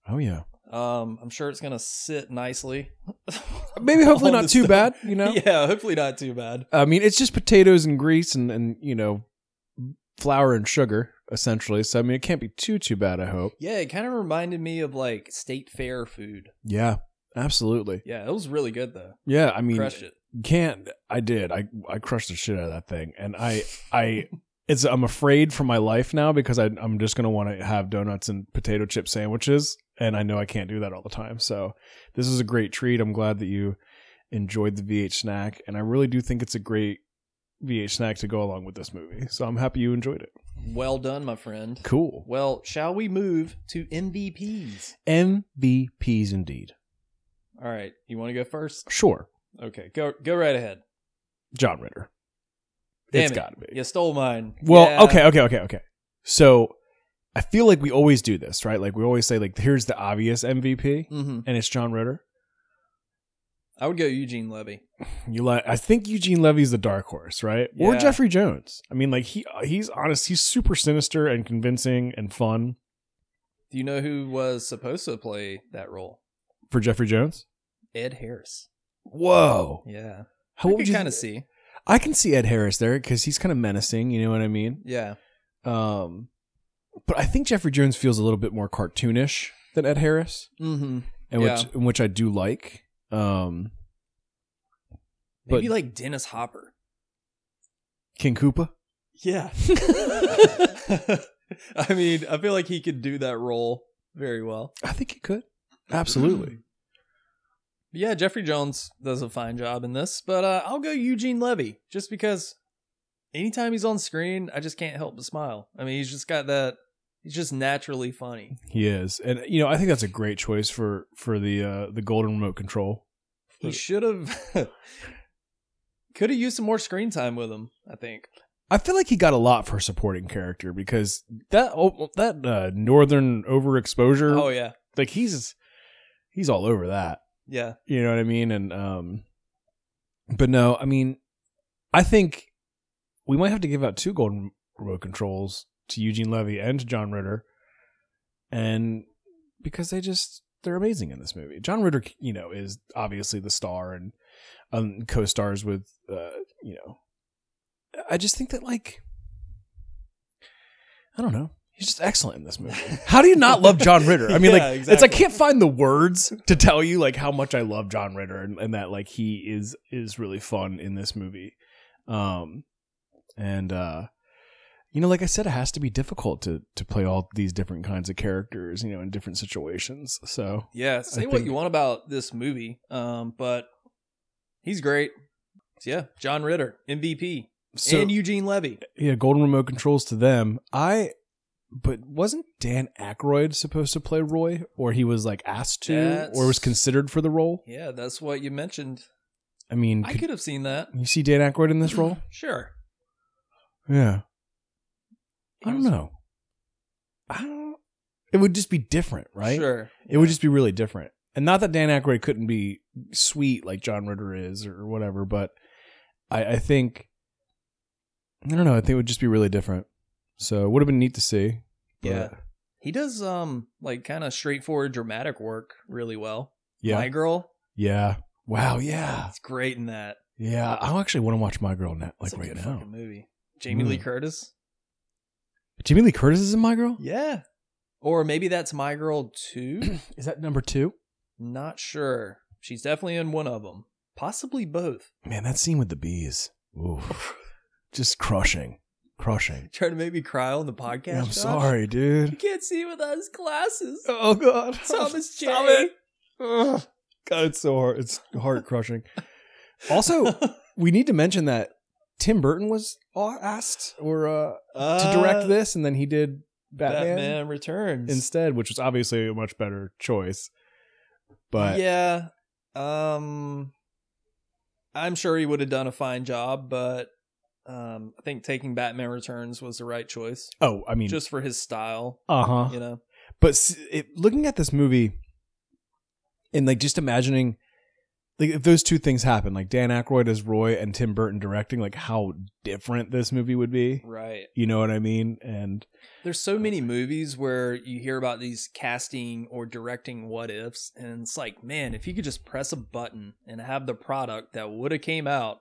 Speaker 2: Oh yeah.
Speaker 3: Um, I'm sure it's gonna sit nicely. <laughs>
Speaker 2: Maybe hopefully
Speaker 3: On
Speaker 2: not
Speaker 3: the
Speaker 2: too
Speaker 3: stove.
Speaker 2: bad. <laughs> You know.
Speaker 3: <laughs> Yeah, hopefully not too bad.
Speaker 2: I mean, it's just potatoes and grease and and you know, flour and sugar essentially. So I mean, it can't be too too bad. I hope.
Speaker 3: Yeah, it kind of reminded me of like state fair food.
Speaker 2: Yeah, absolutely.
Speaker 3: Yeah, it was really good though.
Speaker 2: Yeah, I mean,
Speaker 3: Crushed it.
Speaker 2: you can't. I did. I I crushed the shit out of that thing, and I I. It's, I'm afraid for my life now because I, I'm just gonna want to have donuts and potato chip sandwiches, and I know I can't do that all the time. So this is a great treat. I'm glad that you enjoyed the VH snack, and I really do think it's a great VH snack to go along with this movie. So I'm happy you enjoyed it.
Speaker 3: Well done, my friend.
Speaker 2: Cool.
Speaker 3: Well, shall we move to MVPs?
Speaker 2: MVPs indeed.
Speaker 3: All right, you want to go first?
Speaker 2: Sure.
Speaker 3: Okay, go go right ahead.
Speaker 2: John Ritter.
Speaker 3: Damn
Speaker 2: it's
Speaker 3: it.
Speaker 2: got to be.
Speaker 3: You stole mine.
Speaker 2: Well,
Speaker 3: Yeah.
Speaker 2: okay, okay, okay, okay. So I feel like we always do this, right? Like we always say like here's the obvious MVP
Speaker 3: Mhm.
Speaker 2: and it's John Ritter.
Speaker 3: I would go Eugene Levy.
Speaker 2: You like I think Eugene Levy's the dark horse, right? Or
Speaker 3: Yeah.
Speaker 2: Jeffrey Jones. I mean like he he's honest, he's super sinister and convincing and fun
Speaker 3: Do you know who was supposed to play that role?
Speaker 2: for Jeffrey Jones.
Speaker 3: Ed Harris.
Speaker 2: Whoa.
Speaker 3: Yeah,
Speaker 2: How what
Speaker 3: I could
Speaker 2: would you
Speaker 3: kind of see.
Speaker 2: I can see Ed Harris there cuz he's kind of menacing, you know what I mean?
Speaker 3: Yeah,
Speaker 2: Um, but I think Jeffrey Jones feels a little bit more cartoonish than Ed Harris,
Speaker 3: mm-hmm.
Speaker 2: and
Speaker 3: Yeah.
Speaker 2: which in which I do like. Um,
Speaker 3: maybe
Speaker 2: But-
Speaker 3: like Dennis Hopper.
Speaker 2: King Koopa. <laughs>
Speaker 3: Yeah. <laughs> I mean, I feel like he could do that role very well.
Speaker 2: I think he could. Absolutely.
Speaker 3: Mm-hmm. But yeah, Jeffrey Jones does a fine job in this, but uh, I'll go Eugene Levy just because anytime he's on screen, I just can't help but smile. I mean, he's just got that. He's just naturally funny.
Speaker 2: he is, and you know I think that's a great choice for for the uh, the golden remote control.
Speaker 3: He should have <laughs> could have used some more screen time with him. I think.
Speaker 2: I feel like he got a lot for supporting character because that oh, that uh, northern overexposure,
Speaker 3: Oh yeah,
Speaker 2: like he's he's all over that.
Speaker 3: yeah.
Speaker 2: You know what I mean? And um but no, I mean I think we might have to give out two golden remote controls to Eugene Levy and to John Ritter. And because they just they're amazing in this movie. John Ritter, you know, is obviously the star and um co-stars with uh, you know. I just think that like I don't know. He's just excellent in this movie. How do you not love John Ritter? I mean, like
Speaker 3: Yeah,
Speaker 2: it's I
Speaker 3: exactly.
Speaker 2: can't find the words to tell you like how much I love John Ritter and, and that like he is is really fun in this movie. Um and uh you know, like I said, it has to be difficult to to play all these different kinds of characters, you know, in different situations. So
Speaker 3: Yeah, say
Speaker 2: I
Speaker 3: what
Speaker 2: think-
Speaker 3: you want about this movie, um, but he's great. So, yeah, John Ritter, MVP,
Speaker 2: so
Speaker 3: and Eugene Levy.
Speaker 2: yeah, golden remote controls to them. I but wasn't Dan Aykroyd supposed to play Roy, or he was like asked to, or was
Speaker 3: That's-
Speaker 2: considered for the role?
Speaker 3: Yeah, that's what you mentioned.
Speaker 2: I mean,
Speaker 3: I
Speaker 2: could-
Speaker 3: could have seen that.
Speaker 2: you see Dan Aykroyd in this role?
Speaker 3: Sure.
Speaker 2: Yeah,
Speaker 3: He
Speaker 2: I don't
Speaker 3: was-
Speaker 2: know. I don't. It would just be different, right?
Speaker 3: Sure.
Speaker 2: It would just be really different. And not that Dan Aykroyd couldn't be sweet like John Ritter is or whatever, but I, I think I don't know. I think it would just be really different. So it would have been neat to see. but-
Speaker 3: Yeah. He does um like kind of straightforward dramatic work really well.
Speaker 2: Yeah. Ah.
Speaker 3: My girl,
Speaker 2: yeah. Wow. Yeah.
Speaker 3: it's great in that.
Speaker 2: Yeah. I actually want to watch My Girl now, like
Speaker 3: It's a
Speaker 2: right
Speaker 3: good
Speaker 2: now.
Speaker 3: fucking movie. Jamie Lee
Speaker 2: Mm.
Speaker 3: Curtis.
Speaker 2: Jimmy Lee Curtis is in My Girl.
Speaker 3: Yeah. Or maybe that's My Girl too.
Speaker 2: <clears throat> Is that number two?
Speaker 3: Not sure. She's definitely in one of them. Possibly both. <laughs>
Speaker 2: Man, that scene with the bees. Oof. Just crushing. Crushing.
Speaker 3: Trying to make me cry on the podcast.
Speaker 2: Yeah, I'm
Speaker 3: Josh.
Speaker 2: sorry,
Speaker 3: You
Speaker 2: dude.
Speaker 3: can't see without his glasses.
Speaker 2: <laughs> Oh god.
Speaker 3: Thomas J.
Speaker 2: Stop
Speaker 3: <laughs>
Speaker 2: it. Ugh. God, it's so hard. It's heart crushing.
Speaker 3: <laughs>
Speaker 2: also, we need to mention that Tim Burton was a- asked or uh, to direct this, and then he did Batman,
Speaker 3: Batman, Returns.
Speaker 2: instead, which was obviously a much better choice. But
Speaker 3: yeah, um, I'm sure he would have done a fine job, but um, I think taking Batman Returns was the right choice,
Speaker 2: oh, I mean,
Speaker 3: just for his style.
Speaker 2: uh huh.
Speaker 3: You know,
Speaker 2: But s- it, looking at this movie and like just imagining, like if those two things happen, like Dan Aykroyd as Roy and Tim Burton directing, like how different this movie would be.
Speaker 3: right?
Speaker 2: You know what I mean? And
Speaker 3: There's so many movies where you hear about these casting or directing what ifs, and it's like, man, if you could just press a button and have the product that would have came out,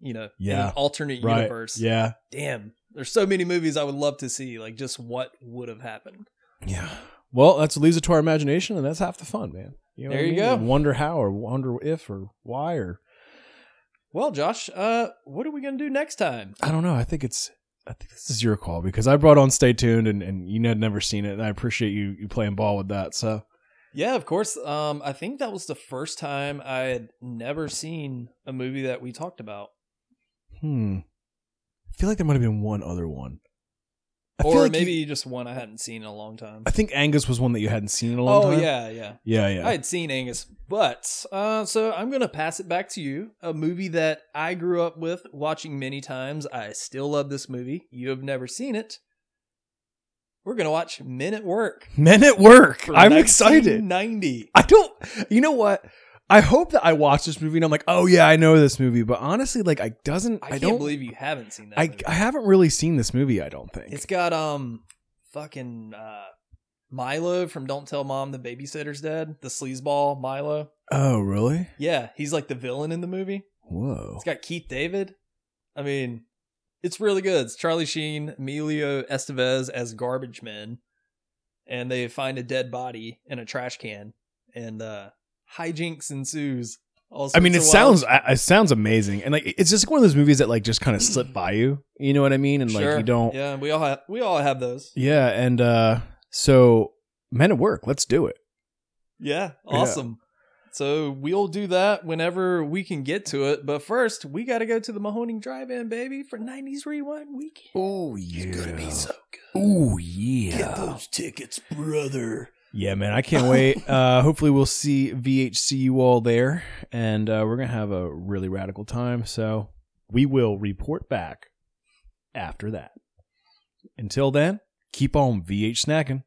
Speaker 3: you know, in
Speaker 2: Yeah.
Speaker 3: an alternate
Speaker 2: right,
Speaker 3: universe.
Speaker 2: yeah,
Speaker 3: Damn, there's so many movies I would love to see, like just what would have happened.
Speaker 2: Yeah. Well, that's leaves it to our imagination, and that's half the fun, man. You
Speaker 3: There
Speaker 2: what I
Speaker 3: you
Speaker 2: mean?
Speaker 3: go.
Speaker 2: Wonder how, or wonder if, or why, or
Speaker 3: Well, Josh, uh, what are we gonna do next time?
Speaker 2: I don't know. I think it's I think this is your call because I brought on Stay Tuned, and and you had never seen it, and I appreciate you you playing ball with that. So
Speaker 3: Yeah, of course. Um, I think that was the first time I had never seen a movie that we talked about,
Speaker 2: hmm, I feel like there might have been one other one, I feel
Speaker 3: or
Speaker 2: like
Speaker 3: maybe
Speaker 2: you-
Speaker 3: just one I hadn't seen in a long time.
Speaker 2: I think Angus was one that you hadn't seen in a long
Speaker 3: Oh
Speaker 2: time.
Speaker 3: yeah, yeah,
Speaker 2: yeah, yeah.
Speaker 3: I had seen Angus, but uh, so I'm gonna pass it back to you. A movie that I grew up with watching many times. I still love this movie. You have never seen it. We're gonna watch Men at Work.
Speaker 2: Men at Work.
Speaker 3: for
Speaker 2: I'm excited.
Speaker 3: 1990.
Speaker 2: I don't. You know what? I hope that I watch this movie and I'm like, oh yeah, I know this movie. But honestly, like, I doesn't.
Speaker 3: I
Speaker 2: I,
Speaker 3: can't
Speaker 2: don't
Speaker 3: believe you haven't seen that.
Speaker 2: I,
Speaker 3: movie.
Speaker 2: I haven't really seen this movie, I don't think.
Speaker 3: It's got um fucking uh Milo from Don't Tell Mom the Babysitter's Dead, the sleazeball Milo.
Speaker 2: oh, really?
Speaker 3: Yeah, he's like the villain in the movie.
Speaker 2: Whoa.
Speaker 3: It's got Keith David. I mean, it's really good. It's Charlie Sheen, Emilio Estevez as garbage men, and they find a dead body in a trash can, and uh hijinks ensues. All
Speaker 2: I mean, it
Speaker 3: sorts of wild-
Speaker 2: sounds I- it sounds amazing, and like it's just one of those movies that like just kind of slip by you. You know what I mean? And like
Speaker 3: Sure.
Speaker 2: you don't. Yeah.
Speaker 3: Yeah, we all have we all have those.
Speaker 2: and uh so Men at Work, let's do it.
Speaker 3: Yeah,
Speaker 2: Yeah.
Speaker 3: awesome. So we'll do that whenever we can get to it. But first, we got to go to the Mahoning Drive-In, baby, for '90s Rewind Weekend.
Speaker 2: Oh yeah.
Speaker 3: It's gonna be so good.
Speaker 2: Oh yeah.
Speaker 3: Get those tickets, brother.
Speaker 2: Yeah, man, I can't <laughs> wait. Uh, hopefully, we'll see VHC you all there, and uh, we're gonna have a really radical time. So we will report back after that. Until then, keep on VH snacking.